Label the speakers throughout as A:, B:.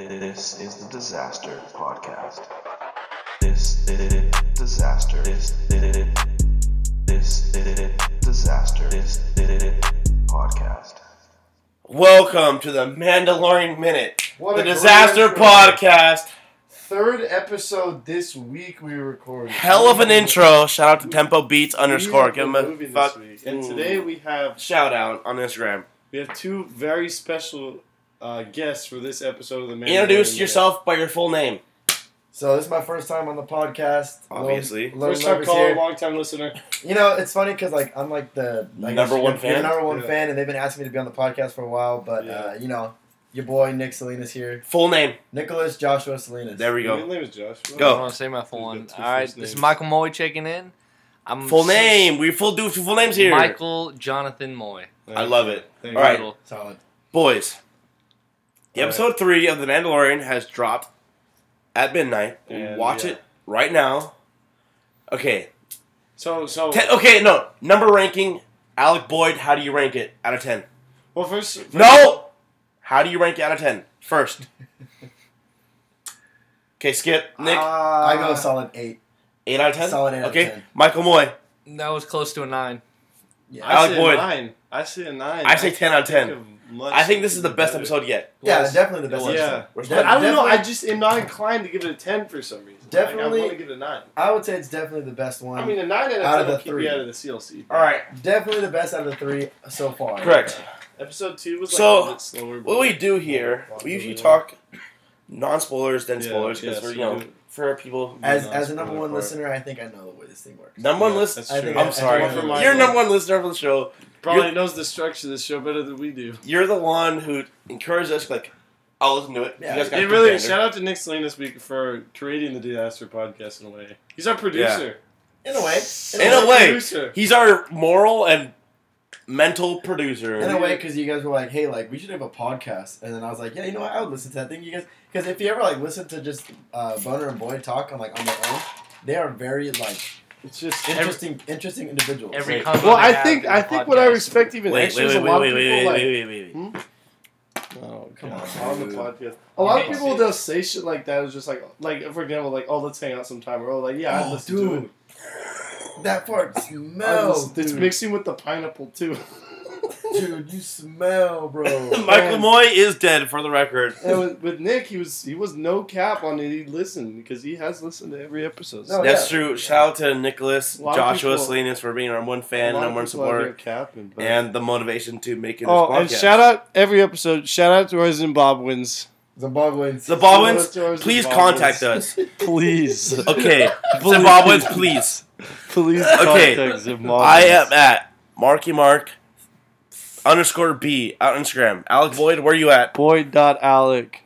A: This is the Disaster Podcast. This is it, disaster. This is it. This is it, disaster. This is it podcast.
B: Welcome to the Mandalorian Minute,
C: What
B: the
C: a great
B: Disaster
C: intro.
B: Podcast.
C: Third episode this week we recorded.
B: Hell of an intro. Shout out to Tempo Beats
C: We
B: underscore.
C: have
B: Give him
C: the
B: a
C: movie
B: fuck.
C: This week. And today we have
B: Shout out on Instagram.
C: we have two very special uh, guests for this episode of the Man.
B: Introduce yourself by your full name.
D: So this is my first time on the podcast.
B: Obviously.
D: Lone- Lone
C: First time
D: Lover's
C: caller,
D: here.
C: long time listener.
D: You know, it's funny because like I'm like the I guess
B: Number
D: you're-
B: one
D: you're
B: fan?
D: the number one
C: Yeah.
D: fan, and they've been asking me to be on the podcast for a while. But
C: Yeah.
D: uh, you know, your boy Nick Salinas here,
B: Full name.
D: Nicholas Joshua Salinas.
B: There we
C: My
B: go.
C: name is Josh.
B: Go.
E: I want to say my full
C: Who's
E: one.
C: got two
E: All right,
C: first
E: this is
C: names?
E: Michael Moy checking in. I'm
B: Full name. We full do full names here.
E: Michael Jonathan Moy.
B: I love it.
C: Thank
B: All right.
C: you.
E: Michael.
D: Solid.
B: Boys. The
C: All right.
B: episode three of The Mandalorian has dropped at midnight.
C: And,
B: Watch
C: yeah.
B: it right now. Okay.
C: So so
B: Ten, okay, no. Number ranking. Alec Boyd, how do you rank it out of 10?
C: well first
B: No. How do you rank it out of ten? First. Okay, Skip, Nick,
D: I
C: Uh,
D: go solid eight.
B: eight out of ten.
D: Uh, solid eight out of
B: okay,
D: 10.
B: Michael Moy.
E: That was close to a nine.
C: I
B: Alec
C: say a
B: Boyd.
C: nine. I say a nine.
B: I say 10 out of 10.
C: of much
B: I think this is the best
C: better.
B: episode yet.
D: Yeah,
E: Was-
D: definitely the best.
B: was.
D: episode.
C: Yeah.
B: We're
D: Def-
C: But I don't know. I
D: definitely-
C: just am not inclined to give it a ten for some reason.
D: Definitely-
C: Like, I want to give it a nine.
D: I would say it's definitely the best one.
C: I mean, a nine out of
D: Out of
C: ten will
D: the
C: keep
D: three.
C: you out of the CLC.
B: All right,
D: definitely the best out of the three so far.
B: correct.
C: Episode two was like
B: So,
C: a little bit slower.
B: What we do here, we usually talk non spoilers, then
C: Yeah,
B: spoilers, because
C: yes,
B: we're you
C: we
B: know
C: do.
B: for our people.
D: As
C: No,
D: as a
C: it's
D: number
C: really
D: one
C: hard.
D: listener, I think I know the way this thing works.
B: Number one
C: Yeah,
B: listener.
C: that's
D: I
C: true.
D: think
B: I'm
D: I-
B: sorry.
D: I think I know
C: my
B: You're
C: fault.
B: number one listener of the show.
C: Probably
B: You're-
C: knows the structure of the show better than we do.
B: You're the one who encouraged us. Like, I'll listen to it.
D: Yeah.
B: You guys got
C: Hey,
B: a
C: really,
B: contender.
C: shout out to Nick Slane this week for creating the Disaster podcast in a way. He's our producer.
D: In a way,
B: In a
C: He's our
B: way.
C: Producer.
B: He's our moral and mental producer.
D: In a way, because you guys were like, "Hey, like we should have a podcast," and then I was like, "Yeah, you know what? I would listen to that thing." You guys, because if you ever like listen to just uh, Boner and Boyd talk on like on their own, they are very like
C: It's just
D: interesting, interesting individuals.
E: Every
B: Wait.
E: combo
C: Well,
E: they
C: I
E: have
C: think
E: in the
C: I think what I
E: podcast.
C: respect even
B: wait,
C: extra
B: wait,
C: is a
B: wait,
C: lot
B: wait, wait,
C: of people
B: wait,
C: like.
B: wait, wait, wait, wait.
C: Oh, come
D: Come
C: on.
D: on,
C: On the
D: dude.
C: podcast. A lot of
E: Yeah.
C: people, they'll say shit like that. It's just like, like for example, like, oh, let's hang out sometime. Or like, yeah, I
D: oh,
C: listen to it.
D: dude, that fart
C: I
D: smells,
C: listen-
D: dude.
C: It's mixing with the pineapple, too.
D: dude, you smell, bro.
B: Michael Moy is dead for the record.
C: And with, with Nick, he was he was no cap on it. He listened because he has listened to every episode.
D: No, Oh,
B: That's
D: yeah.
B: true. Shout out to Nicholas,
C: A lot of
B: Joshua
C: people-
B: Salinas for being our one
C: A
B: fan,
C: lot of
B: number one
C: people out here
B: supporter,
C: capping, but-
B: and the motivation to make it this
C: oh,
B: podcast.
C: and shout out every episode. Shout out to our Zimbabweans,
D: Zimbabweans.
B: The Baldwins,
C: Shout out to our
B: please
C: Zimbabweans.
B: contact us.
C: please,
B: Okay, Zimbabweans, please.
C: please.
B: Okay.
C: contact Zimbabweans.
B: I am at Marky Mark underscore B on Instagram. Alec Boyd, where you at?
C: boy dot Alec.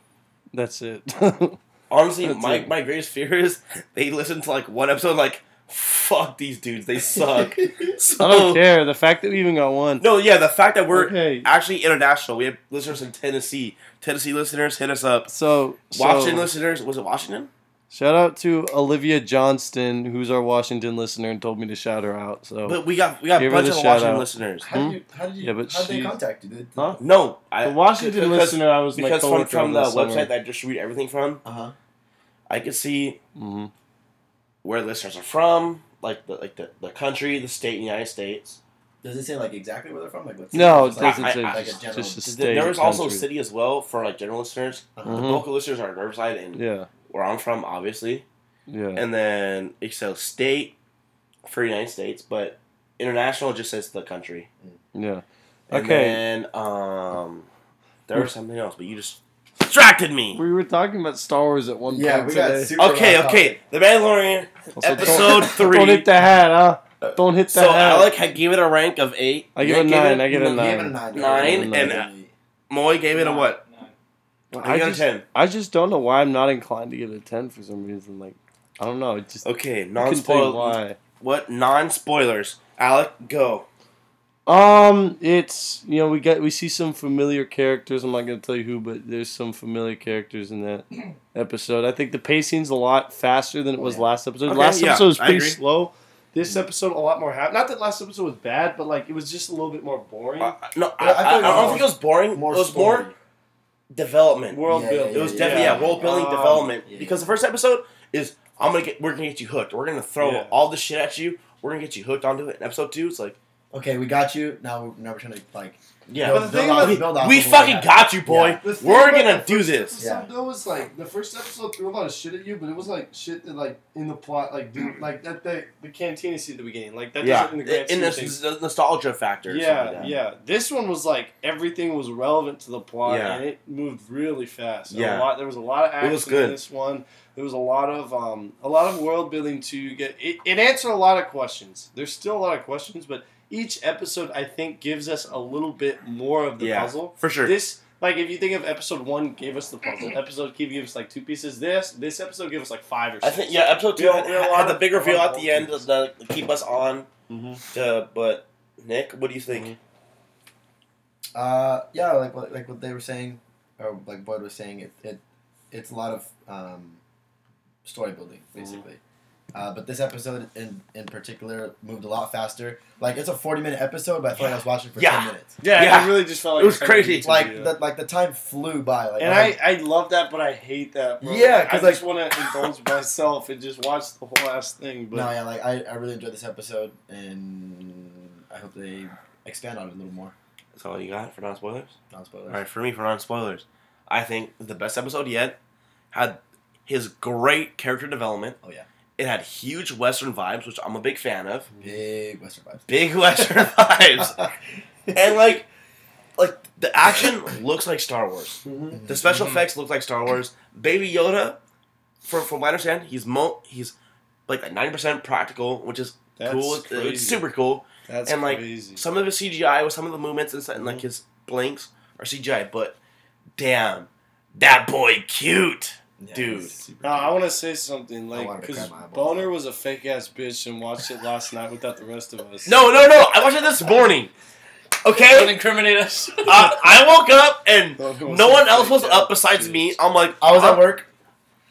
C: That's it.
B: Honestly,
C: That's
B: my,
C: it.
B: my greatest fear is they listen to like one episode, like, fuck these dudes, they suck. so,
C: I don't care. The fact that we even got one.
B: No, yeah, the fact that we're
C: Okay.
B: actually international. We have listeners in Tennessee. Tennessee listeners, hit us up.
C: So,
B: Washington
C: so
B: listeners, was it Washington?
C: shout out to Olivia Johnston, who's our Washington listener, and told me to shout her out. So
B: But we got we got a
C: Oh. Give her
B: bunch
C: the
B: of
C: shout
B: Washington
C: out.
B: listeners.
D: How did you? How did you?
C: Yeah, but
D: how did they
C: she-
D: contact you, dude?
C: Huh?
B: No, I
C: the Washington
B: because-
C: listener, I was
B: because
C: my
B: from
C: coworker
B: from the
C: over summer.
B: website that I just read everything from,
D: Uh huh.
B: I could see
C: Mhm.
B: where listeners are from, like the like the, the country, the state, in the United States.
D: Does it say like exactly where they're from? Like what?
C: No, it
D: city? Just,
C: doesn't
B: I-
C: say.
B: I-
D: like a
C: just,
D: general-
C: just a
D: Th-
C: state.
B: there was also
C: country.
B: city as well for like general listeners. Uh, The
C: Mhm.
B: local listeners are in Riverside and
C: Yeah,
B: where I'm from, obviously.
C: yeah.
B: And then it says state for United States, but international just says the country.
C: Yeah.
B: And
C: Okay. Mm.
B: then um, there was something else, but you just distracted me.
C: We were talking about Star Wars at one
D: yeah,
C: point
D: we got
C: today.
D: super
B: Okay,
D: off
B: okay. The Mandalorian
C: Also, don't-
B: episode
C: don't,
B: three.
C: hit the hat, huh? Don't hit the
B: So
C: hat.
B: Alec had gave it a rank of eight.
C: I give it a
B: Nick
C: nine. I
D: topic.
C: give it a
D: No, he gave
C: nine.
D: it a
B: Nine
D: Nine
C: and
B: a- Moy gave it a what?
C: I
B: I got a
C: just,
B: ten.
C: I just don't know why I'm not inclined to give it a ten for some reason. Like, I don't know. It just
B: Okay,
C: I
B: non
C: couldn't tell you
B: spoilers.
C: why.
B: What non spoilers? Alec, go.
C: Um, it's you know we got we see some familiar characters. I'm not gonna tell you who, but there's some familiar characters in that episode. I think the pacing's a lot faster than it was
D: Yeah.
C: last episode.
B: Okay,
C: last
B: yeah,
C: episode was
B: I
C: pretty
B: agree.
C: slow. This episode a lot more happened. Not that last episode was bad, but like it was just a little bit more boring.
B: Uh, no, I,
D: Yeah, I thought
B: I- I
D: it was
B: don't
D: more-
B: think it was boring.
D: More
B: it was
D: story.
B: more development.
F: World
D: Yeah,
F: building.
B: It was
D: yeah,
B: definitely yeah,
D: yeah.
B: world building
F: Um,
B: development
D: yeah,
B: because the first episode is I'm gonna get we're gonna get you hooked. We're gonna throw
F: Yeah.
B: all the shit at you. We're gonna get you hooked onto it. And episode two, it's like
D: Okay, we got you. Now we're, now we're trying to like
B: yeah,
D: build,
F: But the
D: build
F: thing
D: off-
F: about-
D: build off
B: we
D: of what
B: fucking
D: had.
B: got you, boy.
D: Yeah.
C: The thing
B: We're
C: about
B: gonna
C: the
B: do
C: first
B: this.
C: Episode, though was like the first episode threw a lot of shit at you, but it was like shit that like in the plot, like dude, like that the the cantina scene at the beginning, like that
B: Yeah,
C: doesn't in the grand
B: in
C: scheme of
B: this
C: things-
B: n- nostalgia factor. or something
C: Yeah,
B: like that.
C: yeah. This one was like everything was relevant to the plot,
B: Yeah.
C: and it moved really fast.
B: Yeah.
C: a lot, there was a lot of action
B: It was
C: in
B: good.
C: this one. There was a lot of um, a lot of world building to get. It, it answered a lot of questions. There's still a lot of questions, but each episode I think gives us a little bit more of the
B: Yeah,
C: puzzle.
B: for sure.
C: This. Like if you think of episode one, gave us the puzzle. episode two gave us like two pieces. This this episode gave us like five or
B: I
C: six.
B: think yeah, episode two
C: We had- we had a lot
B: had the
C: of-
B: big reveal
C: a lot
B: at
C: of
B: the end of the to keep us on.
C: Mhm.
B: To, but Nick, what do you think?
D: Uh, yeah, like what like what they were saying, or like Boyd was saying, it, it it's a lot of um, story building
B: Mm-hmm.
D: basically. Uh, but this episode in in particular moved a lot faster. Like it's a forty minute episode, but I thought I was watching for
B: Yeah.
D: ten minutes.
C: Yeah,
B: Yeah.
C: it really just felt like
B: It was
C: kind of
B: crazy.
C: YouTube
D: Like
C: video.
D: the like the time flew by. Like
C: And
D: I'm
C: I,
D: like,
C: I love that, but I hate that. Bro.
D: Yeah,
C: I
D: 'cause,
C: just want to indulge myself and just watch the whole ass thing. But
D: no, yeah, like I, I really enjoyed this episode, and I hope they expand on it a little more.
B: That's all you got for non spoilers.
D: Non spoilers.
B: All right, for me, for non spoilers, I think the best episode yet had his great character development.
D: Oh, yeah.
B: it had huge Western vibes, which I'm a big fan of.
D: Big Western vibes.
B: Big Western vibes, and like, like the action looks like Star Wars.
D: Mm-hmm.
B: The special
C: Mm-hmm.
B: effects look like Star Wars. Baby Yoda, from from what I understand, he's mo he's like ninety percent practical, which is
C: that's
B: cool. It's-
C: Crazy. Mm-hmm.
B: It's super cool.
C: That's
B: and, like,
C: crazy.
B: Some of his CGI with some of the movements and, stuff, and
C: Mm-hmm.
B: like his blinks are CGI, but damn, that boy cute.
D: Yeah,
B: Dude.
D: it's super
C: No, I want to say something like
D: wanted to
C: because
D: cut my eyeballs
C: Boner was a fake ass bitch and watched it last night without the rest of us.
B: No, no, no! I watched it this morning.
E: Don't
B: Okay,
E: incriminate us.
B: I, I woke up and
C: Boner
B: no one
C: a
B: else was
C: fake-ass
B: up besides
C: bitch.
B: me. I'm like,
D: I was
B: I'm-
D: at work.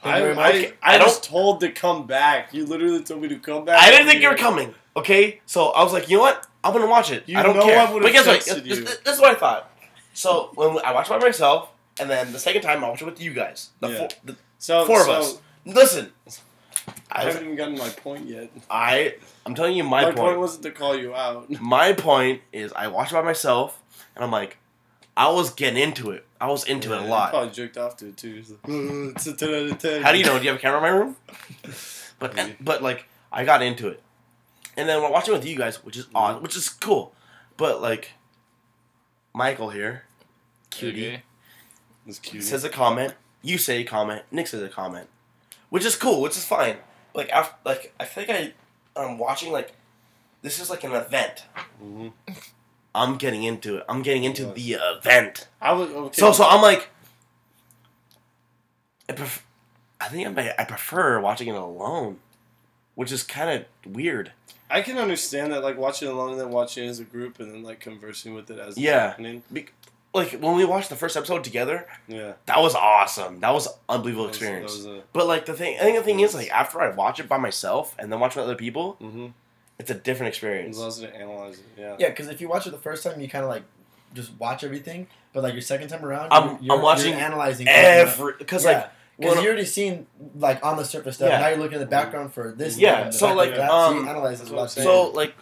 D: Thank
C: I,
D: you
C: I,
D: very much.
C: I,
B: I don't-
C: was told to come back. You literally told me to come back.
B: I didn't think you were
C: Yeah.
B: coming. Okay, so I was like, you know what? I'm gonna watch it.
C: You
B: I don't
C: know
B: care.
C: I would've
B: but guess what?
C: texted
B: This,
C: you.
B: this- this is what I thought. So when I watched it by myself, and then the second time I watched it with you guys, the,
C: Yeah. Um,
B: four, the
C: So
B: four of
C: so,
B: us. Listen,
C: I
B: I, was-
C: haven't even gotten my point yet.
B: I I'm telling you my,
C: my
B: point.
C: point wasn't to call you out.
B: my point is I watched it by myself, and I'm like, I was getting into it. I was into it a
C: Yeah, I
B: lot.
C: probably jerked off to it too. It's like, "Uh, it's a 10 out of 10.
B: How do you know? Do you have a camera in my room? But uh, and, but like I got into it, and then when I watched it with you guys, which is odd, which is cool, but like Michael here, cutie,
E: Okay.
C: It's cute.
B: says a comment. You say a comment. Nick says a comment, which is cool, which is fine. Like after, like I think I I'm watching like this is like an event.
C: Mhm.
B: I'm getting into Mm-hmm. it. I'm getting into
C: Yes.
B: the event.
C: I was okay.
B: So so I'm like, I, pref- I think I may, I prefer watching it alone, which is kind of weird.
C: I can understand that, like watching it alone and then watching it as a group and then like conversing with it as it's
B: Yeah.
C: happening.
B: Bec- Like when we watched the first episode together,
C: Yeah,
B: that was awesome. That was an unbelievable
C: that was- that
B: experience.
C: was a-
B: but like the thing, I think the thing is like after I watch it by myself and then watch it with other people,
C: mhm.
B: it's a different
C: It
B: experience.
C: allows you to analyze it. Yeah.
D: Yeah, because if you watch it the first time, you kind of like just watch everything. But like your second time around,
B: I'm-
D: you're,
B: I'm
D: you're-
B: watching
D: you're analyzing
B: Every because
D: yeah.
B: like
D: because
B: when-
D: you already seen like on the surface stuff.
B: Yeah.
D: Now you're looking at the background for this.
B: Yeah,
D: and the
B: so,
D: background
B: like,
D: for that, so
B: um,
D: you analyze as
C: that's what I'm
D: well.
C: saying.
B: so like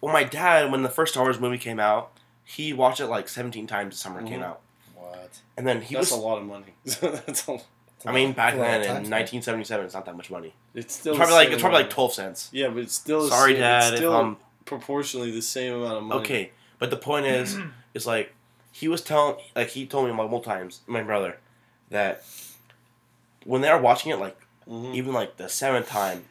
B: when my dad when the first Star Wars movie came out, he watched it like 17 times the summer it came
C: Mhm.
B: out,
D: what?
B: and then he
C: that's
B: was.
C: a lot of money. that's a,
B: I mean, back
D: It's a lot
B: then in
D: of time spent.
B: 1977, it's not that much money.
C: it's still
B: It's
C: the
B: probably like
C: same
B: it's probably like
C: amount.
B: 12 cents.
C: Yeah, but it's still. the
B: Sorry,
C: same-
B: Dad,
C: It's
B: if
C: still
B: I'm-
C: proportionally the same amount of money.
B: Okay, but the point is, is like he was telling, like he told me multiple times, my brother, that when they are watching it, like
C: Mhm.
B: even like the seventh time,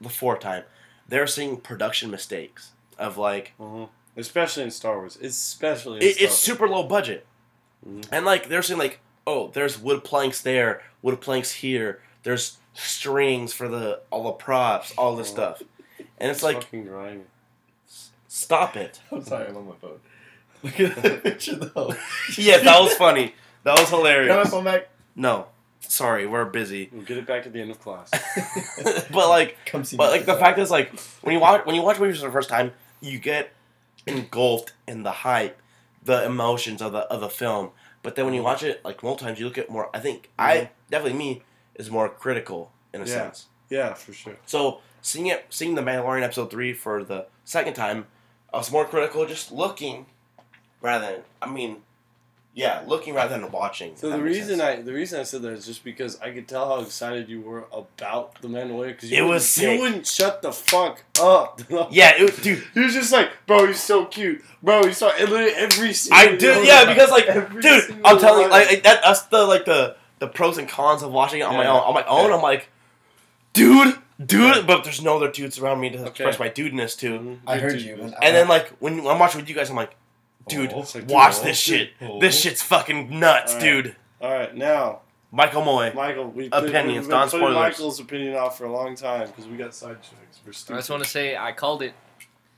B: the fourth time, they're seeing production mistakes of like
C: Mhm. Especially in Star Wars. Especially. In
B: it,
C: Star
B: it's super low budget,
C: Mhm.
B: and like they're seeing like oh there's wood planks there, wood planks here, there's strings for the all the props, all this
C: Mhm.
B: stuff, and it's like
C: fucking grimy.
B: stop it.
D: I'm sorry, I'm on my phone. Look at that picture though.
B: yeah, that was funny. That was
D: Can I have
B: hilarious.
D: my phone back?
B: No, sorry, we're busy.
C: We'll get it back at the end of class.
B: but like,
D: Come see.
B: but
D: me
B: like the fact is like when you watch when you watch movies for the first time, you get engulfed in the hype, the emotions of the of the film. But then when you watch it like multiple times, you look at more. I think I definitely me is more critical in a
C: Mm-hmm. Yeah.
B: sense.
C: Yeah, for sure.
B: So seeing it, seeing the Mandalorian episode three for the second time, I was more critical just looking, rather than I mean, yeah, looking rather than watching. if
C: So
B: that
C: the
B: makes
C: reason
B: sense.
C: I the reason I said that is just because I could tell how excited you were about the Mandalorian because
B: It was
C: you
B: sick.
C: wouldn't shut the fuck up.
B: yeah, it, dude,
C: He was just like, bro, he's so cute, bro. He's so and literally every single.
B: I did, yeah, because like,
C: Every
B: dude,
C: single
B: I'm telling you,
C: one.
B: like that, that's the like the the pros and cons of watching it on my
C: Yeah.
B: own. On my own, I'm like, dude, dude, but there's no other dudes around me to express my dudeness to.
C: Mm.
D: I heard you. when-
B: And then like when I'm watching with you guys, I'm like, dude,
C: Oh, it's like,
B: watch
C: dude,
B: this
C: oh,
B: shit.
C: dude, oh.
B: This shit's fucking nuts,
C: Alright.
B: dude.
C: All right, now
B: Michael Moy.
C: Michael, we
B: Opinions,
C: we've been putting
B: non-spoilers.
C: Michael's opinion off for a long time because we got sidetracked. We're
E: I
C: stupid.
E: just want to say I called it.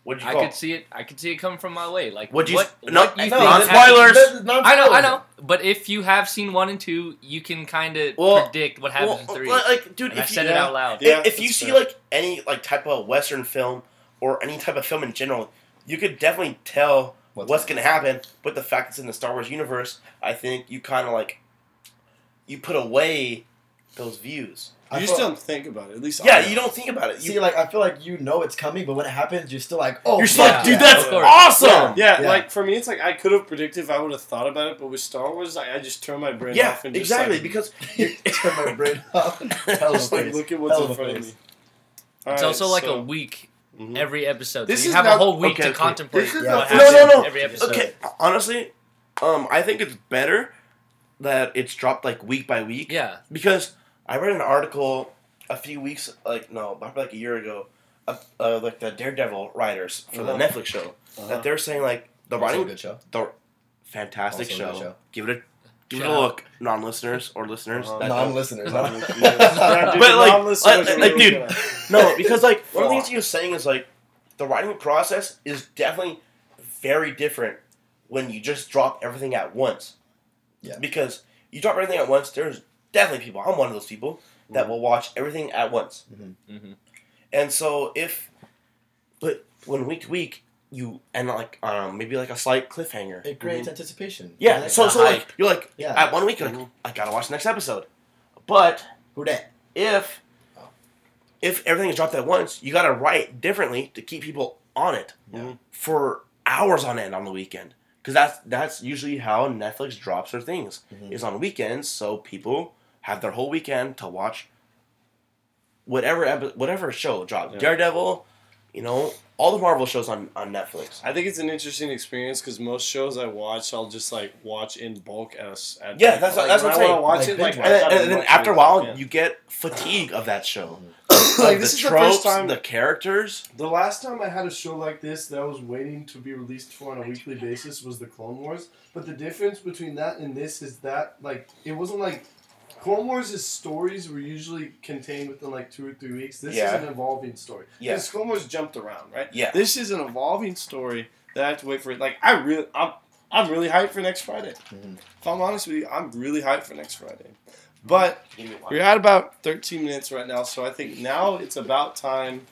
B: What'd you
E: I
B: call?
E: could see it. I could see it come from my way. Like
B: What'd you-
E: what?
B: no,
E: what you
B: no,
E: think
B: non-spoilers.
E: happened-
D: Non-spoilers.
E: I know, I know. But if you have seen one and two, you can kind of
B: Well,
E: predict what
B: Well,
E: happens in three.
B: like- like, dude,
E: and I
B: if
E: said
B: you,
E: it
C: yeah.
E: out loud.
C: Yeah,
B: if, if you
C: that's
B: see
C: fair.
B: like any like type of Western film or any type of film in general, you could definitely tell
D: What's
B: what's, gonna happen. But the fact it's in the Star Wars universe, I think you kind of like you put away those views.
D: I
C: you
D: feel-
C: just don't think about it. At least I
B: Yeah,
C: don't.
B: you don't think about it. You,
D: See, like I feel like you know it's coming, but when it happens, you're still like, oh,
B: you're still
E: yeah,
B: like, dude,
E: yeah,
B: that's
E: of course.
B: awesome.
C: Yeah,
D: Yeah.
C: like for me, it's like I could have predicted if I would have thought about it, but with Star Wars, like, I just turn my brain
B: Yeah,
C: off and just
B: exactly.
C: like,
B: because
D: you turn my brain off. Hell of
C: just
D: a
C: like
D: face.
C: look at what's
D: Hell
C: in
D: a
C: front of
D: face.
C: me.
E: It's
C: Alright,
E: also like
C: so-
E: a week
B: Mm-hmm.
C: Mhm.
E: every episode.
C: This
E: so you
C: is
E: have
C: not-
E: a whole week
B: okay,
E: to
B: okay.
E: contemplate
C: This is
D: not-
E: what
D: No,
E: happens
B: no, no.
E: every episode.
B: okay, honestly, um, I think it's better that it's dropped like week by week.
E: Yeah.
B: because I read an article a few weeks, like no, probably like a year ago, of uh, like the Daredevil writers for the
C: Uh-huh.
B: Netflix show
C: Uh-huh.
B: that they're saying like the
D: Also a
B: writing,
D: good show.
B: the fantastic
D: Also a
B: show.
D: good show.
B: Give it a give it
E: Shout
B: a
E: out.
B: look, non-listeners or listeners.
C: Uh-huh.
B: that don't-
D: Non-listeners.
C: Yeah, dude,
B: But, like-
C: non-listeners
B: like-
C: are
B: like,
C: really
B: dude,
C: good.
B: no, because like one of the
C: Fuck.
B: things he was saying is like the writing process is definitely very different when you just drop everything at once.
D: Yeah.
B: Because you drop everything at once, there's definitely people. I'm one of those people that
D: Mm-hmm.
B: will watch everything at once.
D: Mhm.
E: Mhm.
B: And so if, but when week to week you end on, like um maybe like a slight cliffhanger.
D: It creates anticipation.
B: yeah.
D: Like,
B: So
D: the
B: so
D: hype.
B: like you're like
D: Yeah. Mm-hmm.
B: at one week you're like I gotta watch the next episode, but
D: who that?
B: if if everything is dropped at once, you got to write differently to keep people on it
C: Mhm.
B: for hours on end on the weekend. Because that's that's usually how Netflix drops their things
C: Mm-hmm.
D: Mhm.
B: is on weekends, so people have their whole weekend to watch whatever epi- whatever show drops.
C: Yeah.
B: Daredevil, you know, all the Marvel shows on on Netflix.
C: I think it's an interesting experience because most shows I watch, I'll just like watch in bulk as. At
B: Yeah, that's what-
C: like,
B: that's
C: when
B: what
C: I
B: I'm
C: wanna Watch
D: saying.
C: it,
D: Like,
C: like,
B: And,
C: I
B: then-
C: gotta
B: and then
C: watch
B: after a
C: it.
B: while,
C: Yeah. Mm-hmm.
B: you get fatigue of that show.
C: like
B: Of
C: this
B: the
C: is the
B: tropes,
C: first time
B: the characters.
C: The last time I had a show like this that I was waiting to be released for on a weekly basis was the Clone Wars. But the difference between that and this is that like it wasn't like Clone Wars' stories were usually contained within like two or three weeks. This
B: Yeah.
C: is an evolving story.
B: Yeah.
C: Because Clone Wars jumped around, right?
B: Yeah.
C: This is an evolving story that I have to wait for it. Like I really I'm I'm really hyped for next Friday.
B: Mm-hmm.
D: Mhm.
C: If I'm honest with you, I'm really hyped for next Friday. But we're at about 13 minutes right now, so I think now it's about time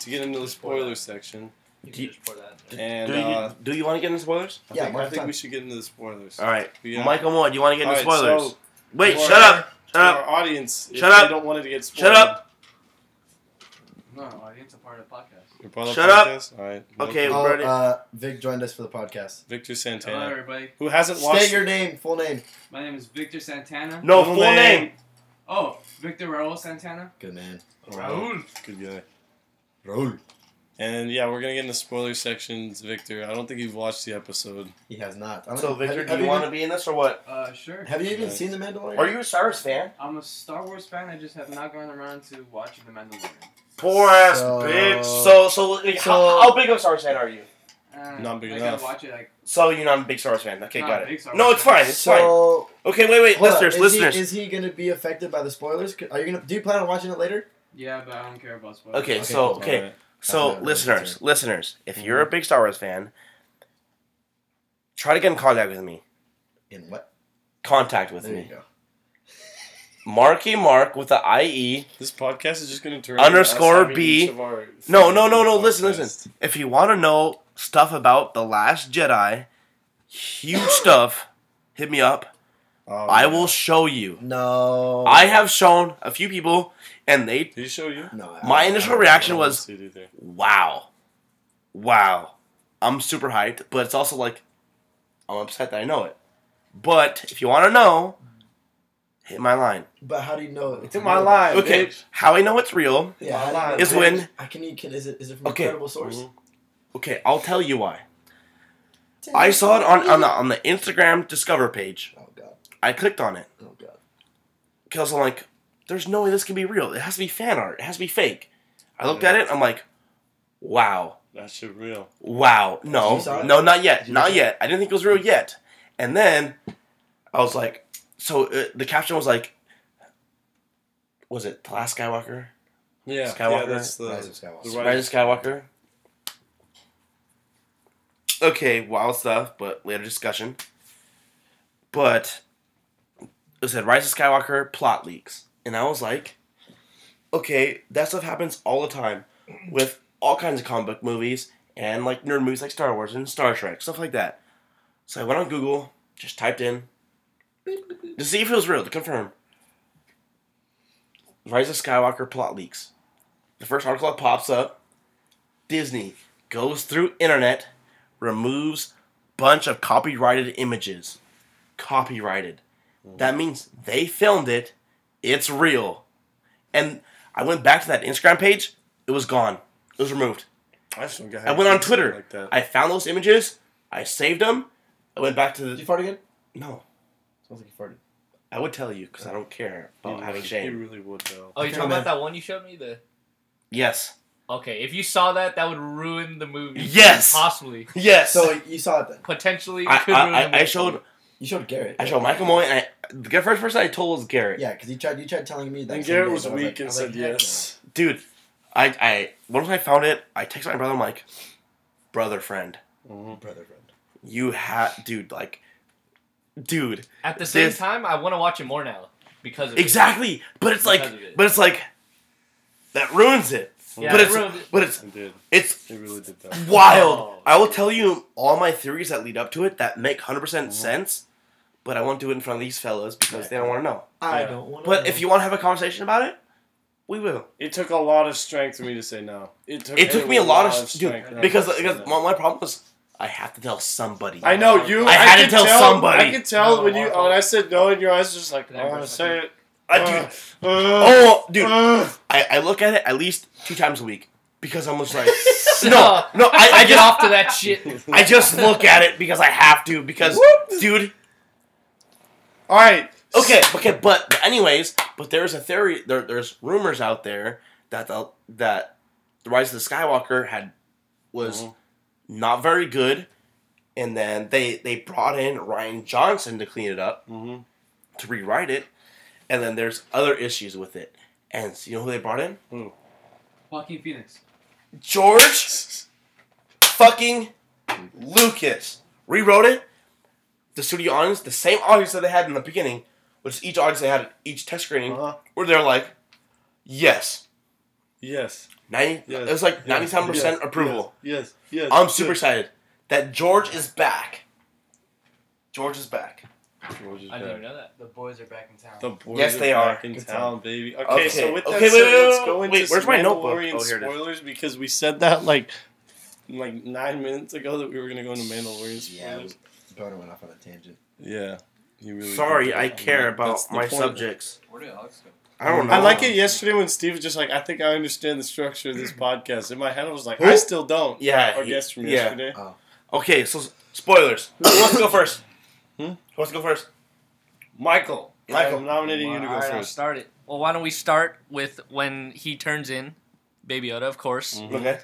C: to get into the spoiler section.
B: Do
E: You can
B: you-
E: just pour that in.
C: And
B: do you
C: uh,
B: do you want to get into spoilers?
C: I
D: Yeah,
C: think,
D: more
C: I think
D: time.
C: we should get into the spoilers.
B: All right,
C: Yeah.
B: Michael Moore, do you want to get into
C: All right,
B: spoilers?
C: so
B: Wait,
C: for
B: shut up,
C: to
B: shut up.
C: Our audience, if
B: Shut
C: they
B: up.
C: don't want it to get spoiled.
B: Shut up.
G: No, audience, a part of the podcast.
C: You're part of
B: Shut up.
C: podcast? All right. no
B: Okay.
C: problem.
D: Oh,
B: Brody.
D: uh, Vic joined us for the podcast.
C: Victor
G: Hello,
C: Santana,
G: everybody.
C: who hasn't watched.
D: State your name, full name.
G: My name is Victor Santana.
B: No
C: Full
B: full,
C: name.
B: name.
G: Oh, Victor Raul Santana.
D: Good man.
E: Oh,
G: Raul.
C: Good guy.
D: Raul.
C: And yeah, we're gonna get into spoiler sections, Victor. I don't think you've watched the episode.
D: He has not. I don't
B: So
D: know.
B: Victor,
D: Have-
B: do
D: have
B: you want to
D: even-
B: be in this or what?
G: Uh, sure.
D: Have you even
C: Nice.
D: seen The Mandalorian?
B: Are you a Cyrus fan?
G: I'm a Star Wars fan. I just have not gone around to watching The Mandalorian.
B: Poor ass
D: So-
B: bitch. So so, like,
D: So-
B: how, how big of a Star Wars fan are you?
G: Uh,
C: Not big
G: like,
C: enough.
G: I watch it. Like,
B: So you're not a big Star Wars fan. Okay,
G: Not
B: got
G: a big
B: it.
G: Star
B: No,
G: Wars
B: it's
G: fan.
B: fine. It's fine.
D: so,
B: Okay, wait, wait,
D: hold on.
B: listeners,
D: is
B: listeners.
D: He, is he going to be affected by the spoilers? Are you going to? Do you plan on watching it later?
G: yeah, but I don't care about spoilers.
B: okay,
D: Okay,
B: so
D: cool.
B: okay,
C: All right.
B: so
D: Definitely.
B: listeners, listeners, if you're a big Star Wars fan, try to get in contact with me.
D: In what?
B: Contact with
D: there you
B: me.
D: go.
B: Marky Mark with E the IE.
C: This podcast is just gonna turn
B: Underscore
C: into us having
B: B.
C: each of our
B: No, no, no, no.
C: podcasts.
B: Listen, listen. If you want to know stuff about The Last Jedi, huge stuff, hit me up.
D: Oh,
B: I
D: no.
B: will show you.
D: No.
B: I have shown a few people, and they,
C: Did he show you?
D: No. I-
B: my initial reaction was,
C: See it either.
B: wow, wow, I'm super hyped, but it's also like, I'm upset that I know it. But if you want to know, hit my line.
D: But how do you know? It's
C: in my life.
B: Okay,
C: bitch.
B: how I know it's real?
D: Yeah.
C: My
D: how do
C: line,
D: you-
B: Is when-
D: I can, you can. Is it? Is it from
B: Okay. Mm-hmm.
D: a credible source?
C: Mhm.
B: Okay, I'll tell you why. I saw it on on the, on the Instagram Discover page.
D: Oh god.
B: I clicked on it
D: Oh god.
B: because I'm like, there's no way this can be real. It has to be fan art. It has to be fake. I looked at it. I'm like, wow.
C: That shit real.
B: Wow. No.
D: You saw it?
B: No, not yet.
D: Did you
B: Not
D: look at it?
B: yet. I didn't think it was real yet. And then I was like, so uh, the caption was like, was it The Last Skywalker?
C: Yeah.
B: Skywalker.
C: that's the,
D: Rise of Skywalker.
C: the
B: Uh, Rise,
C: rise-
B: of Skywalker? Okay, wild stuff, but later discussion. But it said Rise of Skywalker plot leaks. And I was like, okay, that stuff happens all the time with all kinds of comic book movies and like nerd movies like Star Wars and Star Trek, stuff like that. So I went on Google, just typed in to see if it was real, to confirm. Rise of Skywalker plot leaks. The first article that pops up Disney goes through internet, removes bunch of copyrighted images. Copyrighted. That means they filmed it. It's real. And I went back to that Instagram page. It was gone. It was removed.
C: I, just don't get how
B: I
C: you
B: went on
C: fix something
B: Twitter.
C: Like that.
B: I found those images. I saved them. I went back to
D: Did you
B: the.
D: fart again?
B: No,
D: Sounds like you farted.
B: I would tell you because I don't care
C: You
B: about having
C: would- You
B: shame.
C: really would though.
E: Oh, you're
D: Okay,
E: talking
D: man.
E: about that one you showed me? The
B: Yes.
E: Okay, if you saw that, that would ruin the movie.
B: Yes!
E: Possibly.
B: Yes.
D: So you saw it then.
E: Potentially.
B: I,
E: could ruin
B: I,
E: the
B: I, I
E: movie.
B: showed
D: You showed Garrett.
B: I showed Michael Moy and I, the first person I told was Garrett.
D: Yeah, because you tried. You tried telling me that.
C: And
D: some
C: Garrett
D: day,
C: was
D: but I
C: weak
D: like- I
C: and
D: was like,
C: said
D: heck
C: yes.
B: dude, I I once I found it, I texted my brother. I'm like, brother friend,
D: no. Brother, friend.
B: you had dude like, dude,
E: At the same
B: this-
E: time, I want to watch it more now because of it.
B: exactly. But it's like,
E: Because of it.
B: but it's like, that ruins it.
E: Yeah,
B: but
E: it
B: it's
E: ruined it.
B: but it's
C: It did.
B: it's
C: It really did that.
B: wild.
E: Oh.
B: I will tell you all my theories that lead up to it that make hundred percent
E: Mm-hmm.
B: sense. But I won't do it in front of these fellas because they don't want to know.
D: I
C: Yeah.
D: don't want.
B: But
E: Mm-hmm.
B: if you want to have a conversation about it, we will.
C: It took a lot of strength for me to say no. It took.
B: It took me a lot of, sh- dude
C: strength not
B: because
C: to say
B: because
C: no.
B: my, my problem was I have to tell somebody.
C: I know you.
B: I had to
C: could
B: tell somebody.
C: I could tell
E: No,
C: when you
E: I
C: when I said no, and your eyes were just like
E: Can I
C: I want
E: go
C: to say it.
B: I do.
C: Uh, uh,
B: Oh, dude,
C: uh.
B: I, I look at it at least two times a week because I'm just like,
E: So,
B: no, no, I, I
E: I get
B: just,
E: off to that shit.
B: I just look at it because I have to because,
C: What?
B: dude.
C: All right.
B: Okay, okay, but, but anyways, but there's a theory. There, there's rumors out there that the that the Rise of the Skywalker had was
C: Mhm.
B: not very good, and then they they brought in Ryan Johnson to clean it up
C: Mhm.
B: to rewrite it, and then there's other issues with it. And so you know who they brought in?
G: Joaquin Phoenix.
B: George fucking Lucas rewrote it. The studio audience, the same audience that they had in the beginning, which each audience they had at each test screening,
C: Uh-huh.
B: where they're like, yes,
C: Yes.
B: ninety.
C: Yes.
B: It was like
C: Yes.
B: ninety-seven percent
C: Yes.
B: approval.
C: Yes. Yes.
B: I'm super excited that George is back. George is back.
C: George is
E: I
C: back.
E: didn't even know that.
G: The boys are back in town.
C: The boys
B: Yes,
C: are
B: they are.
C: back in
D: Good
C: town, baby. Okay,
B: Okay,
C: so with that
B: okay, wait,
C: said,
B: wait, wait,
C: let's go
B: wait,
C: into
B: wait, where's my notebook?
C: Mandalorian
B: Oh, here it is.
C: spoilers because we said that like like nine minutes ago that we were gonna go into Mandalorian
D: Yeah.
C: spoilers.
D: Boner went off on a tangent.
C: Yeah. You really
B: Sorry,
C: did.
B: I care about
C: That's the
B: my
C: point.
B: subjects.
G: Where did Alex go?
B: I don't know.
C: I Um, like it yesterday when Steve was just like, I think I understand the structure of this podcast. In my head, I was like,
B: Who?
C: I still don't.
B: Yeah.
C: Our
B: he-
C: guest from
B: yeah.
C: yesterday.
B: Okay, so s- spoilers. Who wants to go first?
C: Hmm?
B: Who wants to go first?
C: Michael.
B: Michael.
C: I'm nominating you to
G: Well,
C: go
G: all right, I'll
C: first.
G: start it.
E: Well, why don't we start with when he turns in Baby Yoda, of course.
C: Mhm.
B: Okay.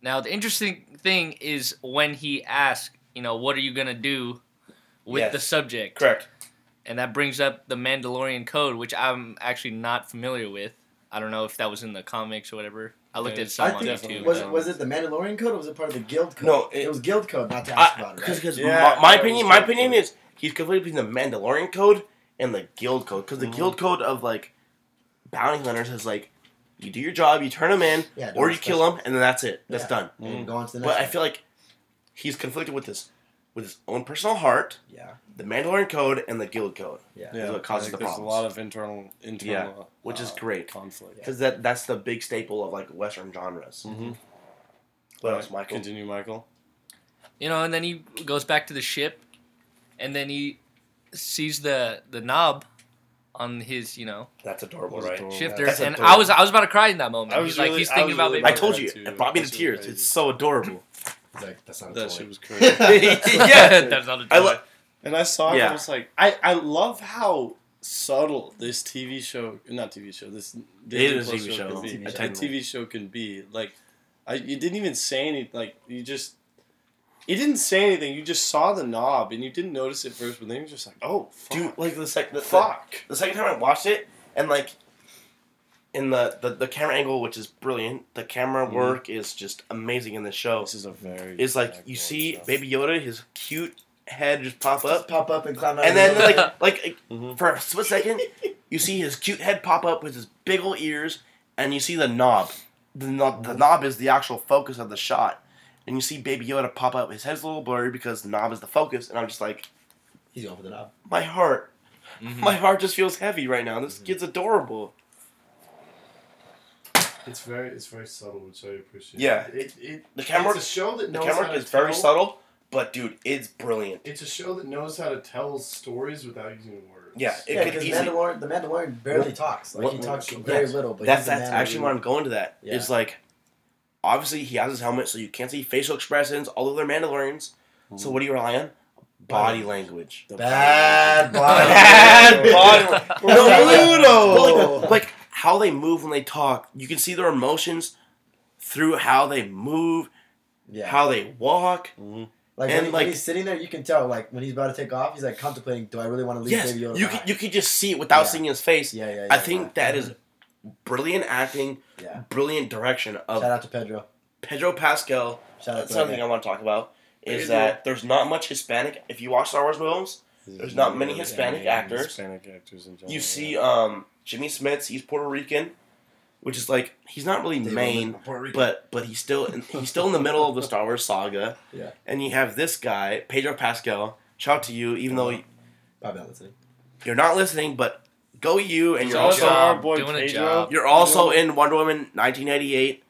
E: Now, the interesting thing is when he asks, you know, what are you going to do with
B: Yes.
E: the subject?
B: Correct.
E: And that brings up the Mandalorian Code, which I'm actually not familiar with. I don't know if that was in the comics or whatever. I looked
C: Yeah,
E: at some
D: I
E: on
D: think-
E: YouTube.
D: Was it was it the Mandalorian code or was it part of the guild code?
B: um, No, it-
D: it, was guild code. Not to ask about it.
B: Because
D: Right?
C: Yeah,
B: my, my
C: that
B: opinion,
C: was
B: my
C: good.
B: opinion is he's conflicted between the Mandalorian code and the guild code. Because the
C: Mhm.
B: guild code of like bounty hunters is like you do your job, you turn them in,
D: Yeah,
B: or
D: no
B: you kill them, and then that's it. That's
C: Mm.
D: Yeah.
B: done.
D: And go on to the next.
B: But I
D: one.
B: feel like he's conflicted with this with his own personal heart,
D: Yeah.
B: the Mandalorian Code, and the Guild Code,
D: Yeah.
B: That's what causes
C: I
B: the
C: think there's a
B: problems.
C: lot of internal internal uh,
B: which
D: Oh,
B: is great
C: conflict.
B: because that that's the big staple of like Western genres.
D: Mm.
C: Mm-hmm.
B: What else, Michael?
C: Continue, Michael.
E: you know, and then he goes back to the ship, and then he sees the the knob on his you know
B: That's adorable,
C: That's
B: right?
C: adorable.
E: shifter,
B: That's
E: and
B: adorable.
E: I was I was about to cry in that moment.
C: I was
E: He's like
C: really-
E: he's
C: I
E: thinking
C: was
E: about
C: really
E: baby.
B: I told
C: that
B: you,
C: too.
B: it brought me to
C: That's
B: tears.
C: crazy.
B: It's so adorable.
D: It's like that's not a
C: That
D: toy.
C: shit was crazy.
B: yeah,
E: that's not a
B: I
E: toy.
B: lo-
C: And I saw it
B: Yeah.
C: and I was like, I, I love how subtle this TV show, not TV show, this Disney
B: is a
C: Plus
B: TV show.
C: Can be.
B: It's a
C: A
B: TV
C: TV show can be like, I you didn't even say anything. Like you just, you didn't say anything. You just saw the knob and you didn't notice it first, but then you're just like, oh fuck,
B: dude. Like the second, the, the,
C: fuck.
B: the second time I watched it, and like in the, the the camera angle, which is brilliant. The camera
C: Mhm.
B: work is just amazing in this show.
C: This is a very.
B: It's like
C: bad
B: you
C: boy
B: see
C: stuff.
B: Baby Yoda, his cute head just pop up,
D: pop up and climb out.
B: and then like like
C: Mhm.
B: for a split second, you see his cute head pop up with his big old ears, and you see the knob. The knob,
C: Mm-hmm.
B: the knob is the actual focus of the shot. And you see Baby Yoda pop up. His head's a little blurry because the knob is the focus. And I'm just like,
D: he's going for the knob.
B: my heart,
C: Mm-hmm.
E: Mhm.
B: my heart just feels heavy right now. This kid's adorable.
H: It's very it's very subtle, which I appreciate.
B: Yeah.
H: It, it
B: The camera-
H: it's a show that
B: The
H: knows
B: camera
H: how to
B: is very
H: tell-
B: subtle, but dude, it's brilliant.
H: It's a show that knows how to tell stories without using words.
B: Yeah, it
D: yeah,
B: could
D: because
B: easily.
D: Mandalorian, the Mandalorian barely talks. Like
B: What-
D: he talks
B: what-
D: very
B: yeah.
D: little. But
B: that's
D: he's a
B: that's
D: Mandalorian.
B: actually where I'm going to that.
D: Yeah.
B: It's like, obviously he has his helmet, so you can't see facial expressions. All other Mandalorians. So what do you rely on? Body language.
C: The
D: Bad body.
B: Bad body.
E: body-
B: No,
D: Pluto.
B: Well, like, like how they move when they talk. You can see their emotions through how they move,
D: Yeah.
B: how they walk.
D: Like,
B: and,
D: when, he- when
B: like-
D: he's sitting there, you can tell. Like when he's about to take off, he's like contemplating: Do I really want to leave
B: yes,
D: Baby Yoda?
B: you
D: behind?
B: can, you can just see it without
D: Yeah.
B: seeing his face.
D: yeah, yeah, yeah.
B: I think that is brilliant acting,
D: Yeah.
B: brilliant direction of
D: Shout out to Pedro.
B: Pedro Pascal.
D: Shout out
B: That's
D: to
B: another thing I
D: Pedro.
B: want to talk about is
H: Pedro.
B: that there's not much Hispanic. If you watch Star Wars films, There's not many Hispanic
C: Yeah,
B: actors.
C: Hispanic actors uh, in general.
B: you see
C: yeah.
B: um, Jimmy Smits. He's Puerto Rican, which is like he's not really main, but but he's still in, he's still in the middle of the Star Wars saga.
D: Yeah.
B: And you have this guy Pedro Pascal. Shout out to you, even though
D: Probably not listening.
B: you're not listening, but go you, and
E: He's
B: you're
E: on
B: also
E: job.
C: our boy
E: doing a
C: Pedro.
E: job.
B: You're also in Wonder Woman 1988,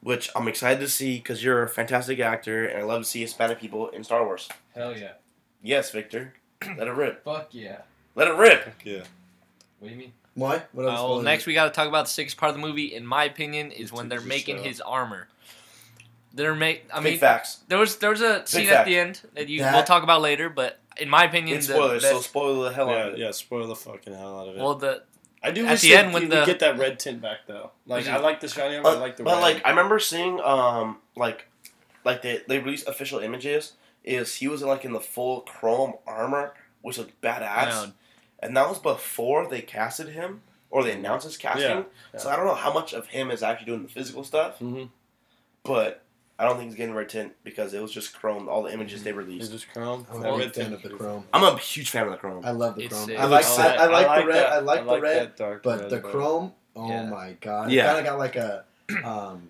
B: which I'm excited to see because you're a fantastic actor, and I love to see Hispanic people in Star Wars.
G: Hell yeah.
B: Yes, Victor. Let it rip.
G: Fuck yeah.
B: Let it rip.
C: Yeah.
G: What do you mean?
D: Why? What
E: Uh,
D: else?
E: well, next we got to talk about the sickest part of the movie, in my opinion, is when they're
C: Just
E: making
C: show.
E: his armor. They're make. I
B: Big
E: mean,
B: facts.
E: there was there was a scene at
B: fact.
E: the end that you
D: That-
E: we'll talk about later, but in my opinion,
B: It's
E: the
B: spoilers, so
E: best-
B: spoil the hell out
C: Yeah,
B: of it.
C: yeah, spoil the fucking hell out of it.
E: well, the
C: I do
E: At
C: wish
E: the
C: they-
E: end when
C: we
E: the-
C: get that red tint back though. Like
E: Mhm.
C: I like the shiny,
B: But,
C: I like the
B: but
C: red.
B: like I remember seeing um like like they they released official images is he was in, like in the full chrome armor which looked badass
E: No.
B: and that was before they casted him or they announced his casting
C: Yeah,
B: so I don't know how much of him is actually doing the physical stuff
C: Mhm.
B: but I don't think he's getting red tint because it was just chrome all the images they
C: is
B: released
C: this chrome?
D: I'm
C: That
D: a big
C: red
D: fan
C: tint
D: of the
C: is-
D: chrome.
B: I'm a huge fan of the chrome
D: I love the
E: It's
D: chrome.
E: sick.
D: I
E: It
D: like
E: looks
D: I,
E: sick.
D: I like the red.
C: that-
D: I like the red,
C: that dark
D: but
C: red,
D: the chrome. Oh
E: Yeah.
D: my god!
B: Yeah.
D: It kind of got like a, um,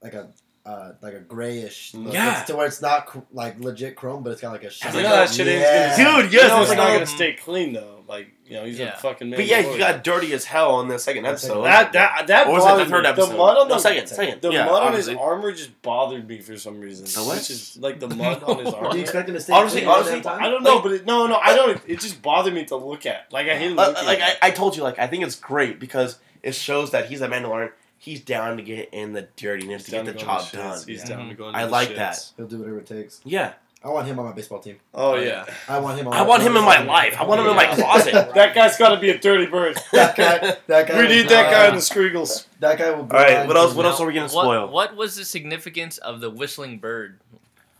D: like a. Uh, like a grayish look.
B: Yeah.
D: It's to where it's not cr- like legit chrome, but it's got like a shine.
C: You know that shit ain't
D: Yeah.
C: gonna
B: Dude, yes,
C: You know
B: it's
C: it's not
B: like-
C: gonna stay clean though. Like you know he's
E: Yeah.
C: a fucking man.
B: but yeah he got dirty as hell in the second episode
C: that that that
B: or was it the
C: bothered
B: third
C: me.
B: episode
C: The mud on
B: no
C: the
B: second second
C: The
B: yeah,
C: mud on
B: obviously.
C: his armor just bothered me for some reason.
B: The what?
C: Which is like the mud on
D: Do
C: his
D: you
C: armor.
D: expect him to stay
B: Honestly-
D: clean all
B: honestly,
D: the damn
C: I
D: time?
C: don't know, but it, no, no, I don't. It just bothered me to look at. Like I hate
B: Uh,
C: looking.
B: like
C: at
B: I, I told you, like I think it's great because it shows that he's a Mandalorian. He's down to get in the dirtiness
C: He's
B: to
C: down
B: get the
C: to go
B: job
C: into shits.
B: done.
C: He's
E: Yeah.
C: down to go into
B: I
C: the
B: like
C: shits.
B: that.
D: He'll do whatever it takes.
B: Yeah,
D: I want him on my baseball team.
C: Oh yeah.
D: I want him on.
B: I want him in my life. I want him in my
E: Yeah.
B: closet.
C: That guy's got to be a dirty bird.
D: that guy. That guy.
C: We
D: will
C: need that guy in
D: blind-
C: the Squiggles.
D: That guy will.
B: All right,
D: blind
B: what else-
D: you.
B: what else- are we gonna
E: what,
B: spoil?
E: What was the significance of the whistling bird?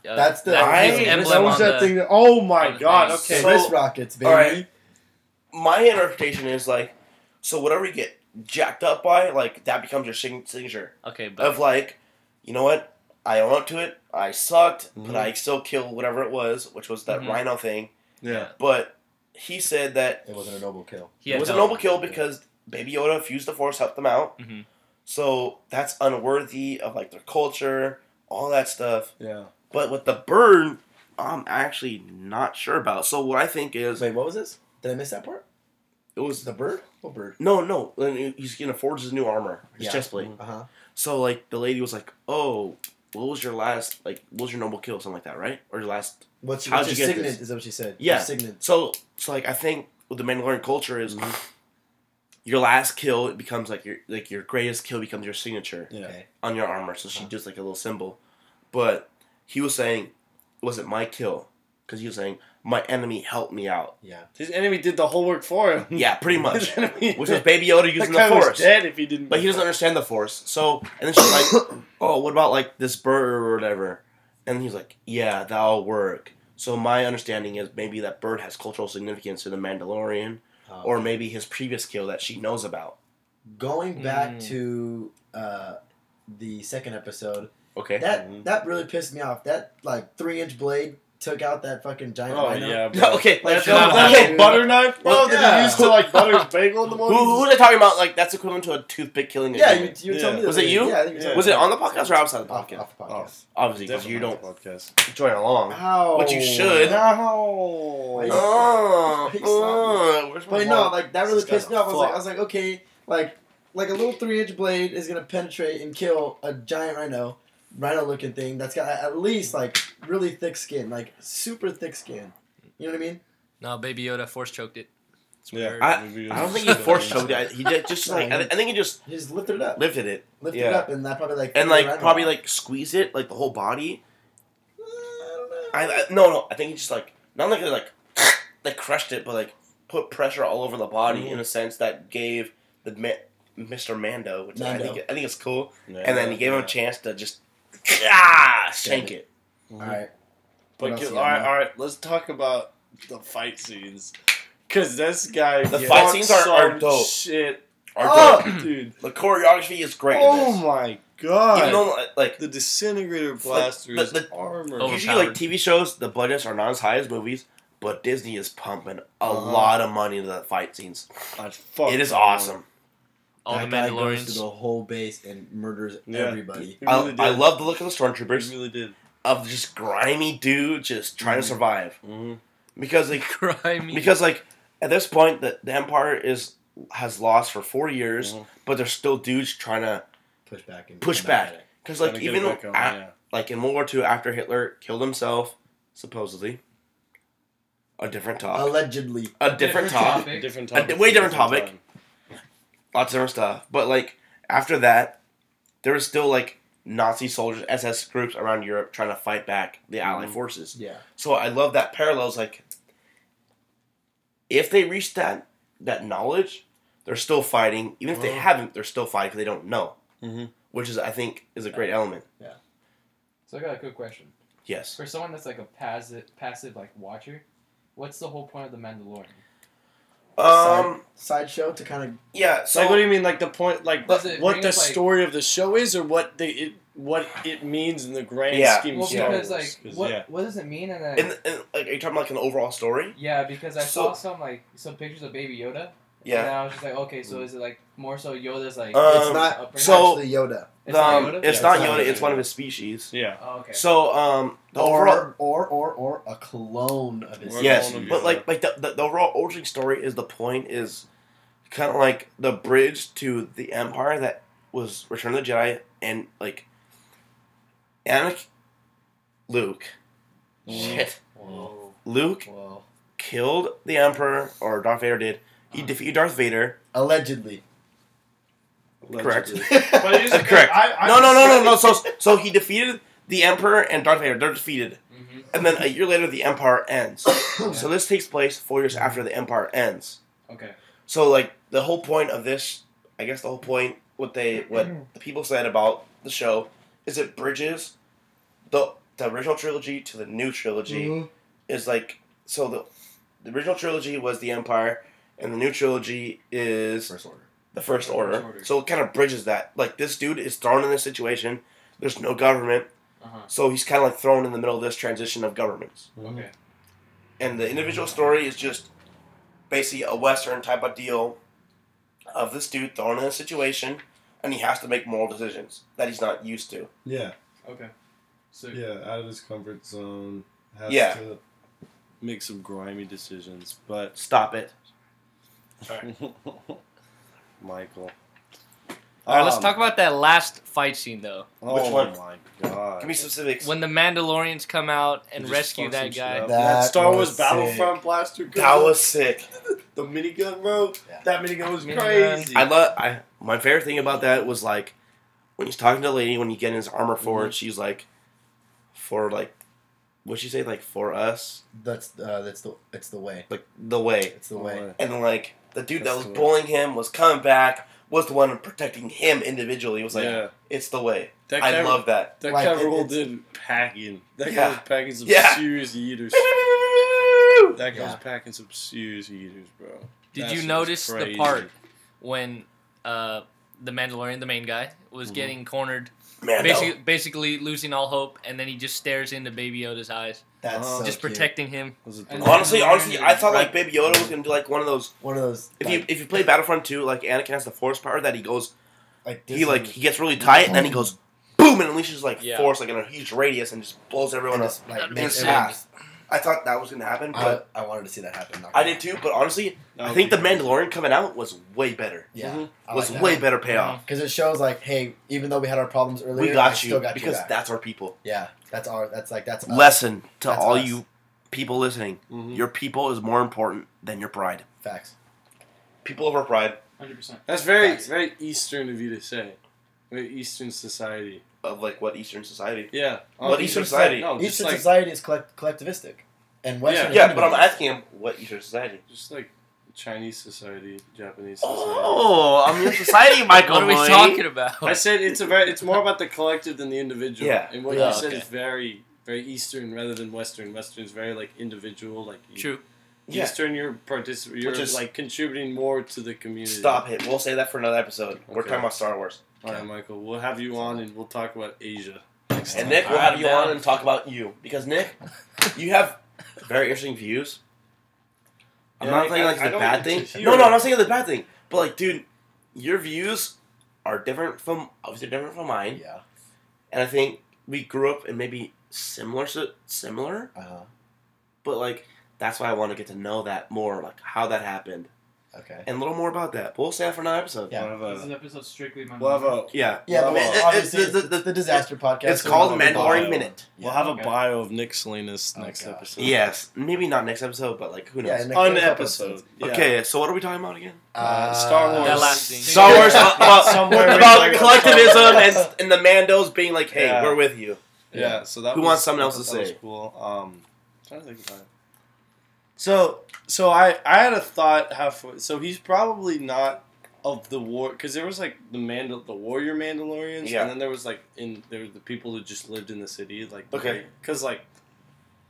E: Uh,
D: That's the-
E: that, his
B: I-
E: emblem
C: was
E: on
C: that
E: the-
C: thing. That, oh
E: on
C: my
E: the
C: god.
E: thing.
C: Okay.
B: So-
D: Wrist rockets, baby.
B: all right. My interpretation is like, so whatever you get jacked up by, like that becomes your sign- signature
E: Okay, but
B: of like, you know what? I own up to it. I sucked, but
C: Mhm.
B: I still killed whatever it was, which was that
E: Mhm.
B: Rhino thing.
C: yeah.
B: But he said that
D: It wasn't a noble kill.
E: he
B: it
E: had
B: was a
E: help.
B: noble kill because Baby Yoda fused the Force, helped them out.
E: Mhm.
B: So that's unworthy of like their culture, all that stuff.
C: Yeah.
B: But with the bird, I'm actually not sure about. So what I think is
D: Wait, what was this? Did I miss that part?
B: it was
D: The bird? What bird?
B: no, no. and he- He's gonna forge his new armor, his
D: Yeah.
B: chest plate.
D: Uh huh.
B: So like the lady was like, "Oh, what was your last like? What was your noble kill? Something like that, right? Or your last
D: What's,
B: How'd
D: what's
B: you
D: your
B: get
D: signet?
B: this?
D: Is that what she said?
B: Yeah.
D: Your signet.
B: So, so like I think with the Mandalorian culture is your last kill it becomes like your like your greatest kill becomes your signature
D: Yeah.
B: on your armor. So she
D: Uh-huh.
B: does like a little symbol, but he was saying it wasn't my kill because he was saying my enemy helped me out.
D: Yeah.
C: His enemy did the whole work for him.
B: Yeah, pretty much.
C: His enemy-
B: Which was Baby Yoda
C: Hmm. that
B: using
C: guy
B: the
C: was
B: Force,
C: dead if he didn't.
B: but he doesn't understand the Force. So and then she's like, "Oh, what about like this bird or whatever?" And he's like, "Yeah, that'll work." So my understanding is maybe that bird has cultural significance to the Mandalorian.
D: Um,
B: or maybe his previous kill that she knows about.
D: going back
E: Mm.
D: to uh, the second episode,
B: Okay.
D: that that really pissed me off. That like three inch blade took out that fucking giant.
C: Oh
D: rhino.
C: yeah.
B: No,
C: Bro.
B: okay.
D: Like,
C: That's
D: that- that
C: not that little
B: okay.
C: butter knife, bro. That
D: Yeah.
C: he used to like butter his bagel in the
B: Who,
C: morning.
B: who are they talking about? Like that's equivalent to a toothpick killing. a
D: Yeah, you,
B: human.
D: you were
C: Yeah.
D: telling me. the
B: Was
D: other
B: it
D: day.
B: you?
D: Yeah, I think you were
C: Yeah.
D: telling
B: was
D: me.
B: it Oh. on the podcast or outside the
D: Off,
B: podcast?
D: off the podcast.
B: Obviously, because you don't
C: podcast.
B: join along.
D: How?
B: But you should.
D: Why you-
C: No.
B: Oh,
D: Why you
B: oh, where's my
D: But no,
B: wallet?
D: like that really
B: This guy's
D: pissed me off. I was
B: a
D: like, I was like, okay, like like a little three inch blade is gonna penetrate and kill a giant rhino, rhino looking thing that's got at least like really thick skin, like super thick skin. You know what I mean?
E: No, Baby Yoda force choked it. That's what I
C: Yeah.
E: heard.
B: I- I don't think he forced choked it. He did just like I, I think he just
D: He just lifted it up,
B: lifted it
D: lifted it
B: yeah.
D: up, and that probably like
B: and
D: threw the
B: like
D: rhino
B: probably
D: off.
B: like squeezed it like the whole body. I,
D: I,
B: I no no. I think he just like not like like like crushed it, but like put pressure all over the body
C: Mm-hmm.
B: in a sense that gave the ma- Mr. Mando, which I
D: Mando.
B: think I think it's cool.
C: Yeah.
B: and then he gave him a chance to just ah shank it.
D: don't know. all right. What
C: But
D: else
C: get,
D: you
C: all
D: got,
C: right,
D: man?
C: all right. Let's talk about the fight scenes, because this guy
B: The
C: gets
B: fight scenes are- are
C: some
B: dope.
C: Shit,
B: Or
C: oh,
B: the-
C: dude.
B: the choreography is great.
C: Oh
B: in this.
C: my
B: Even
C: god.
B: though like
C: the disintegrator blast through
B: the-
C: his
B: the- Oh,
C: armor.
E: Overpowered.
B: usually like TV shows, the budgets are not as high as movies, but Disney is pumping a
D: Uh-huh.
B: lot of money into the fight scenes.
C: I fuck
B: it is
C: that
B: awesome.
E: All the
D: that guy goes to
E: Mandalorians.
D: the whole base and murders
C: Yeah.
D: everybody.
C: one. He
B: I,
C: really
B: I
C: did.
B: love the look of the
C: He
B: stormtroopers
C: really did.
B: of just grimy dude just trying
C: Mm.
B: to survive because like
E: Grimy.
B: because like at this point the, the empire is has lost for four years
C: Mhm.
B: but there's still dudes trying to
D: Push back and
B: push
D: come at
B: back
D: it.
B: because
C: Gotta
B: like
C: get
B: even
C: it back on,
B: a-
C: yeah.
B: like in world war ii after hitler killed himself supposedly a different talk
D: Allegedly,
B: a different talk
G: topic.
C: different
B: A di-
C: topic.
B: way different topic.
C: time.
B: lots of different stuff but like after that there was still like nazi soldiers ss groups around europe trying to fight back the allied
C: Mm-hmm.
B: forces
D: yeah.
B: So I love that parallels. Like, if they reach that that knowledge, they're still fighting. Even if they
C: Mhm.
B: haven't, they're still fighting because they don't know,
C: Mhm.
B: which is I think is a great element.
G: So I got a quick question.
B: Yes.
G: For someone that's like a passive, passive like watcher, what's the whole point of the Mandalorian?
B: Um.
D: Sideshow to kind of
B: Yeah. So
C: like, what do you mean? Like the point, like
G: Does it
C: what
G: bring
C: the
G: up, like-
C: story of the show is, or what the it what it means in the grand
B: Yeah.
C: scheme
G: Well,
C: of Star
G: because
C: Wars.
G: like,
C: 'Cause,
G: what
C: yeah.
G: what does it mean? And then
B: in, in, like, are you talking about like an overall story?
G: yeah, because I
B: So-
G: saw some like some pictures of Baby Yoda. And
B: Yeah.
G: I was just like, okay, so is it like more so Yoda's like?
B: Um,
D: it's not
G: upbringing?
D: it's
B: so-
D: actually Yoda
B: The,
G: It's not
B: um, It's
G: Yoda?
C: Yeah,
B: not
D: it's not
B: Yoda.
D: Yoda.
B: It's one of his species.
C: yeah.
G: Oh, okay.
B: So um, the overall.
D: or, or or or a clone of his.
C: Or
B: Yes,
C: all of
B: but
C: you.
B: like like the, the, the overall origin story is the point is kind of like the bridge to the empire that was Return of the Jedi and like Anakin, Luke, shit,
D: Whoa,
B: Luke
D: whoa.
B: killed the Emperor or Darth Vader did. He defeated Darth Vader.
D: Allegedly.
B: Correct.
C: But it is
B: Uh, correct.
C: I, I
B: No, no, no, no, no. So so he defeated the Emperor and Darth Vader. They're defeated,
G: hmm
B: and then a year later the Empire ends.
G: Yeah.
B: So this takes place four years after the Empire ends.
G: Okay.
B: So like the whole point of this, I guess the whole point what they what the people said about the show is it bridges the the original trilogy to the new trilogy
D: Mm-hmm.
B: is like so the the original trilogy was the Empire and the new trilogy is
D: First order.
B: the First
G: First
B: Order.
G: Order.
B: So it kind of bridges that. Like this dude is thrown in this situation. There's no government,
G: Uh huh.
B: so he's kind of like thrown in the middle of this transition of governments.
G: Okay.
B: And the individual story is just basically a Western type of deal of this dude thrown in a situation and he has to make moral decisions that he's not used to.
H: Yeah,
G: Okay. So
H: yeah, out of his comfort zone. has
B: Yeah.
H: to.
C: Make some grimy decisions, but
B: Stop it.
C: Michael.
E: All right, let's
C: Um,
E: talk about that last fight scene though.
C: Oh
B: Which one?
C: my god.
B: Give me specifics.
E: When the Mandalorians come out and
C: Just
E: rescue
C: fuck some
E: that
C: shit
E: guy.
C: up.
D: That
C: Star Wars
D: was
C: Battlefront blaster gun.
B: that was sick.
C: the minigun, bro.
D: Yeah.
C: That minigun was
E: Minigun.
C: crazy.
B: I love. I my favorite thing about that was like when he's talking to the lady when you get in his armor for
C: Mhm.
B: it. She's like, for like, what she say? Like for us,
D: That's uh, that's the it's the way.
B: like the way.
D: It's the way.
B: And then, like the dude that
C: That's
B: was
C: the way.
B: bullying him was coming back. Was the one protecting him individually. It was like
C: yeah,
B: it's the way.
C: that
B: I
C: camera,
B: love that.
C: that
D: Like,
C: camera
D: it-
C: roll
D: it's-
C: did packing. That
B: Yeah.
C: guy was packing some
B: Yeah.
C: serious eaters. That guy
D: Yeah.
C: was packing some serious eaters, bro.
E: Did
C: That shit
E: you
C: was
E: notice the
C: crazy.
E: part when uh, the Mandalorian, the main guy, was
C: Mhm.
E: getting cornered,
B: Man,
E: basically, basically losing all hope, and then he just stares into Baby Yoda's eyes,
D: That's
C: Oh.
D: so
E: just
D: cute.
E: protecting him.
C: Was it
G: And-
B: no. honestly, honestly, I thought like Baby Yoda was gonna be like one of those.
D: one of those.
B: If
D: like,
B: you if you play Battlefront 2, like Anakin has the Force power that he goes,
D: like
B: he
D: Disney
B: like he gets really tight and then he goes, boom, and unleashes like
E: Yeah.
B: Force like in a huge radius and just blows everyone
D: and
B: up.
D: just, like
E: That'd
B: be
D: makes
B: sick.
D: everyone just-
B: I thought that was gonna happen,
D: I,
B: but
D: I wanted to see that happen. not
B: I
D: gonna
B: did too. But honestly, I
C: That would
B: think
C: be
B: the
C: crazy.
B: Mandalorian coming out was way better.
D: Yeah,
C: Mhm.
D: I
B: was
D: like that.
B: way better payoff.
D: Because it shows like, hey, even though we had our problems earlier,
B: we got
D: Mm-hmm. I
B: you
D: still got
B: because
D: you back.
B: that's our people.
D: yeah, that's our. That's like that's us.
B: Lesson to
D: That's
B: all
D: us.
B: you people listening:
C: Mhm.
B: your people is more important than your pride.
D: facts.
B: People over pride
G: Hundred percent.
C: That's very
D: Facts.
C: very Eastern of you to say. Very Eastern society.
B: of like what Eastern society.
C: Yeah.
B: Well,
C: Um,
B: Eastern
C: just
B: society.
C: Like, no, just
D: Eastern
C: like,
D: society is collect- collectivistic, and Western. is
B: Yeah, but I'm
D: individualistic.
B: asking him what Eastern society.
C: just like Chinese society, Japanese society.
B: Oh, I'm your society, Michael.
E: What are we
B: Moy.
E: talking about?
C: I said it's a very, it's more about the collective than the individual.
B: Yeah.
C: And what
E: Yeah,
C: you said
E: okay.
C: is very very Eastern rather than Western. Western is very like individual, like you-
E: True.
B: Yeah.
C: Eastern you're participating you're
B: Which is-
C: like contributing more to the community.
B: Stop it. We'll save that for another episode. We're
C: Okay.
B: talking about Star Wars.
C: Alright, Michael, we'll have you on and we'll talk about Asia.
B: And Nick, we'll
E: Alright,
B: have you
E: man.
B: on and talk about you because Nick, you have very interesting views. I'm
C: Yeah,
B: not
C: like,
B: saying
C: I-
B: like
C: I
B: it's the
C: don't
B: bad
C: like to
B: thing.
C: hear
B: No, no,
C: it.
B: I'm not saying it's the bad thing. But like, dude, your views are different from obviously different from mine,
D: Yeah.
B: and I think we grew up in maybe similar si- similar.
D: Uh-huh.
B: But like, that's why I want to get to know that more, like how that happened,
D: Okay.
B: and a little more about that. But we'll save that for another episode.
D: Yeah.
C: We'll have
G: This is
C: a,
G: an episode strictly my.
C: we'll have a,
B: Yeah.
D: Yeah, but
C: Well, well,
D: it-
B: obviously,
D: obviously
B: the-
D: it's
B: the-
D: the, disaster podcast.
B: It's
D: so
B: called
D: we're gonna be
B: Mandalorian
D: bio.
B: Minute.
C: we'll have
G: Okay.
C: a bio of Nick Salinas
D: Oh,
C: next
D: God.
C: episode.
B: Yes. Maybe not next episode, but like who knows.
D: Yeah, in the
C: An
D: next couple
C: episode.
D: episodes.
C: Yeah.
B: Okay, so what are we talking about again?
C: Uh, Star Wars.
E: That last scene.
B: Star Wars
D: Yeah.
B: about,
C: Somewhere in
B: about
C: like-
B: collectivism and, and the Mandos being like, hey,
C: Yeah.
B: we're with you.
C: Yeah. so that
B: Who
C: was,
B: wants something
C: I
B: else
C: thought
B: to
C: that was
B: say?
C: cool. Um, trying to think about it. So, so I I had a thought halfway. So he's probably not of the war because there was like the Mandal the warrior Mandalorians,
B: Yeah.
C: and then there was like in there were the people who just lived in the city, like
B: Okay.
C: because like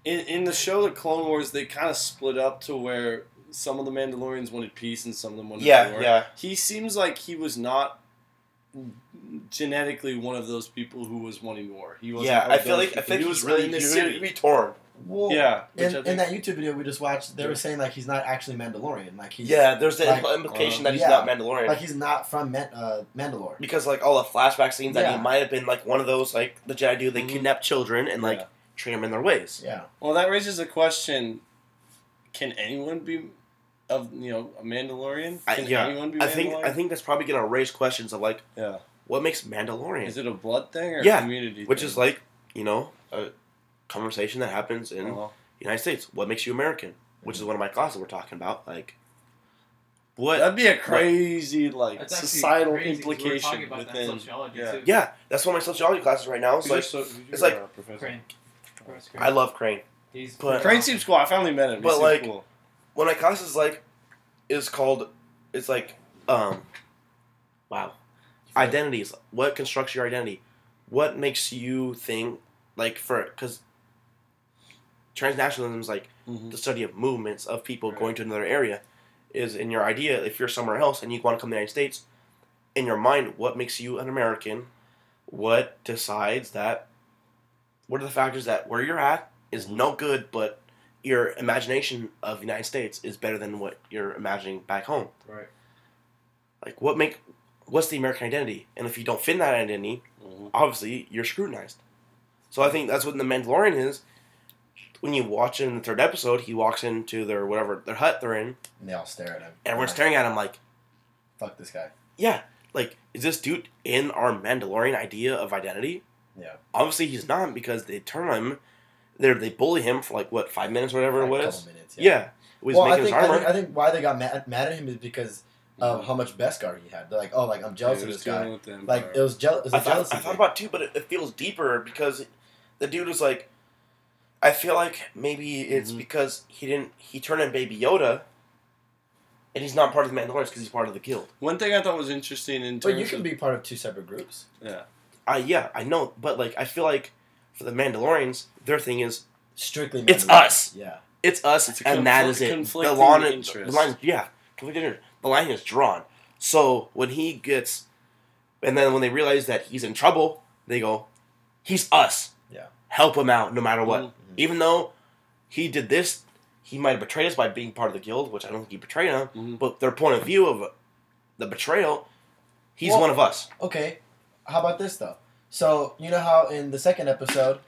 C: in in the show the Clone Wars they kind of split up to where some of the Mandalorians wanted peace and some of them wanted war.
B: yeah.
C: He seems like he was not genetically one of those people who was wanting war. He wasn't
B: Yeah,
C: of
B: I feel
C: those
B: like I
C: people.
B: think
C: he
B: he
C: was
B: really
C: in the
B: you
C: city.
B: to be torn.
D: Well,
C: Yeah,
D: In,
C: which I think
D: in that YouTube video we just watched, they were saying like he's not actually Mandalorian. Like he's
B: Yeah, there's the
D: Like,
B: impl- implication
C: uh,
B: that he's
D: yeah.
B: not Mandalorian.
D: Like he's not from Man- uh, Mandalore.
B: because like all the flashback scenes that
D: Yeah. Mm-hmm.
B: he might have been like one of those like the Jedi do, they
C: Mhm.
B: kidnap children and like
C: Yeah.
B: train them in their ways.
D: Yeah.
C: Well, that raises a question: Can anyone be of you know a Mandalorian?
B: I-
C: Can
B: yeah.
C: anyone be? Mandalorian?
B: I think I think that's probably gonna raise questions of like
C: Yeah.
B: what makes Mandalorian?
C: Is it a blood thing or
B: Yeah,
C: a community?
B: Which
C: thing?
B: is like, you know, a conversation that happens in
C: Uh-huh. Mm-hmm.
B: the United States. What makes you American? Which is one of my classes we're talking about. Like, what?
C: that'd be a crazy like
G: That's actually
C: societal
G: crazy 'cause we were talking
C: implication
G: about that in
C: within.
G: sociology,
C: yeah.
G: too.
B: yeah, that's one of my sociology classes right now. It's like, it's like-
G: Crane. Of course,
C: uh,
G: Crane.
B: I love Crane.
G: He's
B: uh, but-
C: Crane seems cool. I finally met him. He
B: But,
C: seems
B: like-
C: cool.
B: One of my classes is like, is called, it's like, um, wow, identities. What constructs your identity? What makes you think like for because transnationalism is like
C: Mhm.
B: the study of movements of people
G: Right.
B: going to another area is in your idea if you're somewhere else and you want to come to the united states in your mind what makes you an american what decides that what are the factors that where you're at is no good but your imagination of the united states is better than what you're imagining back home
G: Right.
B: like what make what's the american identity and if you don't fit in that identity
C: Mhm.
B: obviously you're scrutinized so i think that's what the mandalorian is when you watch it in the third episode, he walks into their whatever their hut they're in, and
D: And they all stare at him.
B: everyone's
D: Like,
B: staring at him like,
D: Fuck this guy.
B: yeah, like is this dude in our Mandalorian idea of identity?
D: Yeah.
B: Obviously, he's not because they turn him, they they bully him for like what five minutes or whatever
D: Like,
B: it was.
D: couple minutes,
B: yeah. he was
D: well, I
B: making
D: think,
B: his
D: I
B: armor. Mm.
D: think I think why they got mad, mad at him is because of how much Beskar he had. They're like, oh, like I'm
C: Mm-hmm.
D: jealous of this guy. Like it was jealous. It was a
B: I thought,
D: jealousy
B: I thought
D: thing.
B: about it too, but it, it feels deeper because the dude was like, I feel like maybe it's
C: Mhm.
B: because he didn't he turned in Baby Yoda, and he's not part of the Mandalorians because he's part of the guild.
C: One thing I thought was interesting in terms
D: But you can
C: of
D: be part of two separate groups.
B: I yeah I know, but like I feel like for the Mandalorians, their thing is
D: Strictly.
B: It's
D: Mandalorian.
B: us.
D: Yeah.
B: it's us
C: It's a
B: and that
C: confl-
B: is it. The
C: conflicting
B: line, the
C: interest.
B: line, yeah, conflicting interest. The line is drawn. So when he gets, and then when they realize that he's in trouble, they go, "He's us.
D: Yeah.
B: help him out no matter what."
C: Mhm.
B: Even though he did this, he might have betrayed us by being part of the guild, which I don't think he betrayed him.
C: Mhm.
B: But their point of view of the betrayal, he's
D: Well-
B: one of us.
D: Okay. How about this though? So you know how in the second episode,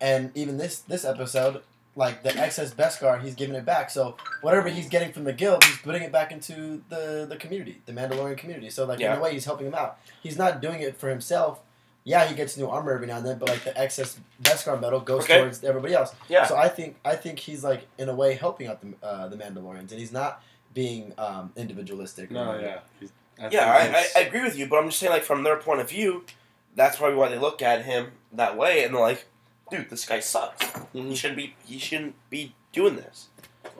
D: and even this this episode, like the excess Beskar, he's giving it back. So whatever he's getting from the guild, he's putting it back into the the community, the Mandalorian community. So like in
B: Yeah.
D: a way, he's helping him out. He's not doing it for himself. Yeah, he gets new armor every now and then, but like the excess Beskar metal goes
B: Okay.
D: towards everybody else.
B: Yeah.
D: So I think I think he's like in a way helping out the uh, the Mandalorians, and he's not being um, individualistic. or
C: No,
D: whatever.
C: yeah. He's-
B: yeah,
C: I think
B: I, I,
C: it's-
B: I agree with you, but I'm just saying, like, from their point of view, that's probably why they look at him that way, and they're like, "Dude, this guy sucks. He
C: Mhm.
B: shouldn't be. He shouldn't be doing this."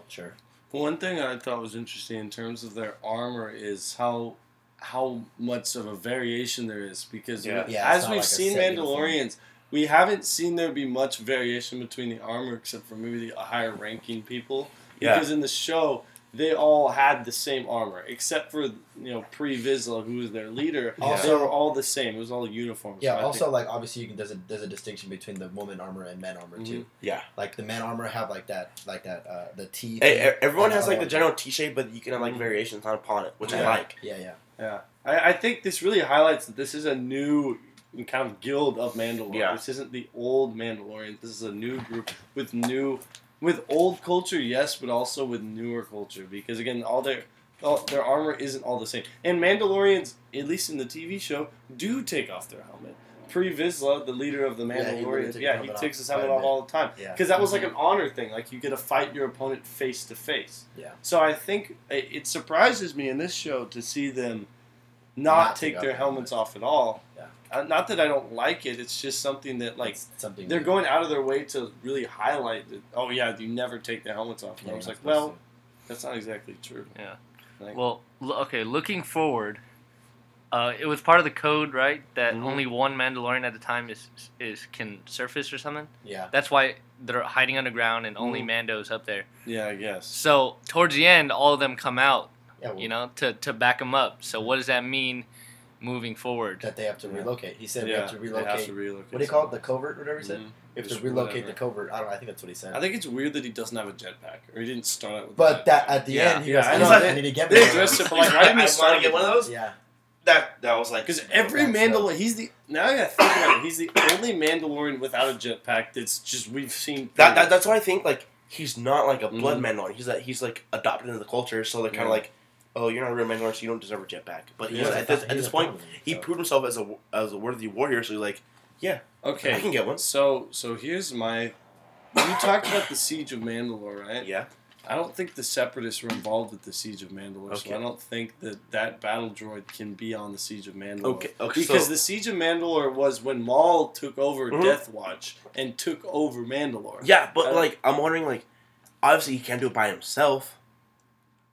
D: Sure.
C: One thing I thought was interesting in terms of their armor is how how much of a variation there is because we-
B: Yeah.
D: Yeah, it's
C: as
D: not
C: we've
D: like a
C: seen
D: set uniform.
C: Mandalorians, we haven't seen there be much variation between the armor except for maybe the higher ranking people.
B: Yeah.
C: Because in the show they all had the same armor except for you know Pre Vizsla who was their leader.
D: Also-
C: They were all the same. It was all uniform.
D: Yeah.
C: So I
D: also,
C: think-
D: like obviously, you can, there's a there's a distinction between the woman armor and men armor too.
C: Mm-hmm.
B: Yeah.
D: Like the men armor have like that like that uh, the T.
B: Hey,
D: thing.
C: er,
B: e- everyone
D: And
B: has like the
D: other one-
B: general T shape, but you can have like
C: Mhm.
B: variations on upon it, which I
D: Yeah.
B: like.
D: Yeah, yeah.
C: I, I think this really highlights that this is a new kind of guild of Mandalorians.
B: Yeah.
C: This isn't the old Mandalorians. This is a new group with new, with old culture, yes, but also with newer culture. Because again, all their all, their armor isn't all the same. And Mandalorians, at least in the TV show, do take off their helmet. Pre Vizsla, the leader of the
D: Yeah, he really
C: Mandalorians,
D: took his
C: yeah, he,
D: helmet
C: takes
D: off
C: his
D: quite a
C: helmet off
D: bit.
C: all the time.
D: Yeah.
C: Because that was like an honor thing. Like you get to fight your opponent face to face.
D: Yeah.
C: So I think it, it surprises me in this show to see them not,
D: Not take
C: take
D: off
C: their
D: their
C: helmets off at all.
D: Yeah.
C: Uh, not that I don't like it. It's just something that like
D: It's something
C: they're
D: new.
C: going out of their way to really highlight that. Oh yeah, you never take their helmets off. And
D: Yeah,
C: I was
D: you're
C: like,
D: not
C: well,
D: supposed
C: that's not exactly true. Like-
E: Well, l- okay. Looking forward, uh, it was part of the code, right? That
C: Mhm.
E: only one Mandalorian at a time is is can surface or something.
D: to. yeah.
E: That's why they're hiding underground and only Mando's up there.
C: Yeah, I guess.
E: So towards the end, all of them come out,
D: Yeah, well,
E: you know, to to back them up. So what does that mean moving forward?
D: that they have to
C: Yeah.
D: relocate. He said we
C: yeah,
D: have to
C: they have
D: relocate.
C: to relocate
D: what do you call it? The
C: something.
D: covert, whatever he said.
C: Mhm.
D: We have to
C: Just
D: relocate
C: whatever.
D: the covert. I don't. know. I think that's what he said.
C: I think it's weird that he doesn't have a jetpack, or he didn't start out with. a
D: but that uh,
C: jetpack.
D: at the
B: Yeah.
D: end, he
C: Yeah,
D: was
C: I
D: like,
B: know.
D: I need to get
C: They
D: one.
C: addressed it, but like, why didn't
B: I
C: he
B: wanna
C: start
B: get
C: with
B: one of
C: that?
B: those?
D: Yeah,
B: That that was like
C: Because every
D: That's
C: Mandalorian, he's the now that I think about it, he's the only Mandalorian without a jetpack that's just we've seen.
B: that, that. That's why I think like he's not like a blood
C: Mhm.
B: Mandalorian. He's that he's like adopted into the culture, so they're kind of
C: Yeah.
B: like, oh, you're not a real Mandalorian, so you don't deserve a jetpack. But
D: He
B: he's,
D: was a
B: at this
D: fa-
B: at
D: he was
B: this
D: a
B: point,
D: family,
B: he
D: so-
B: proved himself as a as a worthy warrior. So he's like, I
C: okay.
B: can get one.
C: So so here's my. You talked about the siege of Mandalore, right?
B: Yeah.
C: I don't think the Separatists were involved with the siege of Mandalore,
B: Okay.
C: so I don't think that that battle droid can be on the siege of Mandalore.
B: Okay. Okay.
C: Because
B: so,
C: the siege of Mandalore was when Maul took over
B: Mhm.
C: Death Watch and took over Mandalore.
B: yeah, but
C: I-
B: like I'm wondering like, obviously he can't do it by himself.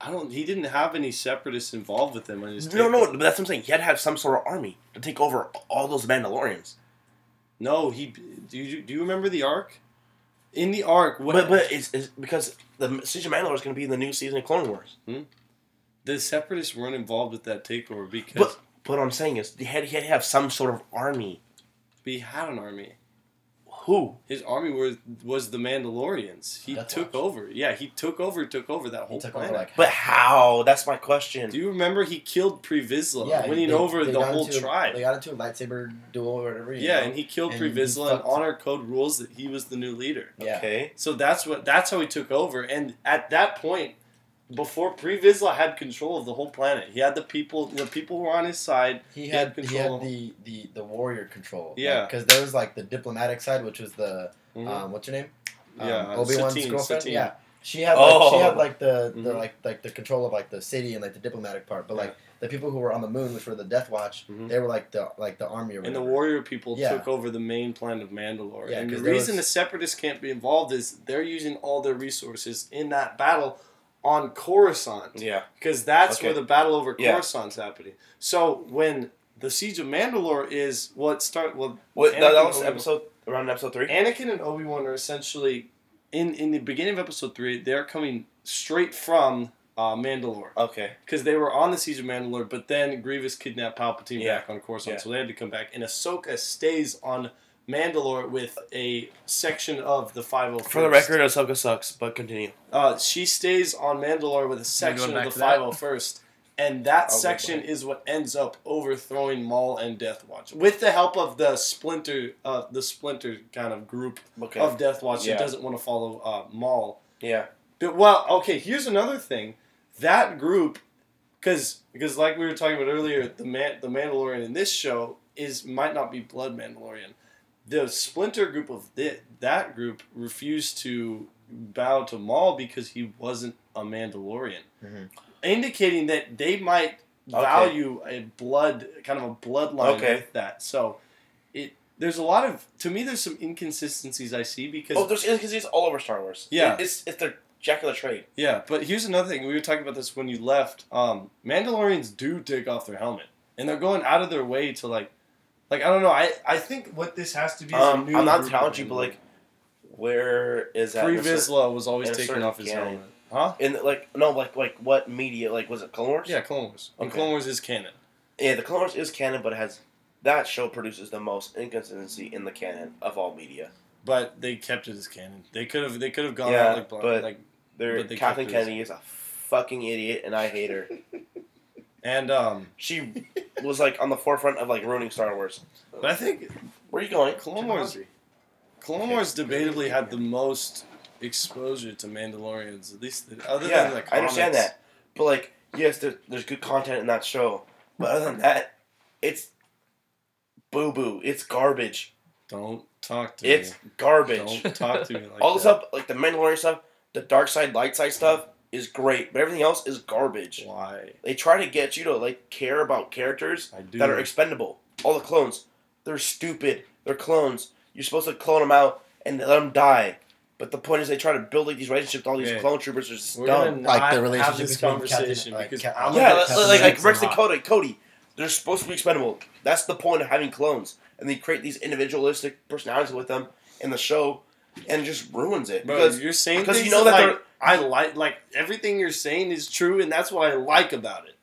C: I don't. He didn't have any Separatists involved with him on his.
B: No,
C: take.
B: no, but that's what I'm saying. He had to have some sort of army to take over all those Mandalorians.
C: No, he. Do you do you remember the arc? In the arc, what
B: But but it's, it's because the Siege of Mandalore is going to be in the new season of Clone Wars.
C: the separatists weren't involved with that takeover because
B: But but what I'm saying is he had, he had to have some sort of army.
C: he had an army.
B: Well, Who?
C: His army was was the Mandalorians. He
D: Death
C: took
D: Watch.
C: over. Yeah, he took over. Took over that
D: He
C: whole
D: took
C: planet.
D: over like.
B: But how? That's my question.
C: Do you remember he killed Previsla,
D: yeah,
C: winning
D: they-
C: over
D: they
C: the
D: got
C: whole
D: into a-
C: tribe?
D: They got into a lightsaber duel or whatever. you
C: yeah,
D: know?
C: and he killed
D: and he
C: Previsla and
D: fucked-
C: honor code rules that he was the new leader.
D: yeah.
B: Okay.
C: So that's what that's how he took over. And at that point, before Previsla had control of the whole planet, he had the people. The people were on his side.
D: He
C: He
D: had
C: had
D: he had
C: control.
D: the, the, the warrior control.
C: Yeah.
D: Because there was like the diplomatic side, which was the
B: Uh,
D: um, what's her name? Um,
C: Mm-hmm. yeah, uh,
D: Obi Wan's
C: Satine,
D: girlfriend.
C: Satine.
D: Yeah. She had like, she
B: Oh.
D: had like the, the
C: Mhm.
D: like like the control of like the city and like the diplomatic part, but
C: Yeah.
D: like the people who were on the moon, which were the Death Watch,
C: Mhm.
D: they were like the like the army or
C: And the
D: whatever.
C: warrior people
D: Yeah.
C: took over the main planet of Mandalore.
D: Yeah,
C: and the
D: 'cause there
C: reason
D: was-
C: the separatists can't be involved is they're using all their resources in that battle on Coruscant.
B: Yeah.
C: Because that's
B: Okay.
C: where the battle over
B: Yeah.
C: Coruscant's happening. So when the siege of Mandalore is well, it start well.
B: What, that, that
C: Anakin
B: was
C: Obi-
B: episode around episode three.
C: Anakin and Obi Wan are essentially in in the beginning of episode three. They're coming straight from uh, Mandalore
B: Okay.
C: because they were on the siege of Mandalore, but then Grievous kidnapped Palpatine
B: Yeah.
C: back on Coruscant,
B: Yeah.
C: so they had to come back. And Ahsoka stays on Mandalore with a section of the 501st.
B: For the record, Ahsoka sucks, but continue.
C: uh, she stays on Mandalore with a section
E: back
C: of
E: to
C: the
E: that?
C: 501st, and that
B: Oh,
C: section
B: goodbye.
C: is what ends up overthrowing Maul and Death Watch with the help of the splinter, uh, the splinter kind of group
B: Okay.
C: of Death Watch
B: Yeah.
C: that doesn't want to follow uh, Maul.
B: yeah.
C: But, well, okay. Here's another thing. That group, because because like we were talking about earlier, the man the Mandalorian in this show is might not be blood Mandalorian. The splinter group of thi- that group refused to bow to Maul because he wasn't a Mandalorian,
D: Mhm.
C: indicating that they might
B: Mm-hmm. Okay.
C: value a blood kind of a bloodline
B: Okay.
C: with that. So it there's a lot of to me there's some inconsistencies I see because
B: Oh, there's inconsistencies all over Star Wars.
C: Yeah.
B: It- it's it's the jack of the trade.
C: Yeah, but here's another thing. We were talking about this when you left. Um, Mandalorians do take off their helmet, and they're going out of their way to like, like I don't know. I I think
H: What this has to be
B: Um,
H: is a new
B: I'm not
H: group
B: telling you,
H: of
B: but like, where is that?
C: Pre
B: in a cer-
C: Vizsla was always
B: in a
C: taking
B: certain
C: off his
B: canon.
C: helmet, huh?
B: In like no like like what media like was it Clone Wars?
C: Yeah, Clone Wars. And
B: Okay.
C: Clone Wars is canon.
B: Yeah, the Clone Wars is canon, but it has that show produces the most inconsistency in the canon of all media.
C: But they kept it as canon. They could have. They could have gone
B: Yeah,
C: out like, blind,
B: but-
C: like
B: There,
C: But they
B: Kathleen
C: kept it as-
B: Kennedy is a fucking idiot, and I hate her.
C: and um.
B: She was like on the forefront of like ruining Star Wars.
C: But I think
B: Where are you going?
C: Clone Wars. Clone Wars debatably had the most exposure to Mandalorians, at least other
B: yeah,
C: than the comics.
B: I understand that. But like, yes, there, there's good content in that show, but other than that, it's boo boo. It's garbage.
C: Don't talk to
B: It's
C: me.
B: garbage.
C: Don't talk to me like
B: All the
C: that.
B: stuff, like the Mandalorian stuff, the dark side, light side stuff, is great, but everything else is garbage.
C: Why?
B: They try to get you to like care about characters
C: I do.
B: that are expendable. All the clones, they're stupid. They're clones. You're supposed to clone them out and let them die. But the point is, they try to build like these relationships. with All these
C: Okay.
B: clone troopers are just
C: We're
B: dumb.
C: gonna
D: Like,
C: not
D: the relationship
C: have this
D: between
C: conversation
D: Captain-
C: because
D: like,
C: I'm
D: Captain-
B: Yeah,
C: gonna
B: like,
D: Captain
B: like, like
D: Jackson
B: Rex and
D: Hawk.
B: Cody, Cody, they're supposed to be expendable. That's the point of having clones, and they create these individualistic personalities with them in the show, and it just ruins it
C: Bro,
B: because
C: you're saying
B: because
C: things
B: you know
C: that,
B: that
C: like, I like like everything you're saying is true, and that's what I like about it.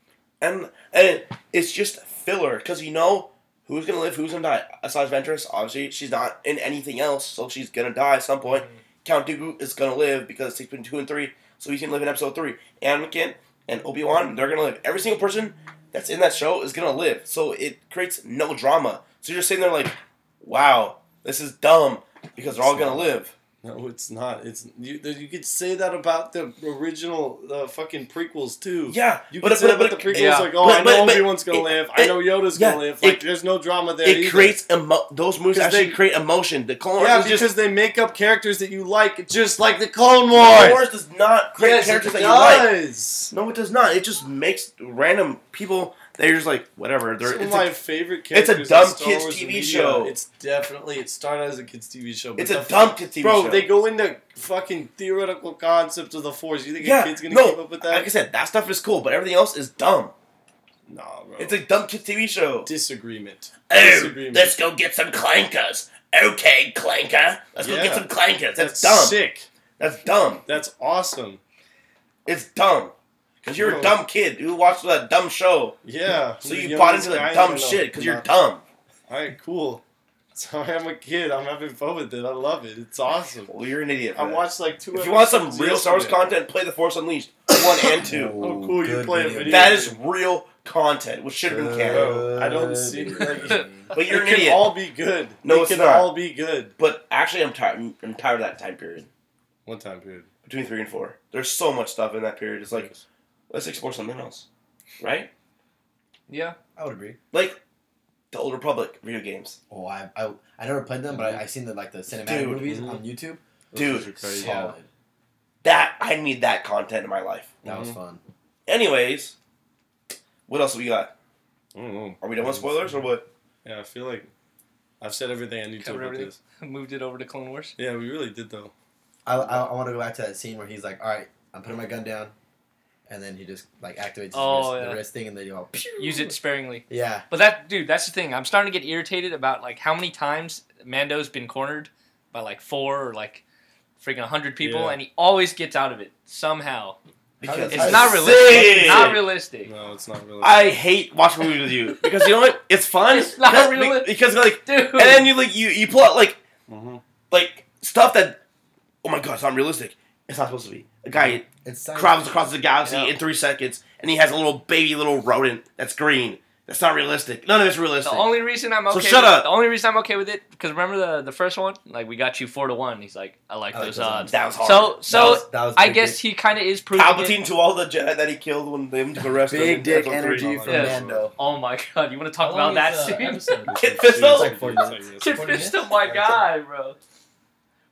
B: and and it's just filler because you know who's gonna live, who's gonna die. Asajj Ventress, obviously, she's not in anything else, so she's gonna die at some point.
C: Mm.
B: Count Dooku is gonna live because it's between two and three, so he's gonna live in episode three. Anakin and Obi Wan, they're gonna live. Every single person that's in that show is gonna live, so it creates no drama. So you're just sitting there like, wow, this is dumb because they're all gonna live.
C: No, it's not. It's you. there- You could say that about the original uh, fucking prequels too.
B: Yeah,
C: You could
B: but,
C: say
B: but,
C: that
B: but,
C: about the prequels.
E: yeah.
C: Like, oh,
B: But-
C: I know
B: but- but
C: everyone's gonna
B: it-
C: live. I
B: it-
C: know Yoda's
B: yeah,
C: gonna live. Like,
B: it-
C: there's no drama there.
B: it
C: either.
B: creates emo- those movies
C: 'Cause
B: actually
C: they-
B: create emotion. The Clone Wars
C: Yeah,
B: is
C: because
B: just
C: they make up characters that you like, just like the Clone Wars.
B: Clone Wars does not create
C: Yes, it
B: characters that you like.
C: does.
B: No, it does not. It just makes random people. They're just like whatever. They're
C: Some
B: it's
C: of my
B: a,
C: favorite
B: it's a
C: characters.
B: dumb
C: in Star
B: kids'
C: Wars
B: TV
C: media.
B: show.
C: It's definitely it started as a kids' TV show. but
B: it's a
C: the-
B: dumb kid TV
C: Bro,
B: show.
C: they go into fucking theoretical concepts of the Force. You think
B: yeah,
C: a kid's gonna
B: no,
C: keep up with that?
B: Like I said, that stuff is cool, but everything else is dumb.
C: nah, bro.
B: It's a dumb kid TV show.
C: disagreement.
B: Oh,
C: disagreement.
B: let's go get some clankers. Okay, clanker. Let's go get
C: Yeah.
B: some clankers. That's,
C: That's
B: dumb.
C: sick.
B: That's dumb.
C: That's awesome.
B: It's dumb. Because you're a
C: Bro.
B: dumb kid who watched that dumb show.
C: Yeah.
B: So
C: You're
B: you
C: the
B: bought
C: youngest
B: into the
C: guy, I
B: dumb
C: don't know.
B: shit because you're
C: Nah.
B: dumb.
C: All right, cool. So I'm a kid. I'm having fun with it. I love it. It's awesome.
B: Well, you're an idiot. for
C: I
B: that.
C: watched like two.
B: If you want some
C: episodes
B: real Star Wars
C: yesterday.
B: content, play The Force Unleashed one and two.
C: Oh, cool, you
D: Good
C: play a
D: video.
C: video.
B: That is real content, which should have been canon.
C: I don't see-
B: But you're an
C: It can
B: idiot.
C: all be good.
B: No,
C: it
B: it's
C: can
B: not.
C: all be good.
B: But actually, I'm tired. I'm- I'm tired of that time period
C: One time period.
B: between three and four. There's so much stuff in that period. It's like let's explore something else, right?
E: Yeah.
D: I would agree.
B: Like the Old Republic video games,
D: Oh, I, I, I never played them,
C: Mm-hmm.
D: but I, I've seen the like the cinematic
B: Dude.
D: movies
C: Mhm.
D: on YouTube.
B: dude.
C: Crazy.
D: Solid.
B: That I need that content in my life.
D: That
C: Mm-hmm.
D: was fun.
B: Anyways, what else we got?
C: I don't know.
B: Are we done with spoilers or what?
C: Yeah, I feel like I've said everything I need to
E: Covered
C: about
E: everything.
C: this.
E: Moved it over to Clone Wars.
C: Yeah, we really did though.
D: I, I, I want to go back to that scene where he's like, "All right, I'm putting my gun down," and then he just like activates his
E: Oh,
D: wrist,
E: yeah.
D: the wrist thing, and then you all pew.
E: Use it sparingly.
D: Yeah,
E: But that dude, that's the thing. I'm starting to get irritated about like how many times Mando's been cornered by like four or like freaking hundred people,
C: Yeah.
E: and he always gets out of it somehow.
B: Because
E: It's
D: I
E: not
D: see.
E: realistic. It's not realistic,
C: No, it's not really.
B: I hate watching movies with you because you know what? It's fun.
E: It's not
B: Because-
E: realistic.
B: because like
E: dude.
B: And then you like you you pull out like
C: Mhm.
B: like stuff that oh my god, it's not realistic. It's not supposed to be. A guy
D: it's science
B: travels across the galaxy
E: Yeah.
B: in three seconds and he has a little baby little rodent that's green. That's not realistic. None of it's realistic.
E: The only reason I'm
B: So
E: okay.
B: shut
E: with,
B: up.
E: The only reason I'm okay with it because remember the the first one, like we got you four to one. He's like, I like
D: I like
E: those
D: those
E: odds.
B: that was hard.
E: So
D: That
E: so
D: was- that was
E: I
D: big
E: guess
D: dick-
E: he kind of is proving it.
B: Palpatine to all the Jedi that he killed when they took a rest.
D: big dick energy
C: Yes.
D: from Mando.
E: Oh my god, you want to
G: How
E: talk
G: long
E: about that
G: is, uh,
E: scene?
G: episode?
B: Kid
D: It's
B: Fisto.
D: like four minutes.
E: Kid
G: Forty minutes?
E: Fisto, my guy, bro.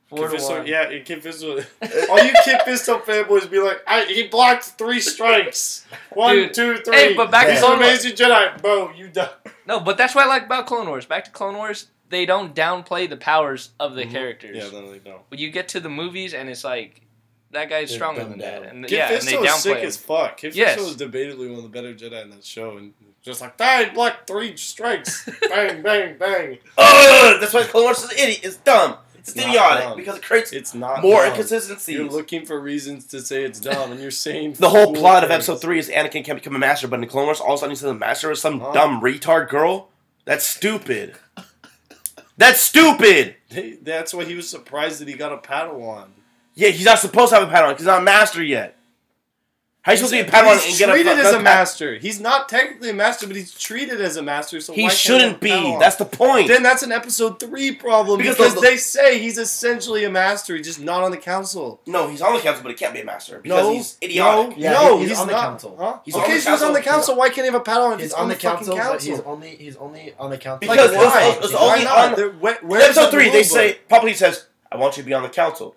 E: Four
C: Kid
E: to
C: Fisto,
E: one.
C: yeah, and Kid Fisto. All you Kid Fisto fanboys be like, I, he blocked three strikes. One,
E: Dude.
C: two, three.
E: Hey, but back
D: to
C: He's
E: Clone
C: an
E: Wars-
C: amazing Jedi, bro. You die.
E: No, but that's what I like about Clone Wars. Back to Clone Wars, they don't downplay the powers of the
C: Mhm.
E: characters.
C: Yeah, no, they don't.
E: But you get to the movies and it's like that guy's
D: They're
E: stronger than
D: dumbed
E: that,
D: down.
E: and
C: Kid
E: yeah, and they
C: Fisto is sick
E: downplay.
C: as
E: him.
C: fuck. Kid
E: Yes.
C: Fisto is debatably one of the better Jedi in that show, and just like, die, block three strikes. bang, bang, bang.
B: Ugh, that's why Clone Wars is idiot. It's dumb. It's,
C: not
B: idiotic
C: dumb.
B: because it creates
C: It's not
B: more
C: dumb.
B: inconsistencies.
C: You're looking for reasons to say it's dumb, and you're saying
B: The whole
C: cool
B: plot of
C: things.
B: episode three is Anakin can't become a master, but in Clone Wars, all of a sudden he says a master is some
C: Huh?
B: dumb retard girl. That's stupid. That's stupid.
C: They- That's why he was surprised that he got a Padawan.
B: Yeah, he's not supposed to have a Padawan. 'cause He's not a master yet. How are you supposed to be a Padawan and
C: he's
B: get a
C: treated
B: fuck-
C: as a
B: pa-
C: master. He's not technically a master, but he's treated as a master. So why
B: He
C: can't
B: shouldn't
C: have a
B: be.
C: Padawan?
B: That's the point.
C: then that's an episode three problem
B: Because
C: because,
B: the-
C: they say he's essentially a master. He's just not on the council.
B: no, he's on the council, but he can't be a master because
C: No,
B: he's idiotic.
C: no,
D: Yeah,
C: no,
D: he- he's
C: he's,
D: on the
C: not.
D: council.
C: Huh?
B: He's on
C: okay,
B: the
C: so he's on the
B: council.
C: council. Why can't he have a Padawan? if
D: He's
C: He's
D: on the
C: fucking
D: council, but
C: council.
D: he's only he's only on the council.
B: Because
D: Like,
B: it's-
D: why?
B: it's- it's
D: Why
B: only
D: not?
B: on-
C: They're- where-
B: In
C: where's
B: episode
C: the
B: three, they
C: rule
B: say
C: book?
B: Palpatine says, "I want you to be on the council,"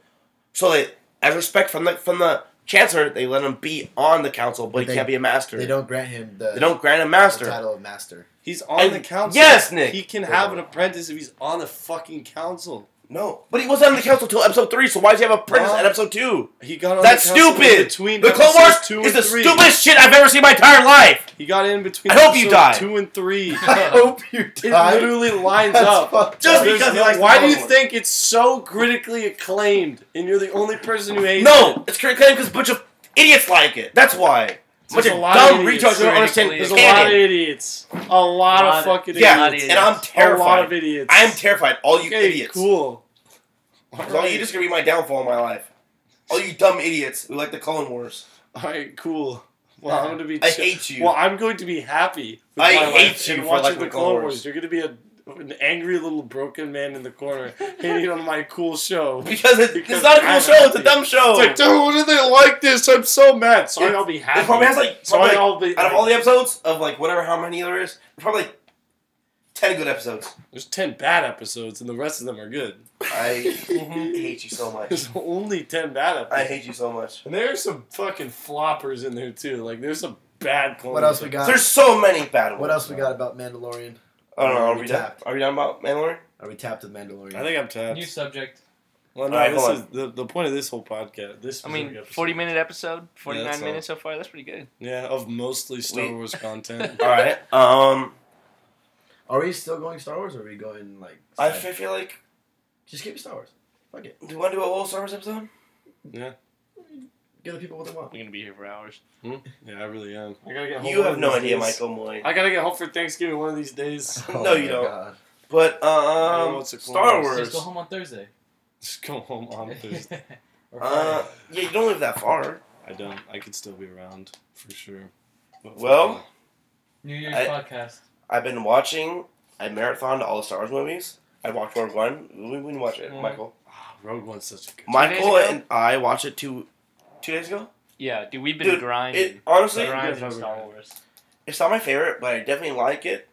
B: so they, as respect from the from the Chancellor, they let him be on the council, but he
D: They-
B: can't be a master.
D: They don't grant him the
B: They don't grant him
D: the
B: master.
D: title of master.
C: he's on
B: And-
C: the council.
B: yes, Nick.
C: He can have an apprentice if he's on the fucking council.
B: No, but he wasn't on the council till episode three. So why does he have a apprentice
C: No.
B: at episode two?
C: He got on
B: That's
C: the council in
B: stupid.
C: Between
B: the Clone Wars
C: episodes two
B: is
C: and
B: the
C: three.
B: stupidest shit I've ever seen in my entire life.
C: He got in between.
B: I hope you
C: episodes
B: die.
C: Two and three.
D: I hope you
C: It
D: die.
C: literally lines
D: That's
C: up.
D: fucked
B: Just
D: up.
C: There's
B: because he
C: no-
B: likes
C: why
B: the
C: do you
B: Clone Wars.
C: think it's so critically acclaimed and you're the only person who hates it?
B: No, it's critically because a bunch of idiots like it. That's why. A bunch
C: There's
B: of
C: a lot of
B: dumb
C: idiots
B: retards who don't understand
E: critically
C: There's a
E: Canon.
C: lot of
B: canon.
C: idiots. A lot,
E: Lot
C: of
E: of-
C: fucking
B: Yeah,
E: lot of
C: idiots.
B: and I'm
C: a lot
B: terrified.
C: of idiots.
B: I am terrified. All you
C: okay,
B: idiots.
C: Cool.
B: Because all you just gonna be my downfall in my life. All you dumb idiots who like the Clone Wars.
C: All right, cool. Well, I'm gonna be.
B: I
C: ch-
B: hate you.
C: Well, I'm going to be happy. with
B: I
C: my
B: hate
C: life
B: you
C: and
B: for
C: watching
B: liking
C: the
B: the
C: Clone
B: Clone
C: Wars.
B: Wars.
C: You're gonna be a, an angry little broken man in the corner hating on my cool show.
B: Because it,
C: Because
B: it's not a cool
C: I'm
B: show. It's a
C: happy.
B: dumb show.
C: It's like, dude, why do they like this? I'm so mad. Sorry, I'll be happy.
B: It probably has like probably,
C: Sorry,
B: like,
C: I'll be.
B: out of all the episodes of like whatever how many there is, probably like ten good episodes.
C: There's ten bad episodes, and the rest of them are good.
B: I hate you so much.
C: There's only ten bad episodes.
B: I hate you so much.
C: And there's some fucking floppers in there too. Like there's some bad clones.
D: What else we got?
B: There's so many bad ones.
D: Uh, What else we got about Mandalorian?
B: I don't know. Are we,
D: We
B: done?
D: tapped.
B: Are we done about Mandalorian?
D: Are we tapped with Mandalorian?
C: I think I'm tapped.
G: New subject.
C: Well, no,
B: All right,
C: this
B: hold
C: is the, the point of this whole podcast. This
E: I mean,
C: specific episode.
E: forty minute episode, forty
C: Yeah,
E: nine
C: that's all.
E: minutes so far. That's pretty good.
C: Yeah, of mostly Star
B: We-
C: Wars content.
B: All right. Um,
D: Are we still going Star Wars? or Are we going like?
B: I
D: side?
B: fe- feel like
D: Just give me Star Wars. Fuck it.
B: do you want to do a whole Star Wars episode?
D: Give the people what they want.
E: We're gonna be here for hours.
C: yeah, I really am. I gotta get home.
B: You
C: one
B: have
C: of
B: no
C: these
B: idea,
C: days.
B: Michael Moy.
C: I gotta get home for Thanksgiving one of these days.
B: No, you
D: Oh
B: don't.
D: my God.
B: But
C: I don't know
B: um,
C: what's a Clone
B: Star
C: Wars.
G: Just go
B: Wars.
G: home on Thursday.
C: Just go home on Thursday.
G: Or
B: Uh,
G: Friday.
B: yeah, you don't live that far.
C: I don't. I could still be around for sure. But
B: Well-
G: New Year's
B: I-
G: podcast.
B: I've been watching. I marathoned all the Star Wars movies. I watched Rogue One. We, we didn't watch it,
G: Mhm.
B: Michael.
C: Ah, Rogue One's such a good.
B: Michael
E: days ago?
B: and I watched it two, two days ago.
E: Yeah, dude, we've been
B: Dude,
E: grinding.
B: It honestly,
C: Grind.
E: grinding
C: guys
E: Star
C: have-
E: Wars.
B: it's not my favorite, but I definitely like it.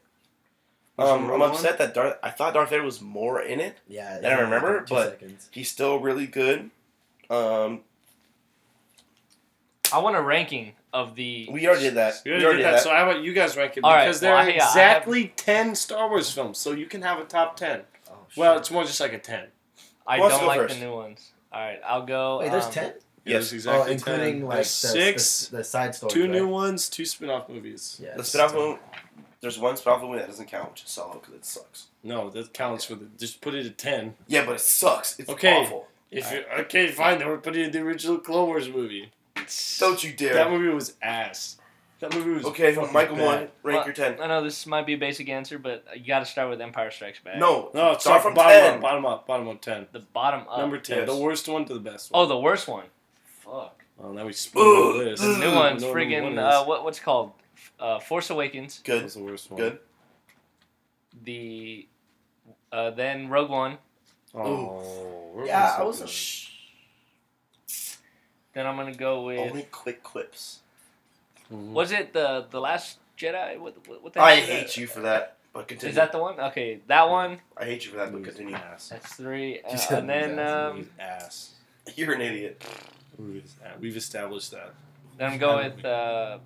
C: Was it
B: Um, I'm
C: Rogue One?
B: upset that Darth. I thought Darth Vader was more in it.
D: Yeah,
B: Then I
D: yeah,
B: remember,
D: two
B: but-
D: seconds.
B: He's still really good. Um,
E: I want a ranking of the.
B: we already did that.
C: You already, did that, so how about you guys rank it?
E: All right,
C: because
E: well,
C: there are
E: I- yeah, I have-
C: exactly ten Star Wars films, so you can have a top ten.
D: Oh,
C: Well,
D: shit.
C: it's more just like a ten.
E: I
B: Who wants
E: don't
B: to go
E: like
B: first?
E: the new ones. All right, I'll go.
D: wait, there's
E: um,
D: ten.
B: Yes.
C: There's exactly
D: oh, including
C: 10.
D: like the,
C: There's six,
D: the, the side story.
C: two new ones, two spin-off movies.
D: Yeah,
B: the spin-off movie. There's one spin-off movie that doesn't count, which is Solo, because it sucks.
C: No, that counts for the. Just put it at ten.
B: Yeah, but it sucks. It's
C: Okay.
B: awful.
C: If you okay, fine. Then we're putting it in the original Clone Wars movie.
B: Don't you dare.
C: That movie was ass. That movie was
B: okay,
C: fucking
B: Michael
C: bad.
B: one, rank your ten.
E: I know this might be a basic answer, but you got to start with Empire Strikes Back.
B: No,
C: No, it's
B: start
C: not
B: from
C: bottom
B: ten.
C: up, bottom up, bottom up ten.
E: the bottom up.
C: Number ten,
B: Yes.
C: the worst one to the best one.
E: Uh, Oh, the worst one. Fuck.
C: Oh, now we spoiled
B: Ugh.
C: the list.
E: The
B: Ugh.
E: new one's
C: No,
E: friggin'
C: one
E: uh,
C: is.
E: what what's it called uh, Force Awakens.
C: That
B: Good,
C: was the worst one.
B: good.
E: The uh, then Rogue One.
C: Oh, we're
B: Yeah, I
C: missing
B: was a
C: one.
B: sh-
E: Then I'm gonna go with
B: only quick quips.
C: Mhm.
E: was it the the Last Jedi? What what, what the
B: I
E: heck is that?
B: hate you for that, but continue.
E: Is that the one? Okay, that one.
B: I hate you for that, but
C: Movie's
B: continue.
C: Ass.
E: That's three.
D: You
E: Uh,
D: said
E: and then
D: that.
E: um,
C: Movie's ass.
B: You're an idiot.
C: Movie's ass. We've established that.
E: then I'm going with uh,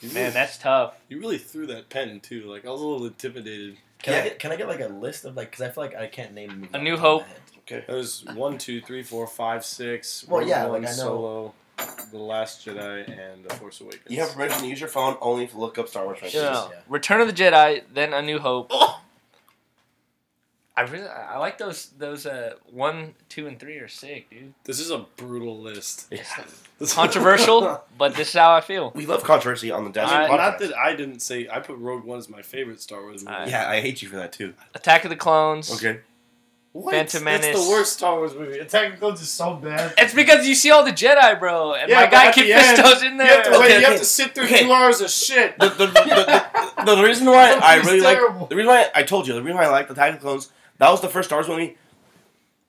C: You
E: man.
C: really-
E: That's tough.
C: you really threw that pen too. Like I was a little intimidated.
D: Can
B: Yeah.
D: I get can I get like a list of like because I feel like I can't name movies
E: A
D: off
E: New
D: the top of
E: Hope.
D: my head.
B: Okay.
C: That was one, two, three, four, five, six.
D: Well,
C: Rogue
D: yeah,
C: One,
D: like, I know.
C: Solo, The Last Jedi, and The Force Awakens.
B: You have permission to use your phone only if you look up Star Wars
E: No,
B: rankings.
E: no,
D: Yeah.
E: no. Return of the Jedi, then A New Hope.
B: Oh!
E: I really I I like those those uh one, two, and three are sick, dude.
C: This is a brutal list. This-
E: Controversial, but this is how I feel.
B: We love controversy on the
C: I
B: Dash
C: mean,
B: podcast.
C: not that I didn't say I put Rogue One as my favorite Star Wars movie.
E: I-
B: yeah, I hate you for that too.
E: Attack of the Clones.
B: Okay.
C: What?
E: Phantom
C: That's
E: Menace.
C: the worst Star Wars movie. Attack of the Clones is so bad.
E: It's because you see all the Jedi, bro, and
C: Yeah,
E: my
C: but
E: guy
C: at
E: Kid
C: the end,
E: Fisto's in
C: You have to,
E: there.
B: Okay,
C: wait, you
B: okay.
C: have to sit through
B: Okay.
C: two hours of shit.
B: The, the, the, the, the, the reason why I
H: It's
B: really like
H: terrible.
B: the reason why I told you the reason why I liked the Attack of the Clones that was the first Star Wars movie.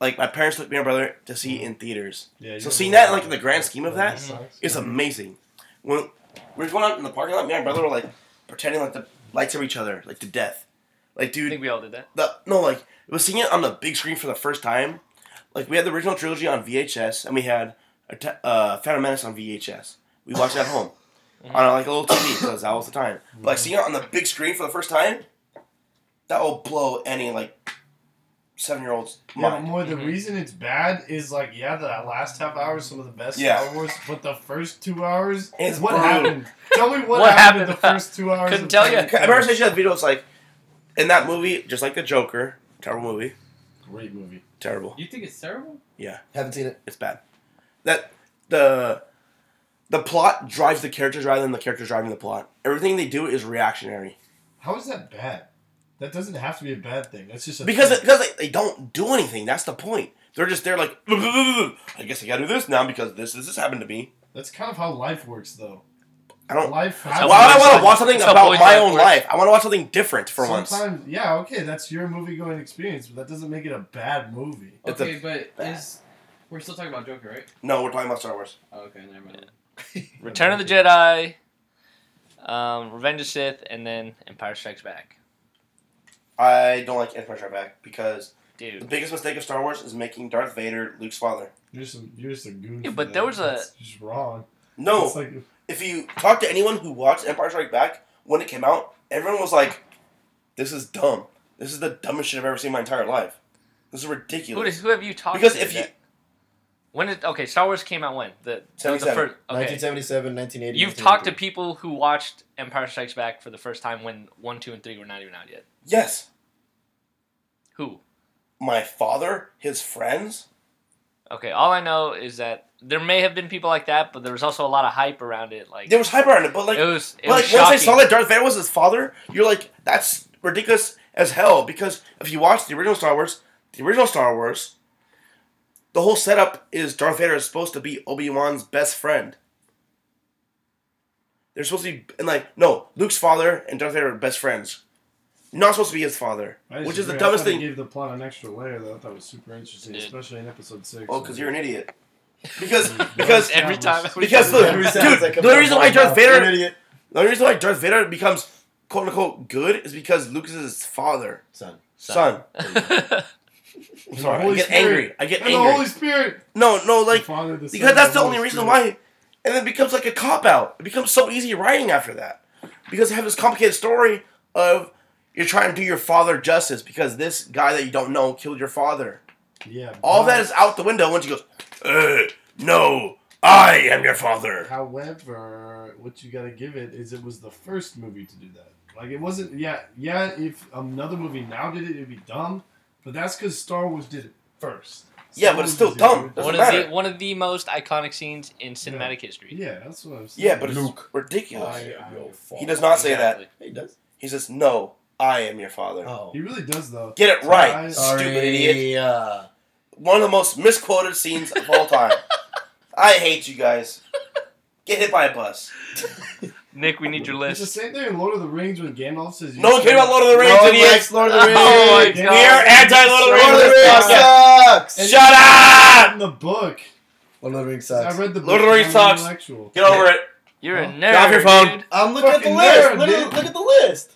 B: Like my parents took me and my brother to see in theaters.
H: Yeah,
B: So seeing that, like in the grand scheme of that, is amazing. When we were going out in the parking lot, me and my brother were like pretending like the lights are each other, like to death. Like
E: I
B: dude,
E: think we all did that.
B: the no like was seeing it on the big screen for the first time. Like we had the original trilogy on VHS, and we had Atta- uh, Phantom Menace on VHS. We watched it at home on like a little TV because that was the time. But like seeing it on the big screen for the first time, that will blow any like seven year old's
H: Yeah,
B: mind.
H: more the
E: Mhm.
H: reason it's bad is like yeah, that last half hour is some of the best
B: Yeah.
H: Star Wars, but the first two hours
B: It's
H: what
B: brutal.
H: happened? Tell me what,
E: What
H: happened, in the
E: happened?
H: first two hours.
E: Couldn't
H: of
E: tell
H: Phantom
E: ya.
B: I remember
H: Menace.
B: seeing that video. It's like in that movie, just like the Joker, terrible movie,
H: Great movie.
B: terrible.
G: You think it's terrible?
D: Haven't seen it.
B: It's bad. That the the plot drives the characters rather than the characters driving the plot. Everything they do is reactionary
H: How is that bad? That doesn't have to be a bad thing. That's just a
B: because
H: thing.
B: because they, they don't do anything. That's the point. They're just there like I guess I gotta do this now because this this, this happened to me.
H: that's kind of how life works, though.
B: I don't. Why
H: Life.
E: how
B: would
H: happens.
B: I want
E: boys-
B: to watch something
E: that's how
B: about
E: boys
B: my
E: life
B: own
E: works.
B: life? I want to watch something different for once.
H: Sometimes, yeah, okay, that's your movie going experience, but that doesn't make it a bad movie.
B: It's a
G: Okay, but
B: bad.
G: is we're still talking about Joker, right?
B: No, we're talking about Star Wars.
G: Oh, okay, never mind.
E: Return of the Jedi, um, Revenge of the Sith, and then Empire Strikes Back.
B: I don't like Empire Strikes Back because the
E: Dude.
B: biggest mistake of Star Wars is making Darth Vader Luke's father.
H: You're some, you're just a goon.
E: Yeah,
H: for
E: but
H: that.
E: there was a-
H: That's just wrong.
B: No,
H: It's like,
B: if you talk to anyone who watched Empire Strikes Back when it came out, everyone was like, "This is dumb. This is the dumbest shit I've ever seen in my entire life. This is
E: Who,
B: ridiculous."
E: who have you talked
B: Because
E: to?
B: if you,
E: that- when did okay, Star Wars came out when? The, the, the
B: 77.
E: first okay.
D: 1977, 1980.
E: You've talked to people who watched Empire Strikes Back for the first time when one, two, and three were not even out yet.
B: yes,
E: Who?
B: my father, his friends,
E: Okay, all I know is that there may have been people like that, but there was also a lot of hype around it. Like
B: there was hype around it, but like,
E: it was, it
B: but
E: was
B: like once I
E: shocking.
B: saw that Darth Vader was his father, you're like, that's ridiculous as hell because if you watch the original Star Wars, the original Star Wars, the whole setup is Darth Vader is supposed to be Obi Wan's best friend. They're supposed to be and like no, Luke's father and Darth Vader are best friends. Not supposed to be his father, which is the dumbest thing.
H: Gave the plot an extra layer though. I thought was super interesting,
E: It did.
H: especially in episode six.
B: Oh, because you're an idiot. Because because
E: Every time.
B: because look,
D: Every
B: dude,
D: sounds like a
B: the only reason why Darth
D: You're an
B: Vader,
D: idiot.
B: the only reason why Darth Vader becomes quote unquote good is because Luke is his father,
D: Son.
B: son. I'm
H: And the
B: sorry, I
H: Holy
B: get
H: Spirit.
B: angry. I get
H: And the Holy
B: angry.
H: Spirit.
B: No, no,
H: The
B: like
H: Father, the Son,
B: because that's the
H: Holy
B: only reason
H: Spirit.
B: why. And it becomes like a cop out. It becomes so easy writing after that because you have this complicated story of you're trying to do your father justice because this guy that you don't know killed your father.
H: Yeah.
B: All
H: but-
B: that is out the window once he goes, "Uh, "No, I am your father."
H: However, what you gotta give it is it was the first movie to do that. Like it wasn't. Yeah, yeah. If another movie now did it, it'd be dumb. But that's because Star Wars did it first.
B: Yeah,
H: Star
B: but it's
H: Wars
B: still
H: did it
B: dumb.
E: One
H: originally.
B: Doesn't
E: of the
B: matter.
E: one of the most iconic scenes in cinematic history.
H: Yeah, that's what I'm saying.
B: Yeah, but it's
D: Luke.
B: ridiculous.
H: I- I-
B: Oh, he does not say
E: Exactly.
D: He does.
B: that. He says, "No, I am your father."
D: Oh.
H: he really does though.
B: Get it right,
H: I-
B: stupid
D: Sorry,
B: idiot.
D: uh,
B: One of the most misquoted scenes of all time. I hate you guys. Get hit by a bus.
E: Nick, we need your
H: It's the
E: list.
H: same thing in Lord of the Rings when Gandalf says.
B: No one cared about Lord of the Rings,
D: Lord
B: idiots.
D: likes Lord of the Rings.
E: Oh my
B: We are anti Lord of the Rings.
D: Lord of the
B: this
D: Rings
B: podcast.
D: sucks.
H: And-
B: Shut up!
H: In the book,
D: Lord of the Rings
H: I
D: sucks.
H: read the book.
B: Lord of the Rings
H: I'm
B: sucks.
H: Intellectual.
B: Get over it.
E: You're a
H: Huh?
E: nerd.
B: Drop your phone.
E: dude.
D: I'm looking at the
H: Fucking
D: list.
H: nerd,
D: look, at,
H: dude.
D: look at the list.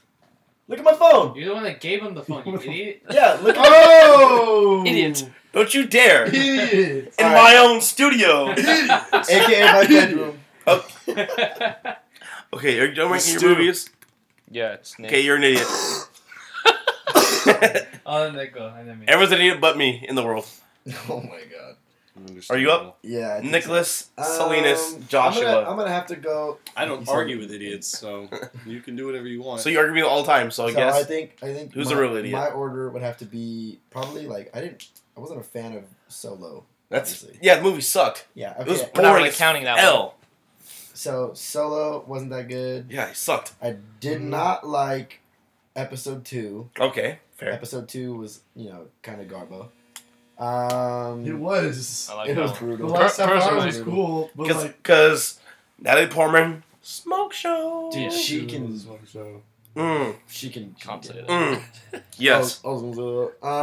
D: Look at my phone.
G: You're the one that gave him the phone, you idiot.
D: Yeah, look at
H: Oh,
E: Idiots.
B: Don't you dare in
H: Idiot.
D: All
B: my own studio.
D: AKA my bedroom.
B: okay, are you done ranking
H: Stu.
B: your movies?
E: Yeah, it's Nick.
B: Okay, you're an idiot.
G: I'll let that Oh, go. And then me.
B: Everyone's an idiot but me in the world.
D: Oh my god.
B: Are you up?
D: Yeah. I think
B: Nicholas,
D: so.
B: Salinas,
D: Um,
B: Joshua.
D: I'm gonna, I'm gonna have to go.
C: I don't
D: He's
C: argue
D: a-
C: with idiots, so you can do whatever you want.
B: So you argue with me all the time, so I
D: so
B: guess.
D: I think I think
B: Who's
D: my,
B: the real idiot?
D: My order would have to be probably like I didn't. I wasn't a fan of Solo.
B: That's
D: obviously.
B: yeah. The movie sucked.
D: Yeah.
B: It was
D: Okay.
E: We're not
B: boring
E: really
B: as
E: counting that
B: hell.
D: So Solo wasn't that good.
B: Yeah, it sucked.
D: I did
B: Mm-hmm.
D: not like Episode Two.
B: Okay, fair.
D: Episode Two was you know kind of garbo. Um,
H: It was.
E: I like
D: it
E: that
D: was
E: one.
H: The
D: brutal.
H: last
G: Per-
H: half hour
G: personally-
H: was cool, but
B: Because
H: like
B: because Natalie Portman smoke show.
D: Dude, she- can-
H: was one show.
B: Mm,
D: She can. she
E: Can't
D: can
E: say
D: get it.
B: mm. Yes.
D: I was- I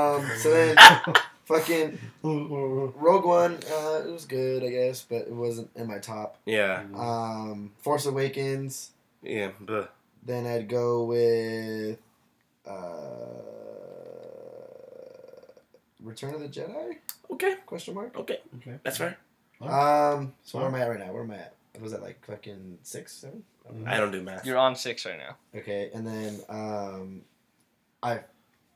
D: was gonna say that. Um. So then, fucking
H: Oh,
D: Rogue One. Uh, it was good, I guess, but it wasn't in my
B: Oh.
D: top.
B: Yeah.
D: Um, Force Awakens.
B: Yeah. Bleh.
D: Then I'd go with uh, Return of the Jedi?
B: Okay.
D: Question mark.
B: Okay.
H: Okay.
B: That's fair.
D: Um, so where am I at right now? Where am I at? Was that like fucking six, seven?
B: I don't do math.
E: You're on six right now.
D: Okay, and then um, I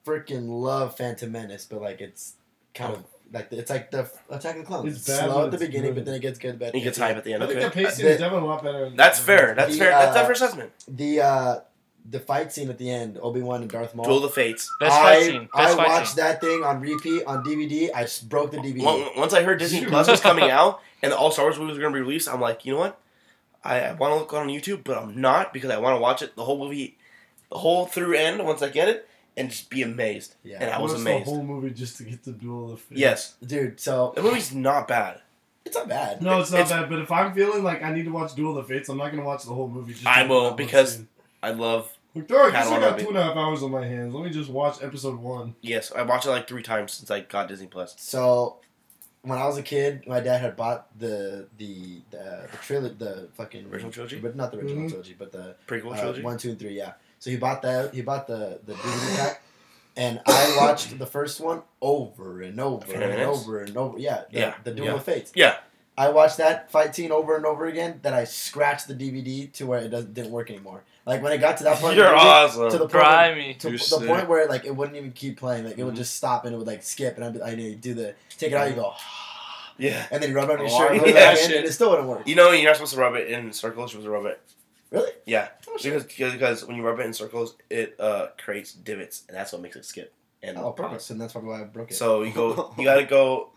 D: freaking love Phantom Menace, but like it's kind of like it's like the Attack of the Clowns.
H: It's
D: It's
H: bad,
D: slow
H: but
D: at the
H: it's
D: beginning,
H: good.
D: but then it gets good. But
B: You can type at the end.
H: I think
B: Okay.
H: the pacing
D: Uh,
H: is definitely a lot better.
B: That's fair. That's
D: The,
B: fair. That's
D: uh,
B: fair assessment.
D: The uh, the fight scene at the end, Obi Wan and Darth Maul.
B: Duel of the Fates.
E: Best
D: I,
E: fight scene. Best
D: I
E: fight
D: watched
E: scene.
D: that thing on repeat on DVD. I s- broke the DVD.
B: Once once I heard Disney Plus was coming out and all Star Wars movies were going to be released, I'm like, you know what? I, I want to look on YouTube, but I'm not because I want to watch it the whole movie, the whole through end once I get it, and just be amazed.
D: Yeah.
B: And I was
H: watched
B: amazed.
H: The whole movie just to get the duel of the Fates.
B: Yes,
D: Dude, so
B: the movie's not bad.
D: it's not bad.
H: No, it's not
B: It's-
H: bad. But if I'm feeling like I need to watch Duel of the Fates, I'm not gonna watch the whole movie. Just
B: I
H: to
B: will,
H: watch that one
B: because-
H: scene.
B: I love.
H: Like, Dog, I guess I
B: Catalan
H: got
B: movie.
H: two and a half hours on my hands. Let me just watch episode one.
B: Yes, I watched it like three times since I got Disney Plus.
D: So when I was a kid, my dad had bought the the the, the trilogy, the fucking
B: Original trilogy?
D: but not the original
H: Mhm.
D: trilogy, but the
B: Prequel
D: uh,
B: trilogy.
D: one, two, and three. Yeah. So he bought that. He bought the the DVD pack. And I watched the first one over and over
B: Phantom
D: and
B: Menace?
D: over and over. Yeah, the,
B: Yeah,
D: the Duel
B: yeah.
D: of Fates.
B: Yeah.
D: I watched that fight scene over and over again. Then I scratched the DVD to where it doesn't, didn't work anymore. Like when it got to that point, in the
B: You're
D: movie,
B: awesome.
D: to the point where-
E: Grimy.
D: to
C: You're
D: the
C: sick.
D: point where like it wouldn't even keep playing. Like it
B: Mm-hmm.
D: would
C: Mhm.
D: just stop and it would like skip. And I'd be, I need to do the take it out. You go
B: yeah.
D: and then you rub it on your
C: Oh,
D: shirt.
C: I
D: and
B: love
D: rub it
B: that
D: back in,
C: shit.
D: and it still wouldn't work.
B: You know, you're not supposed to rub it in circles. You're supposed to rub it
D: Really?
B: Yeah,
D: Oh, shit.
B: because, because because when you rub it in circles, it uh, creates divots, and that's what makes it skip. And
D: Oh, perfect. And that's probably why I broke it.
B: So you go, you gotta go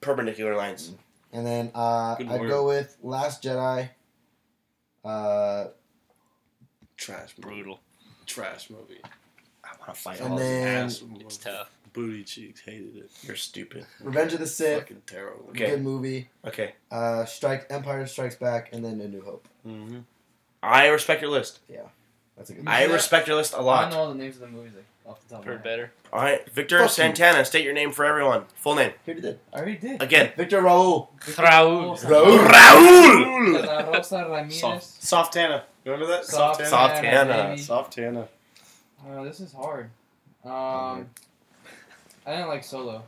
B: perpendicular lines.
D: and then uh,
C: Good
D: I'd
C: word.
D: go with Last Jedi. Uh,
C: trash movie.
E: Brutal.
C: Trash movie.
B: I want to fight
D: And
B: all
D: then-
B: this ass.
E: It's tough.
C: Booty cheeks hated it.
B: You're stupid.
D: Revenge of the Sith,
C: Fucking terrible.
B: Okay.
D: good movie.
B: Okay,
D: Uh, Strike Empire Strikes Back, and then A New Hope.
C: Mm-hmm.
B: I respect your list.
D: That's a good.
B: I respect your list a
G: I don't know
B: lot.
G: all the names of the movies like, off the top
E: For
G: of my head.
E: better.
B: All right, Victor
D: Fuck you.
B: Santana, state your name for everyone. Full name
D: Here did it.
G: I already did.
B: again.
D: Victor Raul.
E: Raul.
D: Raul.
B: Raul.
G: La Rosa Ramirez.
E: Soft.
C: Soft Tana. Remember that?
G: Soft,
B: Softana.
G: Soft
B: Softana.
C: Soft Tana.
G: Oh, this is hard.
B: Mm-hmm.
G: Um, I didn't like Solo.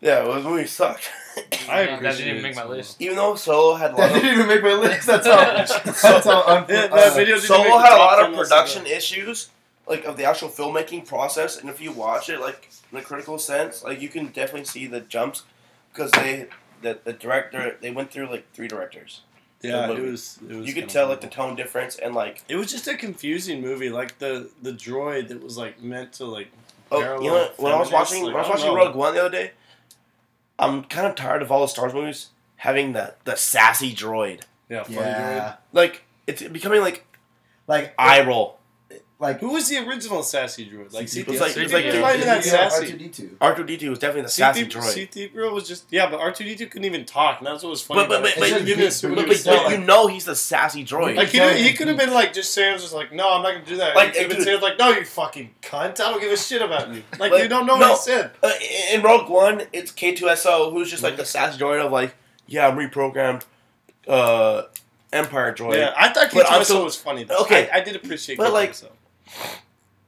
B: Yeah, it was when we sucked.
C: I
G: Yeah,
C: agree.
E: That didn't make my list.
B: Even though Solo had a
D: That
B: lot of,
D: didn't even make my list. That's how. that's how. Un-
C: Yeah,
D: uh,
C: that video didn't make
B: Solo
C: the
B: had a
C: top
B: lot of
C: 10 list
B: production issues, like of the actual filmmaking process. And if you watch it, like in a critical sense, like you can definitely see the jumps because they, the, the director, they went through like three directors.
C: Yeah, it
B: movie.
C: was. It was
B: You
C: kinda
B: could tell like the
C: horrible.
B: tone difference and like
C: It was just a confusing movie. Like the the droid that was like meant to like.
B: Oh,
C: Parallel
B: you know what? When I was
C: feminists,
B: watching,
C: like,
B: when I
C: I
B: was
C: don't
B: watching
C: know.
B: Rogue One the other day, I'm kind of tired of all the Star Wars movies having the the sassy droid.
C: Yeah. funny droid.
D: yeah.
B: Like it's becoming like
D: Like
B: eye roll.
D: Like
C: Who was the original sassy droid? Like
B: It's
C: C.
B: like- it's
C: It's like
B: like-
C: C.
E: it's
C: Like
E: like
C: not even that sassy.
D: R2D2.
B: R two D two was definitely the sassy droid.
C: C-3PO was just yeah, but R2D2 couldn't even talk. And that's what was funny.
B: But- but-
C: about it.
B: but-
C: They
B: but-
C: didn't give it a super
D: but-
B: but
D: Dude,
B: but
D: so,
B: you
D: like-
B: know he's the sassy droid.
C: Like
B: Like,
C: he,
D: Yeah,
C: didn't- he
D: like-
C: could have been like, just Sam's just like, no, I'm not gonna do that.
B: Like,
C: Like, and
B: dude-
C: Sam's like, no, you fucking cunt. I don't give a shit about you. Like,
B: Like,
C: you don't know
B: no.
C: what I said.
B: uh, in Rogue One, it's K two S O who's just like the
C: Mm-hmm.
B: sassy droid of like, yeah, I'm reprogrammed, uh, Empire droid.
C: Yeah, I thought
B: But
C: K2SO
B: also-
C: was funny. Though.
B: okay.
C: I, I did appreciate.
B: But, like,
C: K2SO.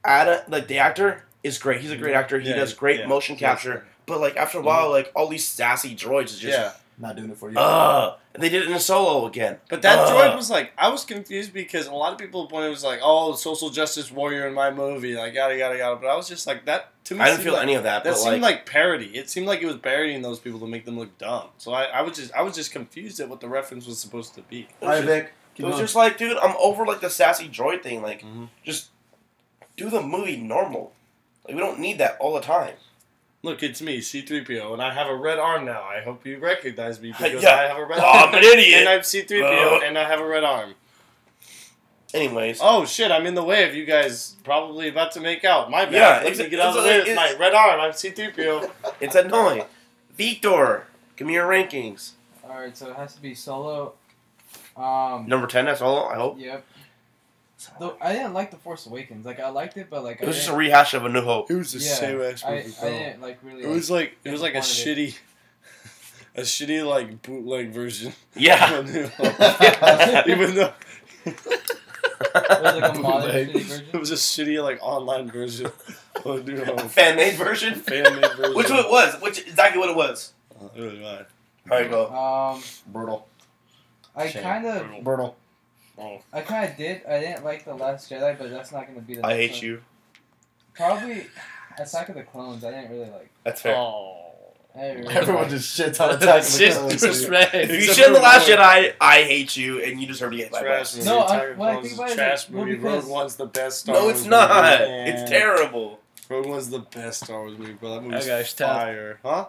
B: Ada, like the actor is great. He's a great actor. He
C: Mm-hmm. Yeah,
B: does great
C: yeah. Mm-hmm.
B: motion capture. But like after a while, like all these sassy droids is just.
C: yeah.
D: Not doing it for you.
B: Ugh. And they did it in a solo again.
C: But that
B: Ugh.
C: droid was like, I was confused because a lot of people pointed it was like, oh, social justice warrior in my movie, like yada yada yada. But I was just like, that to me.
B: I didn't
C: seemed
B: feel
C: like,
B: any of that.
C: That
B: but
C: seemed
B: like,
C: like, parody. It seemed like it was parodying those people to make them look dumb. So I, I was just, I was just confused at what the reference was supposed to be.
B: it was,
D: Alright,
B: just,
D: Vic.
B: it
D: keep
B: was
D: going.
B: just like, dude, I'm over like the sassy droid thing. Like,
C: Mhm.
B: just do the movie normal. Like, we don't need that all the time.
C: Look, it's me, C3PO, and I have a red arm now. I hope you recognize me because
B: Yeah.
C: I have a red
B: Oh,
C: arm.
B: I'm an idiot.
C: And I'm C3PO,
B: Uh.
C: and I have a red arm.
B: Anyways,
C: Oh, shit, I'm in the way of you guys probably about to make out. My bad.
B: Yeah,
C: Let me
B: exa-
C: get out of the way
B: it's-
C: with
B: it's-
C: my red arm. I'm C3PO.
B: it's annoying. Victor, give me your rankings.
G: All right, so it has to be Solo. Um.
B: Number 10, that's all, I hope.
G: Yep. Though I didn't like the Force Awakens. Like I liked it, but like
B: It was
G: I
B: just a
G: didn't,
B: rehash of A New Hope.
C: It was
G: the Yeah, same I, I didn't like really.
C: It was like it was like a
G: wanted
C: shitty, a shitty like bootleg version.
B: Yeah.
D: Yeah.
C: Even though
G: like, it was like a modern
D: Bootleg.
G: shitty version.
C: it was a shitty like online version. Oh, dude, I'm a
B: Fan made version?
C: fan-made version.
B: Which one it was? Which exactly what it was?
C: Oh, it was mine.
B: All right, go.
G: Um,
D: Brutal.
G: I
C: Shame.
G: kind of,
C: Brutal.
D: Brutal.
C: Oh.
G: I kind of did. I didn't like the Last Jedi, but that's not gonna be the.
B: I
G: next
B: hate
G: one.
B: you.
G: Probably Attack of the Clones. I didn't really like.
B: That's fair.
E: Oh.
G: I didn't really
D: Everyone
G: like-
D: just shits on Attack of the
E: Shit,
D: Clones, dude.
E: disrespect.
B: If you
C: Except
B: shit in The
C: for
B: Last
C: one.
B: Jedi, I hate you, and you deserve to get my
C: Trash
B: best.
C: movie.
G: No, I-
C: Tiger
G: what I
C: Claws
G: think
C: is a
G: about it is
C: trash
G: like, well,
C: movie.
G: because-
C: Rogue One's the best Star
B: No,
C: Wars
B: it's not.
C: movie. Yeah.
B: It's terrible.
C: Rogue One's the best Star Wars movie, bro. That movie's
E: That guy's tough.
C: fire. Huh?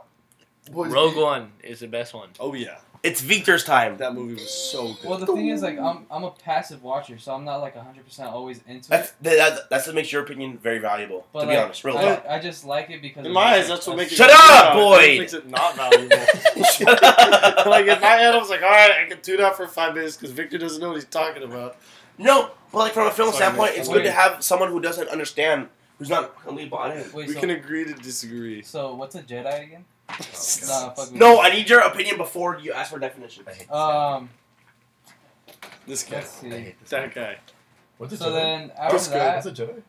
D: Boys, Oh,
E: Rogue One is the best one.
C: Oh, yeah.
B: It's Victor's time.
C: That movie was so good.
G: Well, the thing is, like, I'm I'm a passive watcher, so I'm not like 100 percent always into
B: That's
G: it.
B: that, that, that's what makes your opinion very valuable.
G: But
B: to
G: like,
B: be honest, real talk.
G: I, I just like it because
C: In
G: of
C: my
G: the-
C: eyes, that's what makes it.
B: Shut up,
C: yeah,
B: Boyd!
C: That makes it not valuable.
B: Shut up.
C: like in my head, I was like, all right, I can tune out for five minutes because Victor doesn't know what he's talking about.
B: No, but like from a film
C: Sorry,
B: standpoint,
C: man.
B: it's
G: Wait.
B: good to have someone who doesn't understand, who's not completely bought in.
G: Wait,
C: we
G: so,
C: can agree to disagree.
G: so what's a Jedi again? Nah, fuck me.
B: No, I need your opinion before you ask for definition.
D: I hate this guy.
G: Um,
C: This guy,
G: let's
D: I
G: see.
D: hate this guy.
C: that guy.
D: What's a
G: So
D: Jedi?
G: then after
D: What's good?
G: that,
D: What's a Jedi?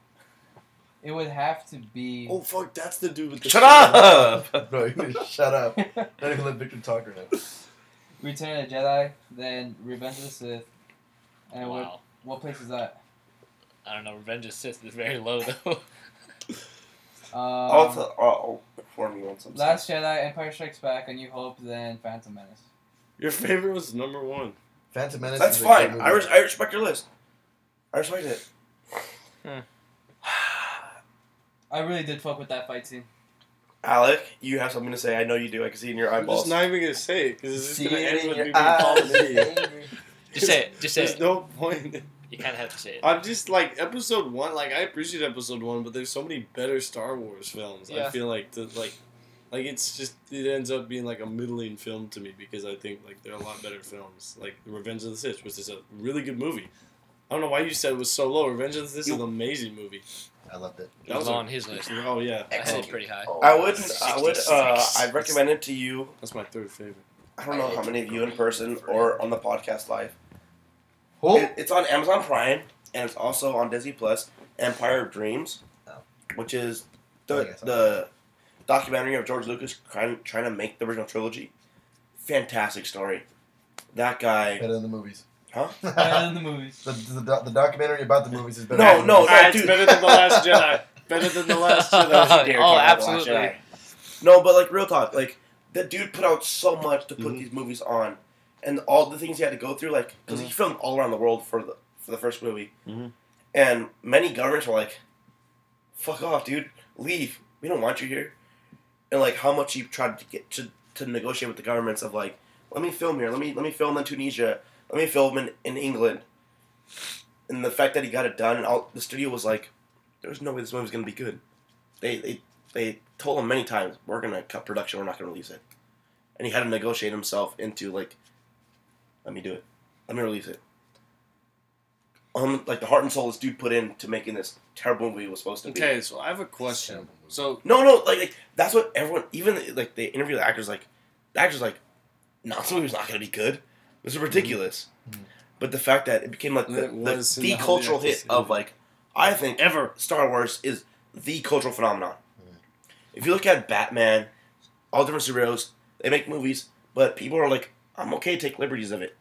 G: it would have to be.
C: Oh fuck, that's the dude with the.
B: Shut up.
D: Bro, you need to shut up. Don't even let Victor talk right now.
G: Return of the Jedi, then Revenge of the Sith, and what
E: Wow.
G: what place is that?
E: I don't know. Revenge of Sith is very low though.
G: Um,
B: I'll, t- I'll, I'll inform you on something.
G: Last Jedi, Empire Strikes Back, A New Hope, then Phantom Menace.
C: Your favorite was number one.
D: Phantom Menace.
B: That's
D: is a good
B: fine.
D: movie.
B: I, res- I respect your list. I respect it.
G: I really did fuck with that fight scene.
B: Alec, you have something to say. I know you do. I can see it in your
C: I'm
B: eyeballs.
C: just not even gonna say it because it's just
D: See
C: gonna
D: it
C: end
D: in
C: with
D: your
C: me being called
D: eyes.
C: an idiot.
E: just say it. Just say
C: There's
E: it.
C: no point.
I: You kind of have to say it.
C: I'm just like episode one. Like I appreciate episode one, but there's so many better Star Wars films. I
I: Yeah.
C: feel like the, like like it's just it ends up being like a middling film to me because I think like there are a lot better films. Like Revenge of the Sith, which is a really good movie. I don't know why you said it was so low. Revenge of the Sith is an amazing movie.
D: I loved it.
I: It
C: That
I: was
C: was a-
I: low on his list.
C: Oh yeah,
I: I had it pretty high.
B: I would, I would, uh, I recommend it to you.
C: that's my third favorite.
B: I don't know how many of you in person or on the podcast live.
D: Who?
B: It- it's on Amazon Prime and it's also on Disney Plus. Empire of Dreams,
D: Oh.
B: which is
D: I
B: the
D: think I saw
B: the documentary of George Lucas trying trying to make the original trilogy. Fantastic story. That guy.
D: Better than the movies.
B: Huh?
G: Better
D: the,
G: than the movies.
D: the, the, the documentary about the movies is better.
B: No,
D: than
B: no,
D: the
B: no,
C: it's
B: dude.
C: better than the Last Jedi. Better than the Last Jedi.
B: How dare you talk about
E: Oh,
B: The Last
E: absolutely.
B: Jedi. No, but like real talk, like the dude put out so much to put
C: Mhm.
B: these movies on, and all the things he had to go through, like because
C: Mm-hmm.
B: he filmed all around the world for the for the first movie,
C: Mhm.
B: and many governments were like, "Fuck off, dude, leave. We don't want you here," and like how much he tried to get to to negotiate with the governments of like, "Let me film here. Let me let me film in Tunisia. Let me film in in England." And the fact that he got it done, and all the studio was like, "There's no way this movie's gonna be good." They they they told him many times, "We're gonna cut production. We're not gonna release it." And he had to negotiate himself into like, "Let me do it. Let me release it." Um, like the heart and soul this dude put in to making this terrible movie was supposed to be.
C: Okay, so I have a question. So
B: No, no, like, like that's what everyone, even like they interview the actors, like the actors, like, no, this movie's not gonna be good. This is ridiculous. But the fact Mm-hmm. that it became like the,
C: It was
B: the, the
C: not
B: cultural
C: the
B: hit
C: same.
B: of like, I think
C: ever
B: Star Wars is the cultural phenomenon. If you look at Batman, all different superheroes, they make movies, but people are like, I'm okay to take liberties of it.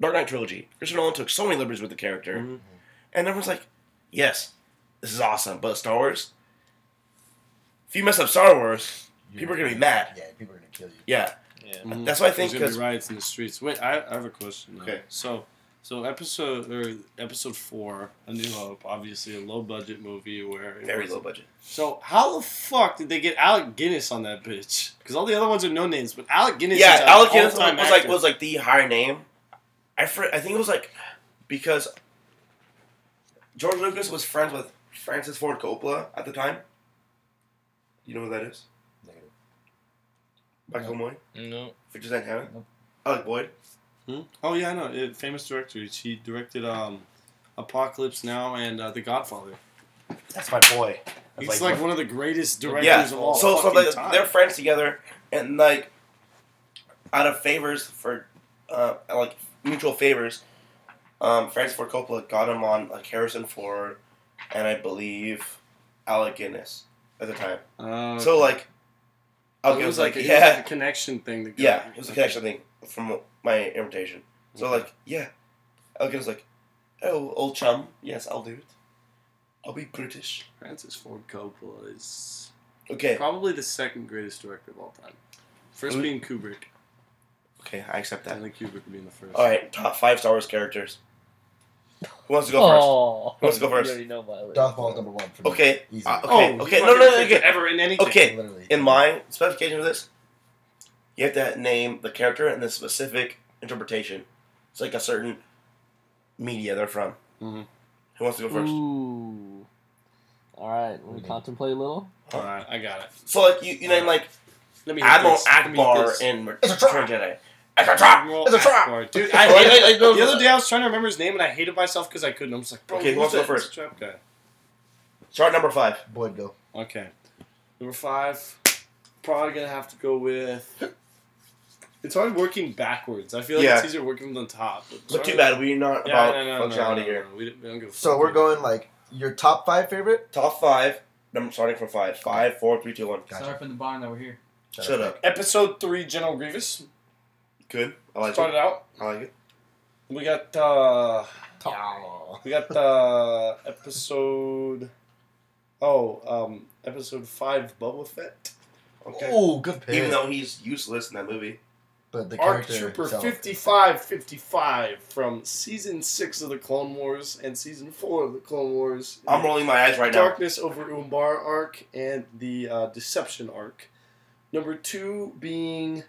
B: Dark Knight trilogy, Christopher Nolan took so many liberties with the character,
C: Mhm.
B: and everyone's like, yes, this is awesome. But Star Wars, if you mess up Star Wars, people are gonna be mad.
D: Yeah, people are gonna kill you.
B: Yeah,
I: Yeah.
C: Mhm.
B: that's why I think
C: There's gonna
B: because
C: be riots in the streets. Wait, I, I have a question. now.
B: Okay.
C: So, so episode or episode four, A New Hope, obviously a low budget movie where it
B: very
C: was-
B: low budget.
C: So how the fuck did they get Alec Guinness on that bitch? Because all the other ones are no names, but Alec Guinness.
B: yeah,
C: is an
B: Alec Guinness was
C: uh, all-time
B: was like
C: actor.
B: was like the higher name. I fr- I think it was like because George Lucas was friends with Francis Ford Coppola at the time. You know who that is?
D: Negative.
B: Michael Moy,
E: No.
B: Fifty Cent Hammond,
G: Nope.
B: Alec Boyd.
C: Hmm? Oh yeah, I know. It, famous director. He directed um, Apocalypse Now and uh, The Godfather.
B: That's my boy.
C: He's like, one of the greatest directors
B: yeah.
C: of all
B: so so
C: fucking
B: like,
C: time.
B: they're friends together, and like out of favors for uh, like mutual favors, um, Francis Ford Coppola got him on like Harrison Ford, and I believe Alec Guinness at the time.
C: Uh,
B: So like, Alec
C: it
B: Guinness
C: was
B: was like,
C: like, it was like
B: yeah,
C: a connection thing. That got-
B: yeah, it was a connection thing from my invitation. So like, yeah, Alec Guinness was like, oh, old chum, yes, I'll do it. I'll be British.
C: Francis Ford Coppola is
B: Okay,
C: Probably the second greatest director of all time. First
B: Who-
C: being Kubrick.
B: okay, I accept
C: I
B: that.
C: think Kubrick being the first.
B: All right, top five Star Wars characters. Who wants to go first?
I: Oh,
B: Let's go first.
I: You already know my list.
D: Darth Maul's number one. For me.
B: Okay.
D: Easy.
B: Uh, okay.
C: Oh,
B: okay.
C: he's
B: No, no,
C: my
B: no,
C: favorite
B: okay.
C: Ever in anything.
B: Okay.
D: Literally.
B: In my specification of this, you have to name the character and the specific interpretation. It's like a certain media they're from.
C: Mhm.
B: Who wants to go first? Mm-hmm.
I: Ooh. All right, let me
D: Mhm.
I: contemplate a little.
C: All right, I got it.
B: So like you, you name like
C: Let me. hit
B: Admiral
C: this. Let me hit
B: Akbar
C: this.
B: in
D: It's a trap.
B: Return of the Jedi. It's a trap.
C: Admiral
B: It's a trap.
C: Akbar. Dude, I
B: Wait,
C: hated,
B: wait, wait, no,
C: the
B: no,
C: other
B: no.
C: day I was trying to remember his name and I hated myself because I couldn't. I'm just like, bro,
B: Okay, who wants
C: who's
B: to go
C: that
B: first?
C: It's a Trap guy.
B: Chart number five.
D: Boyd go.
C: Okay. Number five. Probably gonna have to go with. It's hard working backwards. I feel like it's
B: Yeah.
C: easier working from the top. But
B: But too
C: sorry-
B: bad we're not
C: Yeah,
B: about
C: no, no, no, no,
B: functionality
C: no, no,
B: here.
C: no. We don't, we don't give a
D: So
C: fuck.
D: we're going like your top five favorite.
B: Top five. Number starting from five. Five, four, three, two, one.
D: Gotcha.
G: Start from the bottom that we're here.
B: Shut up.
C: Episode three, General Grievous.
B: Good. I like
C: Started
B: it.
C: out.
B: I like it.
C: We got uh
D: Aw.
C: we got uh episode oh, um episode five Boba Fett.
B: Okay.
D: Ooh, good pick.
B: Even though he's useless in that movie.
D: but the
C: Arc
D: character
C: Trooper
D: itself-
C: fifty five fifty five from season six of the Clone Wars and season four of the Clone Wars.
B: I'm rolling my eyes right now.
C: Darkness over Umbar arc and the uh, Deception arc. Number two being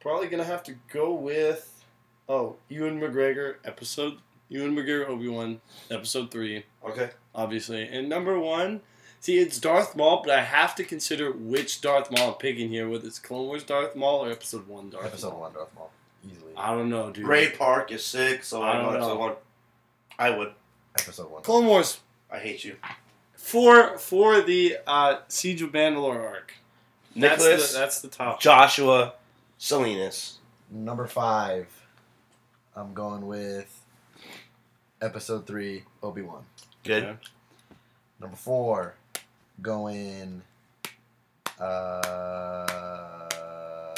C: probably gonna have to go with oh Ewan McGregor episode Ewan McGregor Obi Wan, episode three,
B: Okay.
C: obviously. And number one, see, it's Darth Maul, but I have to consider which Darth Maul I'm picking here, whether it's Clone Wars Darth Maul or episode one Darth
D: Episode
C: Maul.
D: one, Darth Maul, easily.
C: I don't know, dude.
B: Ray Park is sick, so
C: I
B: I,
C: don't
B: go to
C: know.
B: the one. I would.
D: Episode one.
C: Clone Wars
B: I hate you.
C: for for the uh, Siege of Mandalore arc. That's
B: Nicholas.
C: the, that's the top.
B: Joshua Salinas.
D: Number five, I'm going with episode three, Obi Wan.
B: Good.
C: Okay.
D: Number four, going. Uh,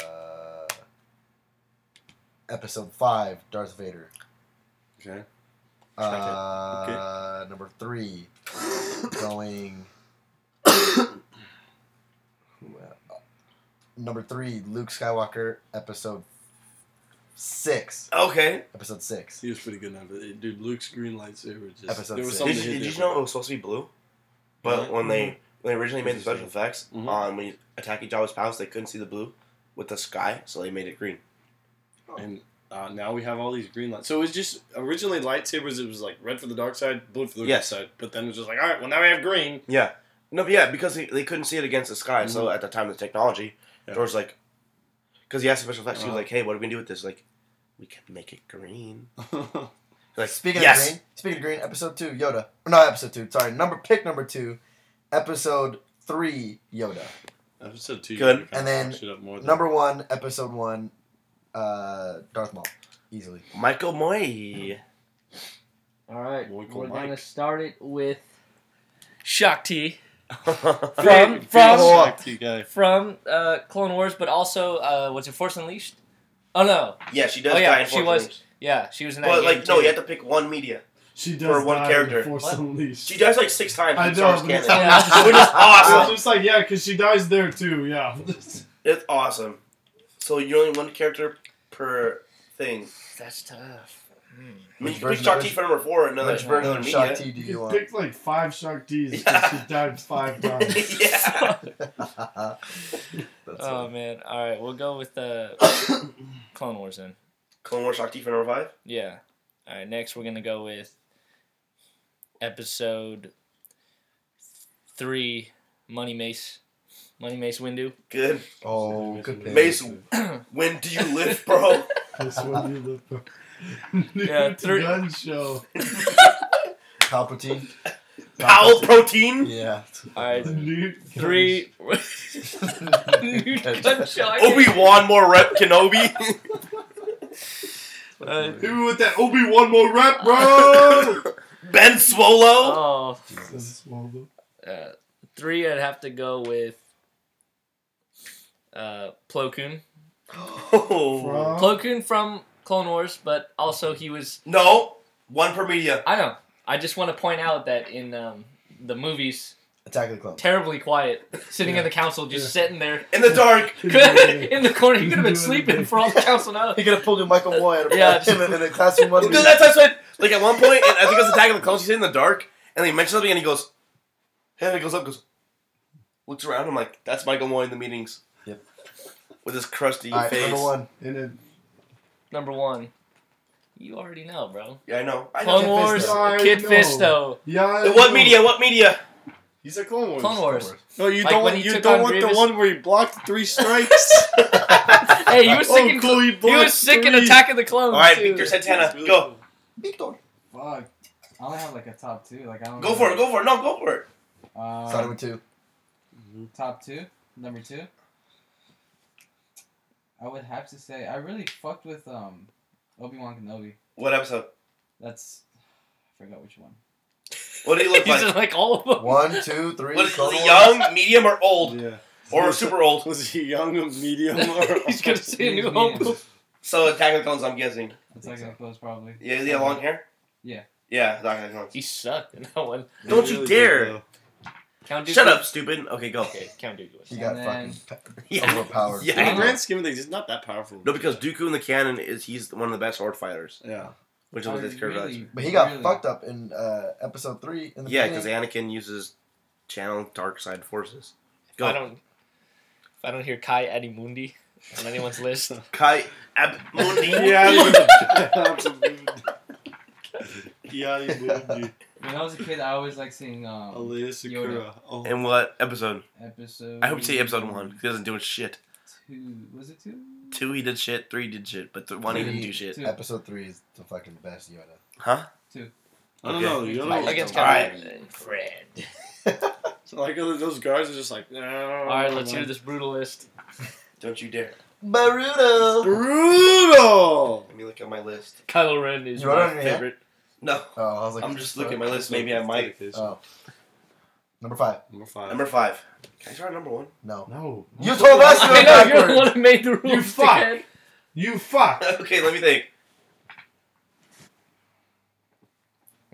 D: episode five, Darth Vader.
C: Okay.
D: Uh, Number three, going. Who el- number three, Luke Skywalker, episode six.
B: Okay.
D: Episode six.
C: He was pretty good enough. eh, Dude, Luke's green lightsaber just
D: Episode
C: there
D: six.
C: was
B: Did,
C: something
B: you,
C: hidden
B: did you
C: there.
B: know it was supposed to be blue? But
C: Really?
B: when they when they originally made the special effects
C: Mhm.
B: on when you attacking Jabba's palace, they couldn't see the blue with the sky, so they made it green.
C: And uh, now we have all these green lights. So it was just originally lightsabers. It was like red for the dark side, blue for the
B: Yes.
C: good side. But then it was just like, all right, well now we have green.
B: Yeah. No, but yeah, because they, they couldn't see it against the sky. So
C: Mm-hmm.
B: at the time of the technology,
C: Yeah.
B: George like, because he asked special effects, he was
C: Uh-huh.
B: like, "Hey, what are we gonna do with this?" Like, we can make it green. He's like,
D: Speaking
B: yes.
D: of green, speaking of green, episode two, Yoda. No, episode two. Sorry, number pick number two, episode three, Yoda.
C: Episode two.
B: Good.
C: you kinda
D: And then
C: fucked it up more than-
D: Number one, episode one, uh, Darth Maul, easily.
B: Michael Moy.
I: All right,
C: Boy,
I: we're
C: call
I: gonna
C: Mike.
I: start it with
E: Shakti
B: From
I: from
C: Big
I: from
C: shock to you guys.
I: from uh, Clone Wars, but also uh, was it Force Unleashed? Oh no,
B: yeah, she does.
I: Oh, yeah,
B: die in
I: she
B: Force
I: was-
B: Awakens.
I: yeah, she was in that.
B: But
I: game
B: like, no,
I: too.
B: you have to pick one media.
H: She does
B: For one
H: die
B: character.
H: in Force
I: What?
H: Unleashed.
B: She dies like six times.
H: I
B: in
H: know,
B: Star Wars
H: but
B: canon.
H: it's not-
B: Which is
H: I was
B: awesome.
H: just like, yeah, because she dies there too. Yeah.
B: It's awesome. So you're only one character per thing.
E: That's tough.
B: I mean,
D: Which
B: you can pick
D: version-
B: Shakti for number four, and another
D: Which
B: for another
D: version of
B: media.
D: Shakti do you
H: you
D: want?
H: picked like five Shark D's because she died five times.
B: yeah.
D: That's
E: Oh
D: funny.
E: man. All right, we'll go with uh, Clone Wars then.
B: Clone Wars Shakti for number five.
E: Yeah. All right. Next, we're gonna go with episode three, Money Mace, Money Mace Windu.
B: Good.
D: oh, good pick.
B: Mace, when do you live, bro?
H: That's what you look for.
E: Yeah,
H: Dude,
E: three-
H: gun show.
D: Palpatine.
B: Owl protein.
D: Yeah.
E: All right.
H: Newt gun
E: Three.
B: Obi Wan more rep Kenobi.
E: Uh,
H: Hit me with
C: Oh.
H: that Obi Wan more rap,
D: Oh.
H: bro.
B: ben Swolo.
E: oh.
H: That's one
E: Uh, three, I'd have to go with uh, Plo Koon.
H: of them.
B: Oh.
E: Plo Koon from Clone Wars, but also he was.
B: No, one per media.
E: I know. I just want to point out that in um, the movies,
D: Attack of the Clones.
E: terribly quiet, sitting
H: Yeah.
E: in the council, just sitting there
B: In the dark.
E: in the corner. He could have been
H: Doing
E: sleeping
H: it.
E: for all the council knows.
D: He could have pulled a Michael Moore out of
E: Yeah,
D: him in the classroom one.
B: Dude, that's what I said. Like at one point, and I think it was Attack of the Clones. He's in the dark, and he mentions something, and he goes, and he goes up, goes, looks around. I'm like, that's Michael Moore in the meetings.
D: Yep.
B: With his crusty
D: All right,
B: face.
D: number one.
H: And then
E: Number one, you already know, bro.
B: Yeah, I know. I
E: Clone
B: know.
D: Kid
E: Wars,
H: Fisto.
E: Kid
H: I know.
E: Fisto,
H: yeah. I
B: What
H: know.
B: media? What media?
C: He said Clone Wars.
E: Clone Wars.
C: No, you
E: Like
C: don't
E: when
C: want
E: he
C: you
E: took
C: don't
E: on
C: want the
E: Grievous?
C: one where he blocked three strikes.
E: Hey, you were sick
C: oh,
E: in
C: Chloe
E: you were
C: blocked
E: sick in
C: three.
E: Attack of the Clones.
B: All right,
E: too.
B: Victor Santana, go,
D: Victor.
G: Fuck. I only have like a top two. Like I don't.
B: go for it, go for it. No, go for it.
G: Um,
D: Started with two.
G: top two, number two. I would have to say I really fucked with um, Obi Wan Kenobi.
B: What episode?
G: That's I forgot which one.
B: What did he look
E: He's
B: like?
E: just like all of them.
D: One, two, three.
B: Was
D: Clone
B: he
D: Wars.
B: young, medium, or old,
C: Yeah.
B: or super old?
C: Was he young, medium, or
E: He's gonna see a
G: He's
E: new
G: medium.
E: home.
B: So Attack of the Clones, I'm guessing.
G: That's
D: think
G: like
D: so.
G: that close probably.
B: Yeah, does he have long hair?
G: Yeah.
B: Yeah, Attack of the Clones.
E: He sucked in that one.
B: Don't you dare.
E: Count Dooku.
B: Shut up, stupid. Okay, go.
E: Okay, Count Dooku. Was.
D: He got
G: And then-
D: fucking
B: Yeah.
D: overpowered.
B: Yeah.
C: In the grand scheme of things, he's not that powerful.
B: No, because Dooku in the canon is he's one of the best sword fighters,
C: yeah,
B: which is what
G: I
B: this character
G: really-
B: does.
D: But he got
G: really-
D: fucked up in uh, episode three. In the
B: Yeah, because
D: beginning.
B: Anakin uses channel dark side forces.
E: If
B: Go.
E: I don't. If I don't hear Kai Adimundi on anyone's list,
B: Kai Abmundi.
C: yeah. Kiari Mundi.
G: When I was a kid, I always like seeing um,
C: Alea Sakura. Oh.
B: And what episode?
G: episode.
B: I hope you say episode one. 'cause He doesn't do shit.
G: Two was it two?
B: Two, he did shit. Three, he did shit. But th- one, he didn't do shit.
G: Two.
D: Episode three is the fucking best Yoda.
B: Huh?
C: I don't
B: Okay.
C: know. You don't
G: I
C: know.
G: like
E: Like it's
B: All
E: kind
B: right.
E: of.
C: So, like uh, those guards are just like. Nah,
E: All right, let's hear this brutalist.
B: Don't you dare.
D: Baruto.
C: Brutal.
B: Let me look at my list.
E: Kylo Ren is
D: You wrote it
E: my
D: on your hand?
E: favorite.
B: No,
D: Oh, I was like,
B: I'm just looking at my list. Maybe I might. Uh,
D: Oh. Number five.
C: Number five.
B: Number five. Can I start number one?
D: No.
H: No.
D: You told us you
E: I
D: were
E: know you're the
D: backwards.
E: one who made the rules.
H: fuck.
E: dickhead.
H: You fuck.
B: okay, let me think.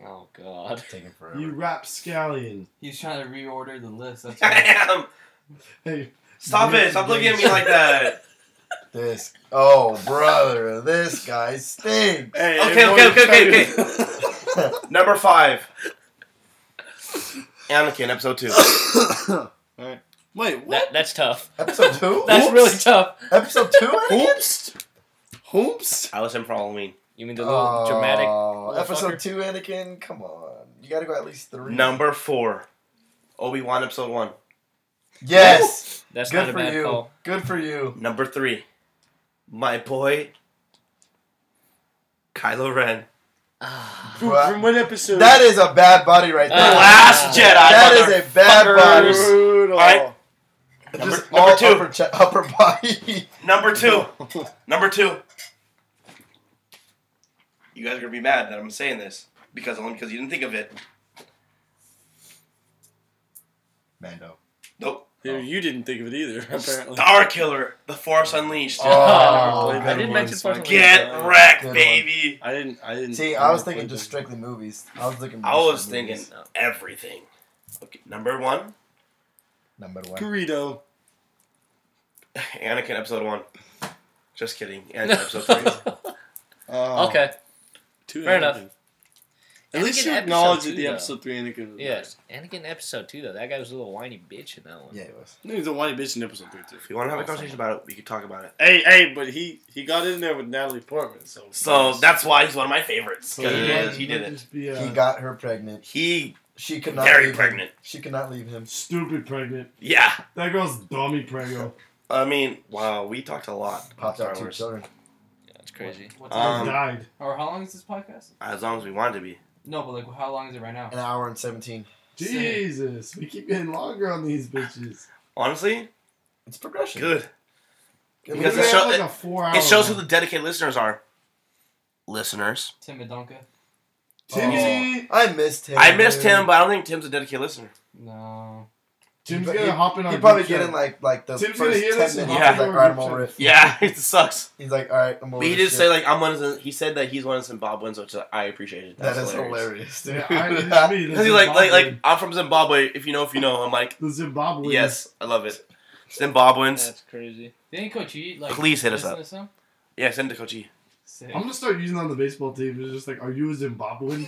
E: Oh god.
D: Taking forever.
H: You rapscallion.
G: He's trying to reorder the list. That's
B: I
G: why.
B: am.
H: Hey.
B: Stop it. Stop looking at me like that.
D: This. Oh, brother, this guy stinks.
C: Hey,
B: Okay,
C: hey,
B: okay,
C: boy,
B: okay, okay,
C: tell you-
B: Number five. Anakin, episode two.
C: Wait, what?
E: That, that's tough.
D: Episode two.
E: That's really tough.
D: Episode two. Anakin?
C: Hoomst? Hoomst?
B: I was him for Halloween.
E: You mean the little dramatic?
D: Oh, Episode
E: motherfucker?
D: two, Anakin. Come on. You gotta go at least three.
B: Number four. Obi Wan, episode one.
D: Yes.
E: That's
D: Good
E: not a
D: for
E: bad
D: you.
E: call.
D: Good for you.
B: Number three. My boy. Kylo Ren.
C: From,
D: Bruh.
C: from what episode?
D: That is a bad body right
E: Uh,
D: there.
B: The Last Jedi.
D: that is a bad body.
B: motherfuckers.
C: brutal.
B: Alright. Number-
D: Just
B: number
D: all
B: two.
D: Upper, che- upper body.
B: Number two. Number two. You guys are gonna be mad that I'm saying this because only because you didn't think of it.
D: Mando.
B: Nope.
C: Dude, you didn't think of it either, apparently.
B: Star Killer, The Force Unleashed.
D: Oh,
C: I
E: I
C: didn't
E: did
C: one,
E: mention
C: so I
E: Force
C: can't-
E: Awakens.
B: Get wrecked,
D: Good one.
B: baby.
C: I didn't. I didn't.
D: See,
C: I
D: I was
C: never
D: thinking
C: played
D: just
C: that.
D: strictly movies. I was thinking.
B: I was
D: strictly
B: thinking
D: movies.
B: everything. Okay, number one,
D: number one.
C: Burrito.
B: Anakin episode one. Just kidding. Anakin episode three.
C: Oh,
E: Okay.
C: two
E: fair enough.
C: Anakin. At least
E: Anakin
C: you
E: episode
C: acknowledge
E: two,
C: that the
E: though.
C: episode three Anakin was the
E: Yeah.
C: best.
E: Anakin episode two though. That guy was a little whiny bitch in that one.
D: Yeah, it was.
C: No, He's a white bitch in episode three too.
B: If you want to have a conversation about it, we can talk about it.
C: Hey, hey, but he he got in there with Natalie Portman, so
B: So that's why he's one of my favorites. 'cause he,
H: He might-
B: did, he did
H: might
B: it.
H: just be, uh,
D: He got her pregnant.
B: He
D: She could not.
B: very
D: leave
B: pregnant.
D: Him. She could not leave him.
H: stupid pregnant.
B: Yeah.
H: That girl's dummy preggo.
B: I mean, wow. We talked a lot. about
D: Popped
B: Star
D: out two
B: Wars.
D: children.
E: That's crazy.
G: What's
B: Um,
H: I died.
G: or how long is this podcast?
B: As long as we wanted to be.
G: No, but like, how long is it right now?
D: An hour and seventeen.
H: Jesus, we keep getting longer on these bitches.
B: Honestly,
D: It's progression.
B: good.
D: Good
B: Because
D: movie.
B: it show-
H: like a four hour.
B: It shows who the dedicated listeners are. Listeners.
G: Tim Badonka.
H: Timmy.
D: I missed him.
B: I missed
D: dude.
B: him, but I don't think Tim's a dedicated listener.
G: No.
H: Tim's
D: He-
H: gonna hop in on.
D: He probably get in like like the
H: Tim's gonna
D: first
H: hear
D: ten
H: this
D: minutes.
H: and
B: hop
D: Yeah,
H: in
D: like
H: our
D: all right, I'm
H: group
D: over
H: chat.
D: it.
B: Yeah, it sucks.
D: He's like, all right, I'm over
B: But he
D: this
B: did
D: shit.
B: say like I'm one of the, he said that he's one of Zimbabweans, which I appreciated.
D: that
B: That's
D: is
B: hilarious.
D: hilarious, dude.
H: Yeah, I, it's me, the
B: Because he's like, like, like
H: Zimbabwean.
B: I'm from Zimbabwe. If you know, if you know, I'm like,
H: the Zimbabwe.
B: yes, I love it. Zimbabweans,
E: That's crazy.
G: Didn't Coach E like?
B: Please hit us
G: listen
B: up.
G: to some?
B: yeah, send it to E. Kochi.
G: Sick.
H: I'm gonna start using it on the baseball team. It's just like, are you a Zimbabwean?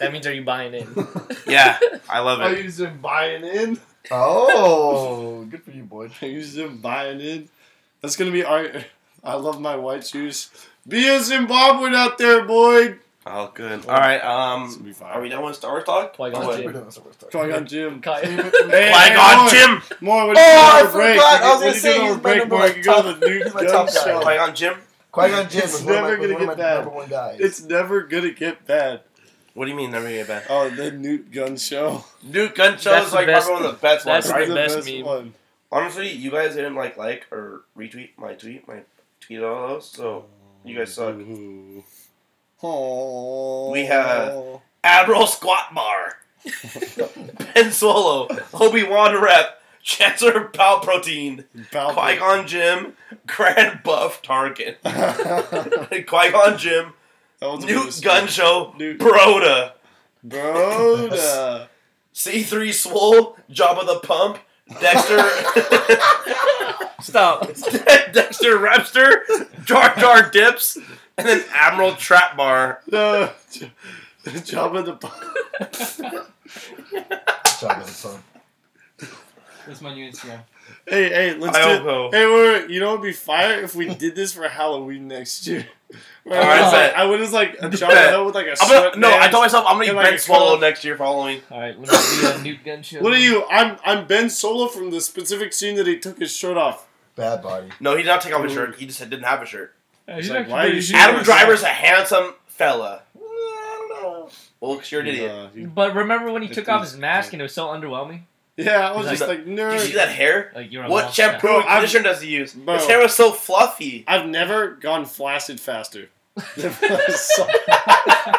E: That means are you buying in?
B: Yeah, I love
H: Are
B: it.
H: you Zimbabwean in?
D: Oh, good for you, boy.
C: he's just buying in. That's gonna be our. I love my white shoes. Be a Zimbabwean out there, boy.
B: Oh, good. All right.
C: It's gonna
B: Um,
C: be fire.
B: are we done with Star Wars talk?
E: Qui-Gon
B: Oh, wait.
E: Jinn.
D: We're doing this over time.
C: Trying on Jim.
E: Kai-
C: Hey,
B: Qui
C: more.
B: Gon Jim.
C: More. What
D: Oh,
C: do
D: I
C: you do on the
D: forgot. I
C: break?
D: was
C: What
D: gonna
C: do you do
D: say,
C: on
D: he's
C: the
D: my
C: break,
D: number
C: Mark?
D: one
C: You go to
D: top-
C: the new
D: he's my
C: gun
D: top guy.
C: show.
B: Qui Gon Jim.
D: Qui Gon Jinn
C: It's
D: was one of
C: never
D: my, one
C: gonna
D: of my
C: get bad.
D: number one guys.
C: It's never gonna get bad.
B: What do you mean never get back?
C: Oh, the Newt Gun Show.
B: Dude, gun show
E: That's
B: is
E: the
B: like
E: best-
B: probably one of the best
E: that's
B: ones.
E: the
B: Right?
E: best meme.
C: one.
B: Honestly, you guys didn't like like or retweet my tweet, my tweet all those. So you guys suck.
C: Oh.
B: We have- Admiral Squat Bar, Ben Solo, Obi Wan Rep, Chancellor Pal Protein, Qui Gon Jim, Grand Buff Tarkin, Qui Gon Jim, Newt Gun Show,
C: Newt.
B: Broda,
C: Broda.
B: C three Swole, Jabba the Pump, Dexter,
E: Stop.
B: Dexter Repster, Jar Jar Dips, and then Admiral Trap Bar.
C: No. J- Jabba the Pump.
D: Jabba the Hutt.
G: That's my new Instagram.
C: Hey, hey, let's
B: I
C: do.
B: hope so.
C: Hey, we're, you know, it'd be fire if we did this for Halloween next year. Where I,
B: Alright,
C: was like,
B: bet.
C: I was like a John
B: Bet.
C: Hill with like a
B: I'm gonna, no, I
C: sweatband.
B: told myself I'm gonna
C: And,
B: eat
C: like, a
B: Ben Swallow
C: cup.
B: next year for Halloween.
G: All right, let me be a Newt Gun show.
C: What are you? I'm I'm Ben Solo from the specific scene that he took his shirt off.
D: Bad body.
B: No, he did not take off his shirt. He just didn't have a shirt.
G: Uh,
C: He's
G: he's
C: like,
G: actually
C: why are you
G: pretty-
C: shooting
B: Adam
C: us?
B: Driver's a handsome fella. Mm, I don't know. Well, 'cause you're an idiot.
C: Nah, you-
I: But remember when he
C: It
I: took off
C: is-
I: his mask and it was so underwhelming?
C: yeah, I was
B: He's
C: just like,
B: Did you see
C: nerd.
B: that hair?
I: Like you're a
B: What
I: lost
B: shampoo
C: Bro,
B: and
C: I'm-
B: conditioner does he use?
C: Bro.
B: His hair was so fluffy.
C: I've never gone flaccid faster than when I saw,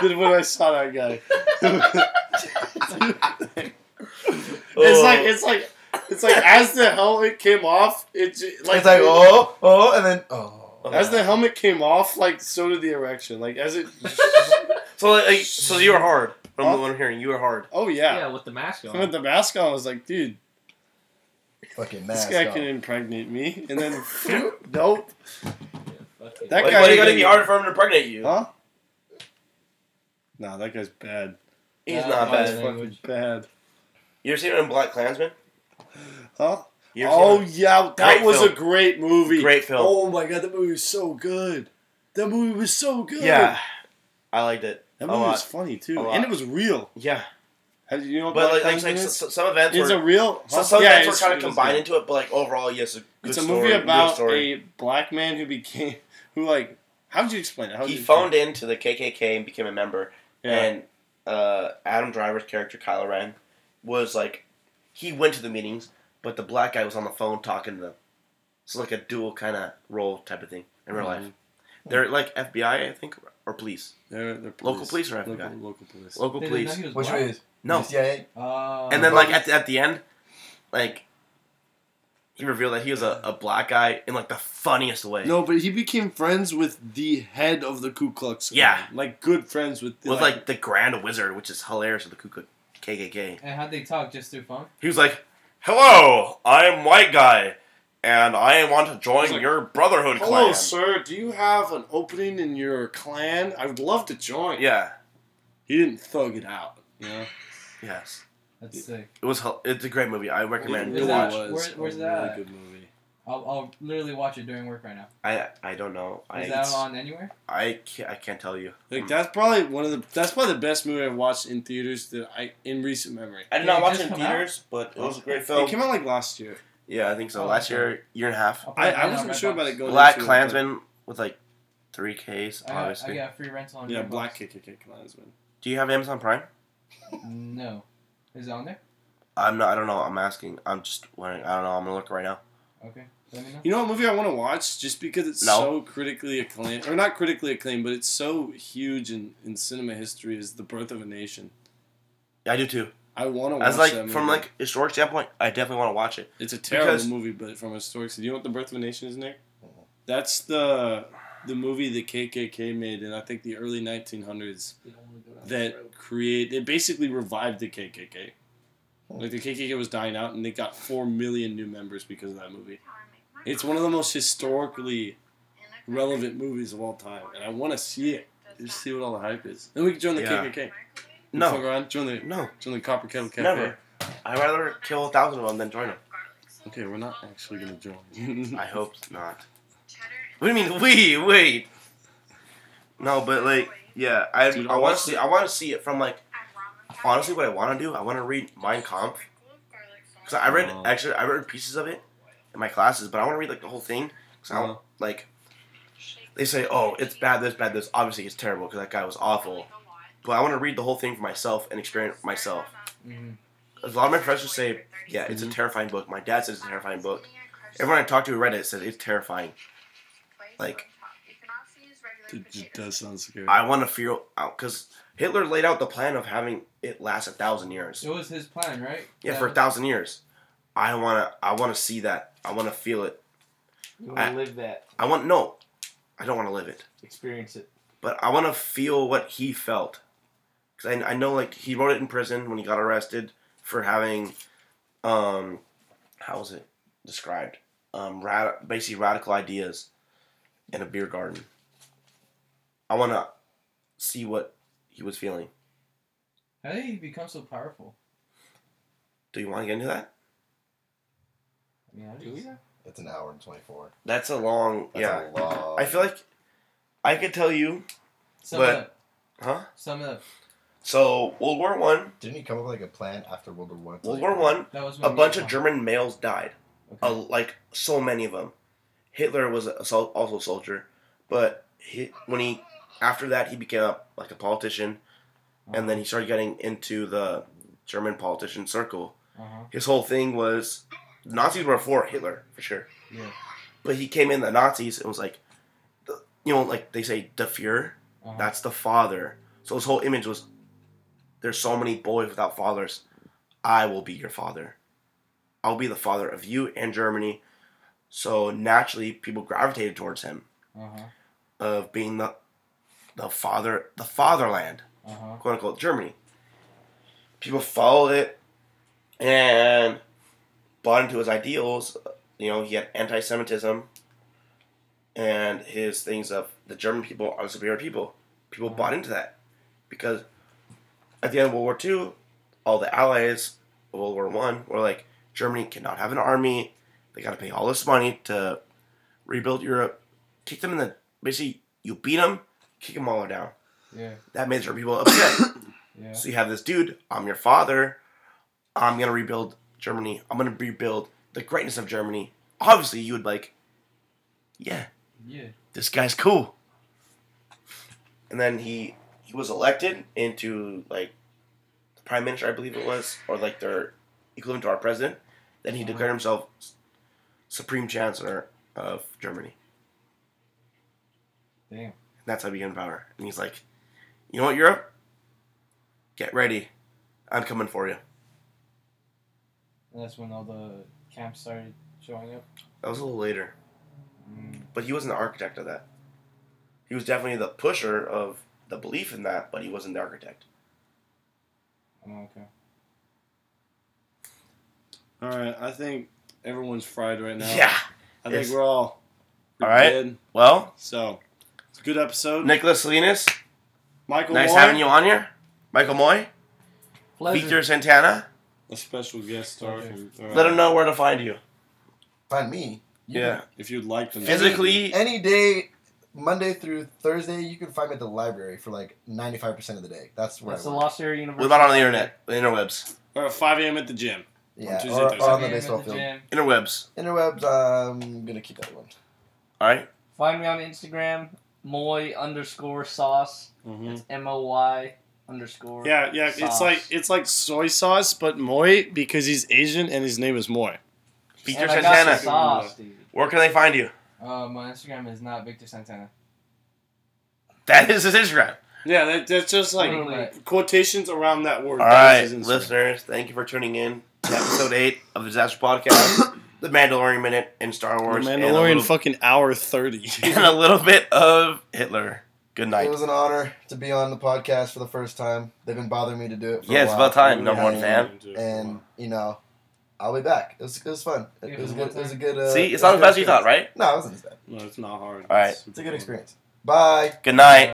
C: than when I saw that guy. It's like it's like it's like as the helmet came off, it j- like,
D: it's like oh, oh, and then oh.
C: as the helmet came off, like so did the erection. Like as it,
B: so, like, so you were hard. From what I'm hearing, you were hard.
C: oh
I: Yeah.
C: yeah.
I: with the mask
C: And With
I: on.
C: the mask on, I was like, dude,
D: Fucking
C: this
D: mask.
C: guy
D: off.
C: can impregnate me. And then, nope. That
B: Like,
C: guy.
B: why you gotta be hard for him to impregnate you?
C: Huh? Nah, that guy's bad.
B: He's
G: Yeah,
B: not
G: I
B: bad.
C: He's
G: know.
C: fucking bad.
B: You ever seen him in Black Klansman?
C: Huh?
B: You ever
C: Oh
B: seen him?
C: yeah, that
B: Great
C: was a
B: film.
C: great movie.
B: Great film.
C: Oh my god, that movie was so good. That movie was so good.
B: yeah, I liked it.
C: That
B: A
C: movie was
B: lot.
C: funny too,
B: A lot.
C: and it was real.
B: Yeah,
C: How do you know?
B: but like, like,
C: Black
B: like
C: Klansman
B: s-
C: is?
B: s- some events
C: it's
B: were
C: a real.
B: So
C: huh?
B: some
C: Yeah,
B: events were
C: it's-
B: kind of
C: it was
B: combined
C: good.
B: into it, but like overall, yes, a good
C: It's a
B: story,
C: movie
B: good
C: about
B: story.
C: a black man who became who like. How would you explain it? How would
B: he
C: you explain
B: phoned into the KKK and became a member,
C: it? Yeah.
B: and uh, Adam Driver's character Kylo Ren was like, he went to the meetings, but the black guy was on the phone talking to them. It's like a dual kind of role type of thing in real life. They're like FBI, I think, or police,
C: They're, they're
B: Local police or
C: local,
B: FBI?
C: local police.
B: local
G: They didn't know
B: police.
G: he was
D: Which
G: black.
D: way is
B: No,
D: the CIA?
G: Uh,
B: and then like at the, at the end, like. He revealed that he was a, a black guy in like the funniest way.
C: No, but he became friends with the head of the Ku Klux. Klan.
B: Yeah.
C: like good friends with.
B: with like the Grand Wizard, which is hilarious with the Ku Klux KKK.
G: and how'd they talk? Just through phone?
B: He was like, "Hello, I'm white guy, and I want to join
C: He's like,
B: your Brotherhood
C: hello,
B: clan."
C: sir. Do you have an opening in your clan? I would love to join.
B: Yeah,
C: he didn't thug it out. Yeah,
B: yes,
G: That's sick.
B: it was. hel- It's a great movie. I recommend
G: It
B: you
G: really
B: watch.
G: was. Where-
C: a
G: where's
C: really
G: that?
C: good movie.
G: I'll, I'll literally watch it during work right now.
B: I I don't know. I
G: Is that
B: it's-
G: on anywhere?
B: I can't, I can't tell you.
C: Like
B: Mm.
C: that's probably one of the that's probably the best movie I've watched in theaters that I in recent memory.
B: I did
G: Did
B: not
G: it
B: watch
G: just
B: it in
G: come out?
B: theaters, but it was a great
C: It
B: film.
C: came out like last year.
B: Yeah, I think so.
G: Oh,
B: Last
G: okay.
B: year, year and a half.
G: I'll put
C: I,
G: it right
C: I
G: now
C: wasn't
G: on
C: sure about
G: Redbox.
C: it going.
B: Black
C: into it,
B: Klansman with like three Ks,
G: I got, I
B: obviously.
G: got a free rental
C: but-
G: on
C: Yeah,
G: Redbox.
C: Black KKK Klansman.
B: Do you have Amazon Prime?
G: No. Is it on there?
B: I'm not. I don't know. I'm asking. I'm just wondering. I don't know. I'm gonna look right now.
G: Okay. Let me know.
C: You know what movie I want to watch just because it's
B: No.
C: so critically acclaimed, or not critically acclaimed, but it's so huge in, in cinema history is The Birth of a Nation.
B: Yeah, I do too.
C: I want to watch
B: As like
C: that movie.
B: from like historic standpoint, I definitely want to watch it.
C: it's a terrible
B: because- Mm-hmm.
C: movie, but from a historic. Do you know what The Birth of a Nation is, Nick? That's the the movie the KKK made in I think the early 1900s that create it basically revived the KKK.
B: Hmm.
C: Like the KKK was dying out, and they got four million new members because of that movie. It's one of the most historically relevant movies of all time, and I want to see it. Just see what all the hype is. Then we can join the
B: Yeah.
C: KKK. Fuck
B: No,
C: around, join the
B: no,
C: join the Copper Kettle Cafe.
B: never. I'd rather kill a thousand of them than join them.
C: Okay, we're not actually gonna join.
B: I hope not. What do you mean? We wait. No, but like, yeah, I
C: Dude,
B: I
C: I
B: want
C: watched
B: to see. I want to see it from like honestly. What I want to do, I want to read Mein Kampf because I read
C: Oh.
B: actually I read pieces of it in my classes, but I want to read like the whole thing because I
C: Uh-huh.
B: want like they say, oh, it's bad. This bad. This obviously it's terrible because that guy was awful. But I want to read the whole thing for myself and experience it myself.
G: Mhm.
B: A lot of my professors say, yeah, it's a
C: Mm-hmm.
B: terrifying book. My dad says it's a terrifying book. Everyone I talked to who read it said it's terrifying. like-
C: It just does sound scary.
B: I want to feel out because Hitler laid out the plan of having it last a thousand years.
G: It was his plan, right?
B: Yeah,
G: That
B: for a
G: was-
B: thousand years. I wanna, I wanna see that. I wanna feel it.
I: You
B: wanna I-
I: live that,
B: I want no, I don't want to live it,
I: experience it.
B: but I want to feel what he felt. Cause I, I know like he wrote it in prison when he got arrested for having, um, how was it described? Um, rad- basically radical ideas in a beer garden. I wanna see what he was feeling.
G: How did he become so powerful?
B: Do you want to get into that?
G: Yeah,
I: Do we?
D: That's an hour and twenty four.
B: That's a long.
D: That's
B: yeah.
D: a long.
B: I feel like I could tell you.
G: Sum
B: But-
G: it up.
B: Huh?
G: Sum it up.
B: So World War One.
D: didn't you come up with like a plan after World War One? to,
B: World
D: like,
B: War One.
G: That was
B: A
G: when we
B: bunch
G: were
B: of
G: talking.
B: German males died.
G: Okay.
B: a, like so many of them. Hitler was a, sol- also a soldier, but he, when he after that he became a, like a politician, and then he started getting into the German politician circle.
G: Uh-huh.
B: His whole thing was Nazis were for Hitler for sure.
G: Yeah.
B: But he came in the Nazis and was like, the- you know, like they say, the Fuhrer.
G: Uh-huh.
B: That's the father. So his whole image was, there's so many boys without fathers. I will be your father. I'll be the father of you and Germany. So naturally, people gravitated towards him
G: Uh-huh.
B: of being the, the father, the fatherland,
G: Uh-huh.
B: quote unquote, Germany. People followed it and bought into his ideals. You know, he had anti-Semitism and his things of the German people are the superior people. People bought into that because at the end of World War Two, all the allies of World War One were like, Germany cannot have an army. They got to pay all this money to rebuild Europe. Kick them in the basically, you beat them, kick them all down.
G: Yeah.
B: That made certain people upset.
G: Yeah.
B: So you have this dude, I'm your father. I'm going to rebuild Germany. I'm going to rebuild the greatness of Germany. Obviously, you would like, yeah,
G: Yeah.
B: this guy's cool. And then he he was elected into like the prime minister, I believe it was, or like their equivalent to our president. Then he declared himself supreme chancellor of Germany.
G: Damn.
B: And that's how he became power. And he's like, you know what, Europe? Get ready. I'm coming for you.
G: And that's when all the camps started showing up.
B: That was a little later.
G: Mm.
B: But he wasn't the architect of that. He was definitely the pusher of the belief in that, but he wasn't the architect.
G: Oh, okay.
C: All right, I think everyone's fried right now.
B: Yeah.
C: I think
B: Yes.
C: we're all.
B: All right.
C: good.
B: Well,
C: So, it's a good episode.
B: Nicholas Salinas,
C: Michael,
B: nice
C: Moore,
B: having you on here. Michael Moy,
G: Pleasure.
B: Victor Santana.
C: A special guest star. From, uh,
B: Let him know where to find you.
D: Find me. You
B: Yeah.
C: if you'd like to. know.
B: Physically,
D: any day, Monday through Thursday, you can find me at the library for like ninety five percent of the day. That's where
I: That's
D: I
I: the
D: work.
I: Lost Area University.
B: what about on the internet? The interwebs.
C: Or at 5 a.m. at the gym.
D: Yeah,
C: Tuesday,
D: or,
C: Thursday.
D: or on
G: Yeah,
D: the
G: I'm
D: baseball
G: at the
D: field.
G: gym.
B: Interwebs.
D: Interwebs, I'm gonna keep that one.
B: All right.
I: Find me on Instagram, Moy underscore sauce.
C: Mm-hmm.
I: It's M O Y underscore.
C: Yeah, yeah. It's
I: Sauce.
C: like it's like soy sauce, but Moy because he's Asian and his name is Moy.
B: Victor
I: And I got some
B: Santana,
I: sauce, dude.
B: where can they find you?
G: Uh, my Instagram is not Victor Santana.
B: That is his Instagram.
C: Yeah, that, that's just like
I: Literally.
C: quotations around that word.
B: All
C: That
B: right,
C: is his Instagram.
B: listeners, thank you for tuning in to episode 8 of the Disaster Podcast, The Mandalorian Minute, and Star
C: The
B: Wars. and a
C: Mandalorian,
B: little-
C: fucking hour thirty.
B: and a little bit of Hitler. Good night.
D: It was an honor to be on the podcast for the first time. They've been bothering me to do it. For
B: Yeah,
D: a
B: it's
D: while.
B: about time. Number one
D: And-
B: fan.
D: And you know, I'll be back. It was, it was fun. It,
G: Yeah,
D: it was a
G: one
D: good. It was a good. Uh,
B: See, it's
D: it was
B: not
D: a
B: as
D: good
B: bad as you thought,
D: experience.
B: right?
D: No, it wasn't as bad.
C: No, it's not hard.
B: All right.
D: It's a good experience. Bye.
B: Good night.